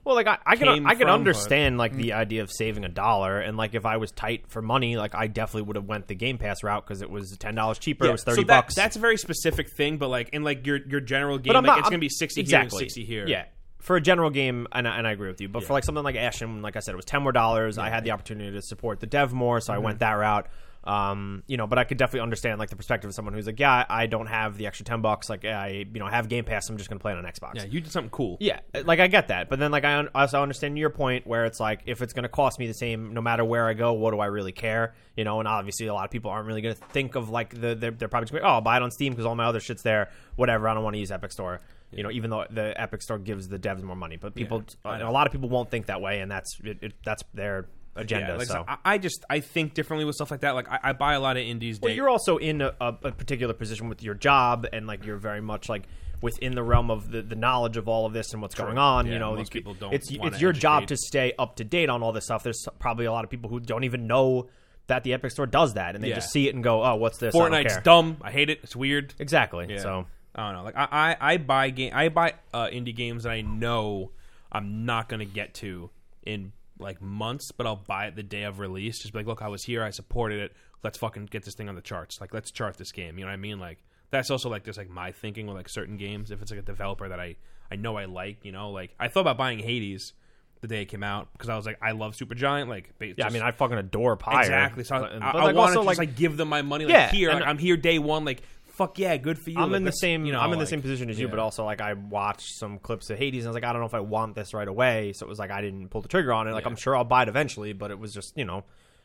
Well, like I, I can came I can from, Mm. understand like the idea of saving a dollar, and like if I was tight for money, like I definitely would have went the Game Pass route because it was ten dollars cheaper. it was so thirty that- bucks. That's a very specific thing, but like in like your your general game, But I'm like not, it's I'm- going to be sixty exactly. here and sixty here. Yeah. For a general game, and I, and I agree with you, but for like something like Ashen, like I said, it was ten more dollars. I had the opportunity to support the dev more, so I Mm-hmm. went that route. Um, you know, but I could definitely understand like the perspective of someone who's like, yeah, I don't have the extra ten bucks. Like, I you know I have Game Pass, I'm just gonna play it on Xbox. yeah, you did something cool. Yeah, like I get that, but then like I un- also understand your point where it's like if it's going to cost me the same no matter where I go, what do I really care? You know, and obviously a lot of people aren't really going to think of like the they're, they're probably just gonna, oh I'll buy it on Steam because all my other shit's there. Whatever, I don't want to use Epic Store. You know, even though the Epic Store gives the devs more money, but people a lot of people won't think that way, and that's it, it, that's their agenda. Yeah, like, so. so I, I just I think differently with stuff like that. Like I, I buy a lot of indies. Well, day- you're also in a, a, a particular position with your job, and like you're very much like within the realm of the, the knowledge of all of this and what's going on. Yeah, you know, most you- people don't It's wanna it's your job educate. to stay up to date on all this stuff. There's probably a lot of people who don't even know that the Epic Store does that, and they Yeah. just see it and go, "Oh, what's this?" I don't Fortnite's care." dumb. I hate it. It's weird. Exactly. Yeah. So I don't know. Like I, I, I buy game. I buy uh, indie games that I know I'm not gonna get to in like months, but I'll buy it the day of release. Just be like, look, I was here. I supported it. Let's fucking get this thing on the charts. Like, let's chart this game. You know what I mean? Like that's also like just like my thinking with like certain games. If it's like a developer that I I know I like, you know, like I thought about buying Hades the day it came out because I was like, I love Supergiant. Like, ba- yeah, I just- mean, I fucking adore Pyre. Exactly. So I, But- I, but, I want to also, like, like give them my money. Like, Yeah, here, and- like, I'm here day one. Like fuck yeah, good for you. I'm Like, in the let's- same. You know, I'm in the like- same position as you, yeah. but also like I watched some clips of Hades, and I was like, I don't know if I want this right away. So it was like I didn't pull the trigger on it. Like I'm sure I'll buy it eventually, but it was just you know,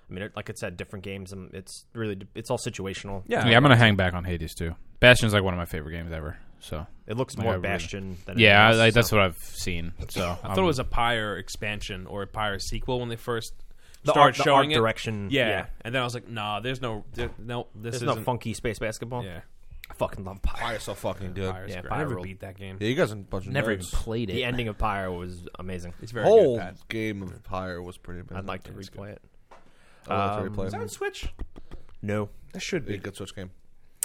I mean, it, like it said, different games, and it's really it's all situational. Yeah. Yeah, I'm gonna hang back on Hades too. Bastion's like one of my favorite games ever. So it looks Yeah, more I really- Bastion than yeah, anything I, I, else, that's so. what I've seen. So I thought it was a Pyre expansion or a Pyre sequel when they first The started art- the showing art it. direction, Yeah. yeah. and then I was like, nah, there's no, there, no, this There's isn't. no funky space basketball. yeah, I fucking love Pyre. Why are so fucking good? Pyre's Yeah, great. Pyre I never ruled. beat that game. Yeah, you guys are a bunch of never even nerds. played The it. ending of Pyre was amazing. It's very Whole good. Pat. game of Pyre was pretty amazing. I'd like to replay it. I would like to replay Is that on it. Switch? No, That should It's a be. good Switch game.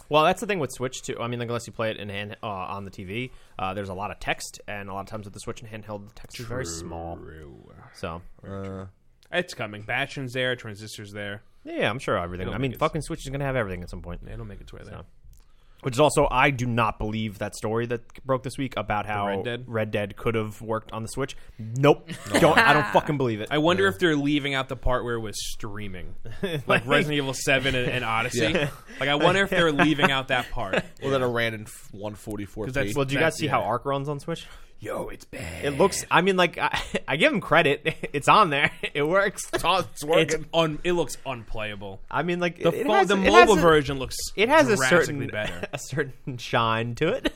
Well, that's the thing with Switch too. I mean, like, unless you play it in hand uh, on the TV, uh, there's a lot of text, and a lot of times with the Switch in handheld, the text is very small. So Uh, It's coming. Bastion's there. Transistors there. yeah, I'm sure everything. It'll I mean, make it- fucking Switch is gonna have everything at some point. It'll make its way there. So. Which is also, I do not believe that story that broke this week about how Red Dead? Dead could have worked on the Switch. Nope, don't. I don't fucking believe it. I wonder if they're leaving out the part where it was streaming, like Resident Evil Seven and, and Odyssey. Like, I wonder if they're leaving out that part. well, then it ran in 144 'Cause that's well, do you That's- guys see yeah. how Arc runs on Switch? Yo, it's bad. It looks. I mean, like I, I give him credit. It's on there. It works. Oh, it's It's working. un. It looks unplayable. I mean, like The it, it phone, has- the it has mobile a- version looks. It has a drastically certain better. a certain shine to it.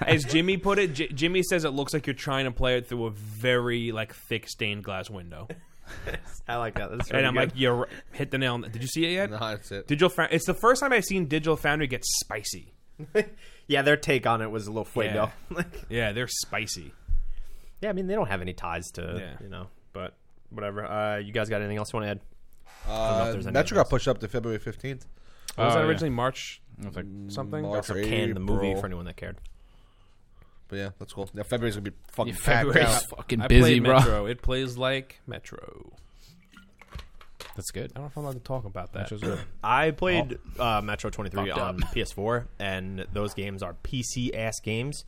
As Jimmy put it, J- Jimmy says it looks like you're trying to play it through a very like thick stained glass window. I like that. That's And I'm like, you're right. hit the nail. On the- Did you see it yet? Nah, that's it. Digital. Found- it's the first time I've seen Digital Foundry get spicy. yeah, their take on it was a little fuego. Like, Yeah, they're spicy. yeah, I mean, they don't have any ties to Yeah. you know, but whatever. Uh, you guys got anything else you want to add? know if Uh, there's any Metro of got pushed up to February 15th. What was Oh, that yeah. Mm, originally March It was like- something? March, Can the movie April. for anyone that cared? But yeah, that's cool. Now February's gonna be fucking February's packed out. Fucking I busy, played bro. Metro. It plays like Metro. That's good. I don't know if I'm allowed to talk about that. I played Oh. uh, Metro 23 Fucked on PS4, and those games are PC ass games.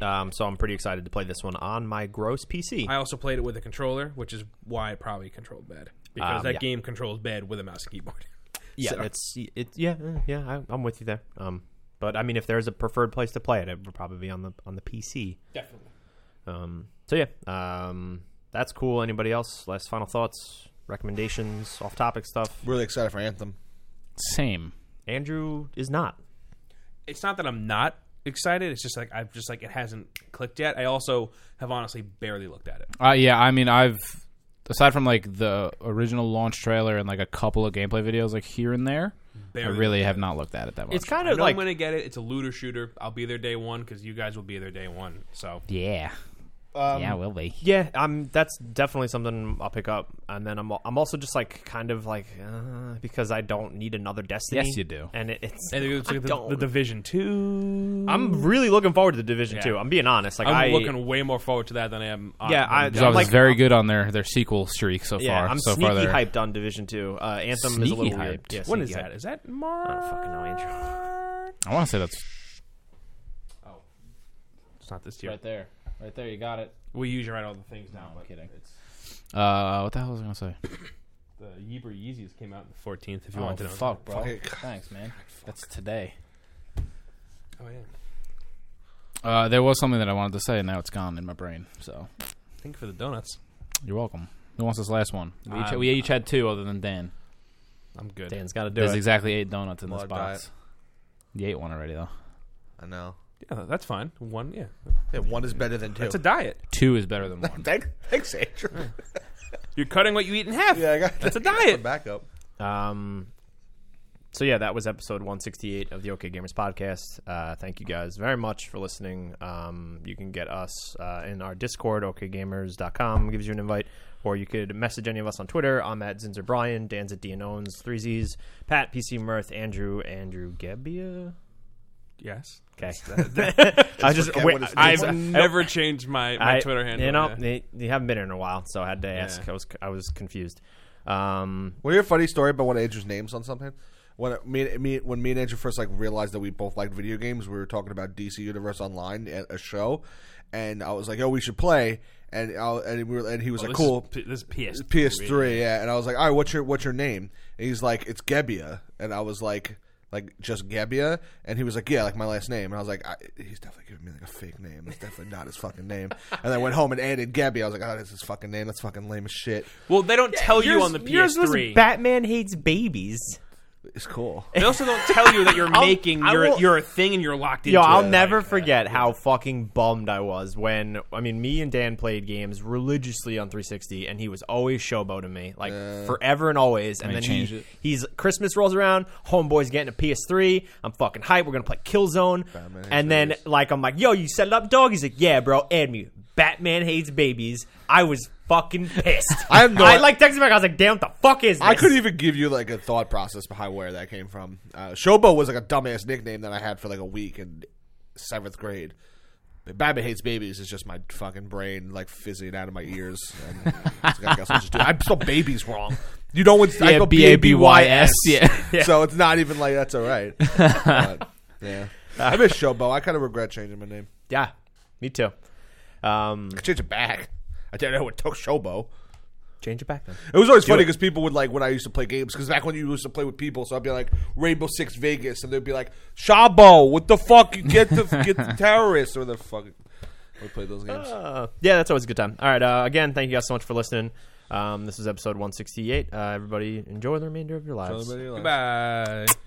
Um, so I'm pretty excited to play this one on my gross PC. I also played it with a controller, which is why it probably controlled bad because Um, that yeah. game controls bad with a mouse and keyboard. yeah, it's it. Yeah, eh, yeah. I, I'm with you there. Um, but I mean, if there's a preferred place to play it, it would probably be on the on the PC. Definitely. Um, so yeah, um, that's cool. Anybody else? Last final thoughts, recommendations, off topic stuff. Really excited for Anthem. Same. Andrew is not. It's not that I'm not excited. It's just like I've just like it hasn't clicked yet. I also have honestly barely looked at it. Uh, yeah, I mean, I've aside from like the original launch trailer and like a couple of gameplay videos, like here and there, Barely I really have not looked at it that much. It's kind I of know like I'm gonna get it. It's a looter shooter. I'll be there day one because you guys will be there day one. So yeah, Um, yeah, will be. yeah. I'm. That's definitely something I'll pick up. And then I'm. al- I'm also just like kind of like uh, because I don't need another Destiny. Yes, you do. And it, it's. and it's I like the, don't. the division two. I'm really looking forward to the Division Yeah. Two. I'm being honest. Like I'm I- looking way more forward to that than I am. on- Yeah, I- Ubisoft like- is very good on their their sequel streak so Yeah, far. I'm so sneaky far, they're- hyped on Division Two. Uh, Anthem is a Sneaky little weird. hyped? Yeah, When is sneaky that? hyped. Is that March? I don't fucking know, Andrew. I want to say that's It's not this year. there, right there. You got it. We usually write all the things down. but kidding. It's Uh, what the hell was I gonna say? the Yeeber Yeezys came out on the 14th. If you Oh, want to know. fuck, bro. Fuck. Thanks, man. That's today. Oh yeah. Uh, there was something that I wanted to say, and now it's gone in my brain. So Thank you for the donuts. you're welcome. Who wants this last one? We each, I'm- we each had two, other than Dan. I'm good. Dan's got to do There's it. exactly eight donuts in this Blood box. You ate one already, though. I know. Yeah, that's fine. One. Yeah, Yeah, one is better than two. it's a diet. Two is better than one. Thank- Thanks, Andrew. You're cutting what you eat in half. Yeah, I got That's a the diet. backup. Um, so yeah, that was episode 168 of the OK Gamers podcast. Uh, thank you guys very much for listening. Um, you can get us uh, in our Discord, okgamers.com gives you an invite, or you could message any of us on Twitter. I'm at Zinzer Brian, Dan's at DNOnes, three Z's, Pat, PC Mirth, Andrew, Andrew Gebbia. Yes. Okay, I just forget wait, what his I've name's I've never changed my, my Twitter handle. You know, yeah. they, they haven't been in a while, so I had to ask. I was I was confused. Um, Want to hear a funny story about one of Andrew's names on something? When it- me, and- me, when me and Andrew first like realized that we both liked video games, we were talking about DC Universe Online at a show, and I was like, "Oh, we should play." And I, and we were, and he was like, Oh, This is "Cool." P- this is PS. PS3, yeah. And I was like, all right, what's your what's your name? And he's like, it's Gebbia. And I was like, like just Gebbia. And he was like, yeah, like my last name. And I was like, I, he's definitely giving me like a fake name. That's definitely not his fucking name. And I went home and added Gebbia. I was like, oh, that's his fucking name. That's fucking lame as shit. Well, they don't tell you yours- on the yours was PS3. Batman hates babies. It's cool. They also don't tell you that you're I'll- making I your will- your thing and you're locked into. Yo, it. I'll Like, never uh, forget how fucking bummed I was when I mean me and Dan played games religiously on 360, and he was always showboating me like forever and always. And, And he then changed he, it. he's Christmas rolls around, homeboy's getting a PS3. I'm fucking hyped. We're gonna play Killzone, Batman hates and then babies. like I'm like, yo, you set it up, dog. He's like, yeah, bro, add me. Batman hates babies. I was fucking pissed. I have no- I like texted back. I was like, damn, what the fuck is this? I couldn't even give you like a thought process behind where that came from. Uh, Showbo was like a dumbass nickname that I had for like a week in seventh grade. Batman hates babies is just my fucking brain like fizzing out of my ears. And it's like, I guess I'll just do it. I spell babies wrong. You know what's I Yeah, go B A B Y S, B-A-B-Y-S. So it's not even like that's all right. But, yeah, I miss Showbo. I kind of regret changing my name. Yeah, me too. Um, I change it back. I don't know it took Showbo. change it back then. It was always funny because people would like when I used to play games because back when you used to play with people, so I'd be like Rainbow Six Vegas, and they'd be like Shabo, what the fuck? You get the get the terrorists or the fuck. We played those games. Uh, yeah, that's always a good time. All right. Uh, again, thank you guys so much for listening. Um, this is episode 168. Uh, everybody enjoy the remainder of your lives. Everybody like- Goodbye.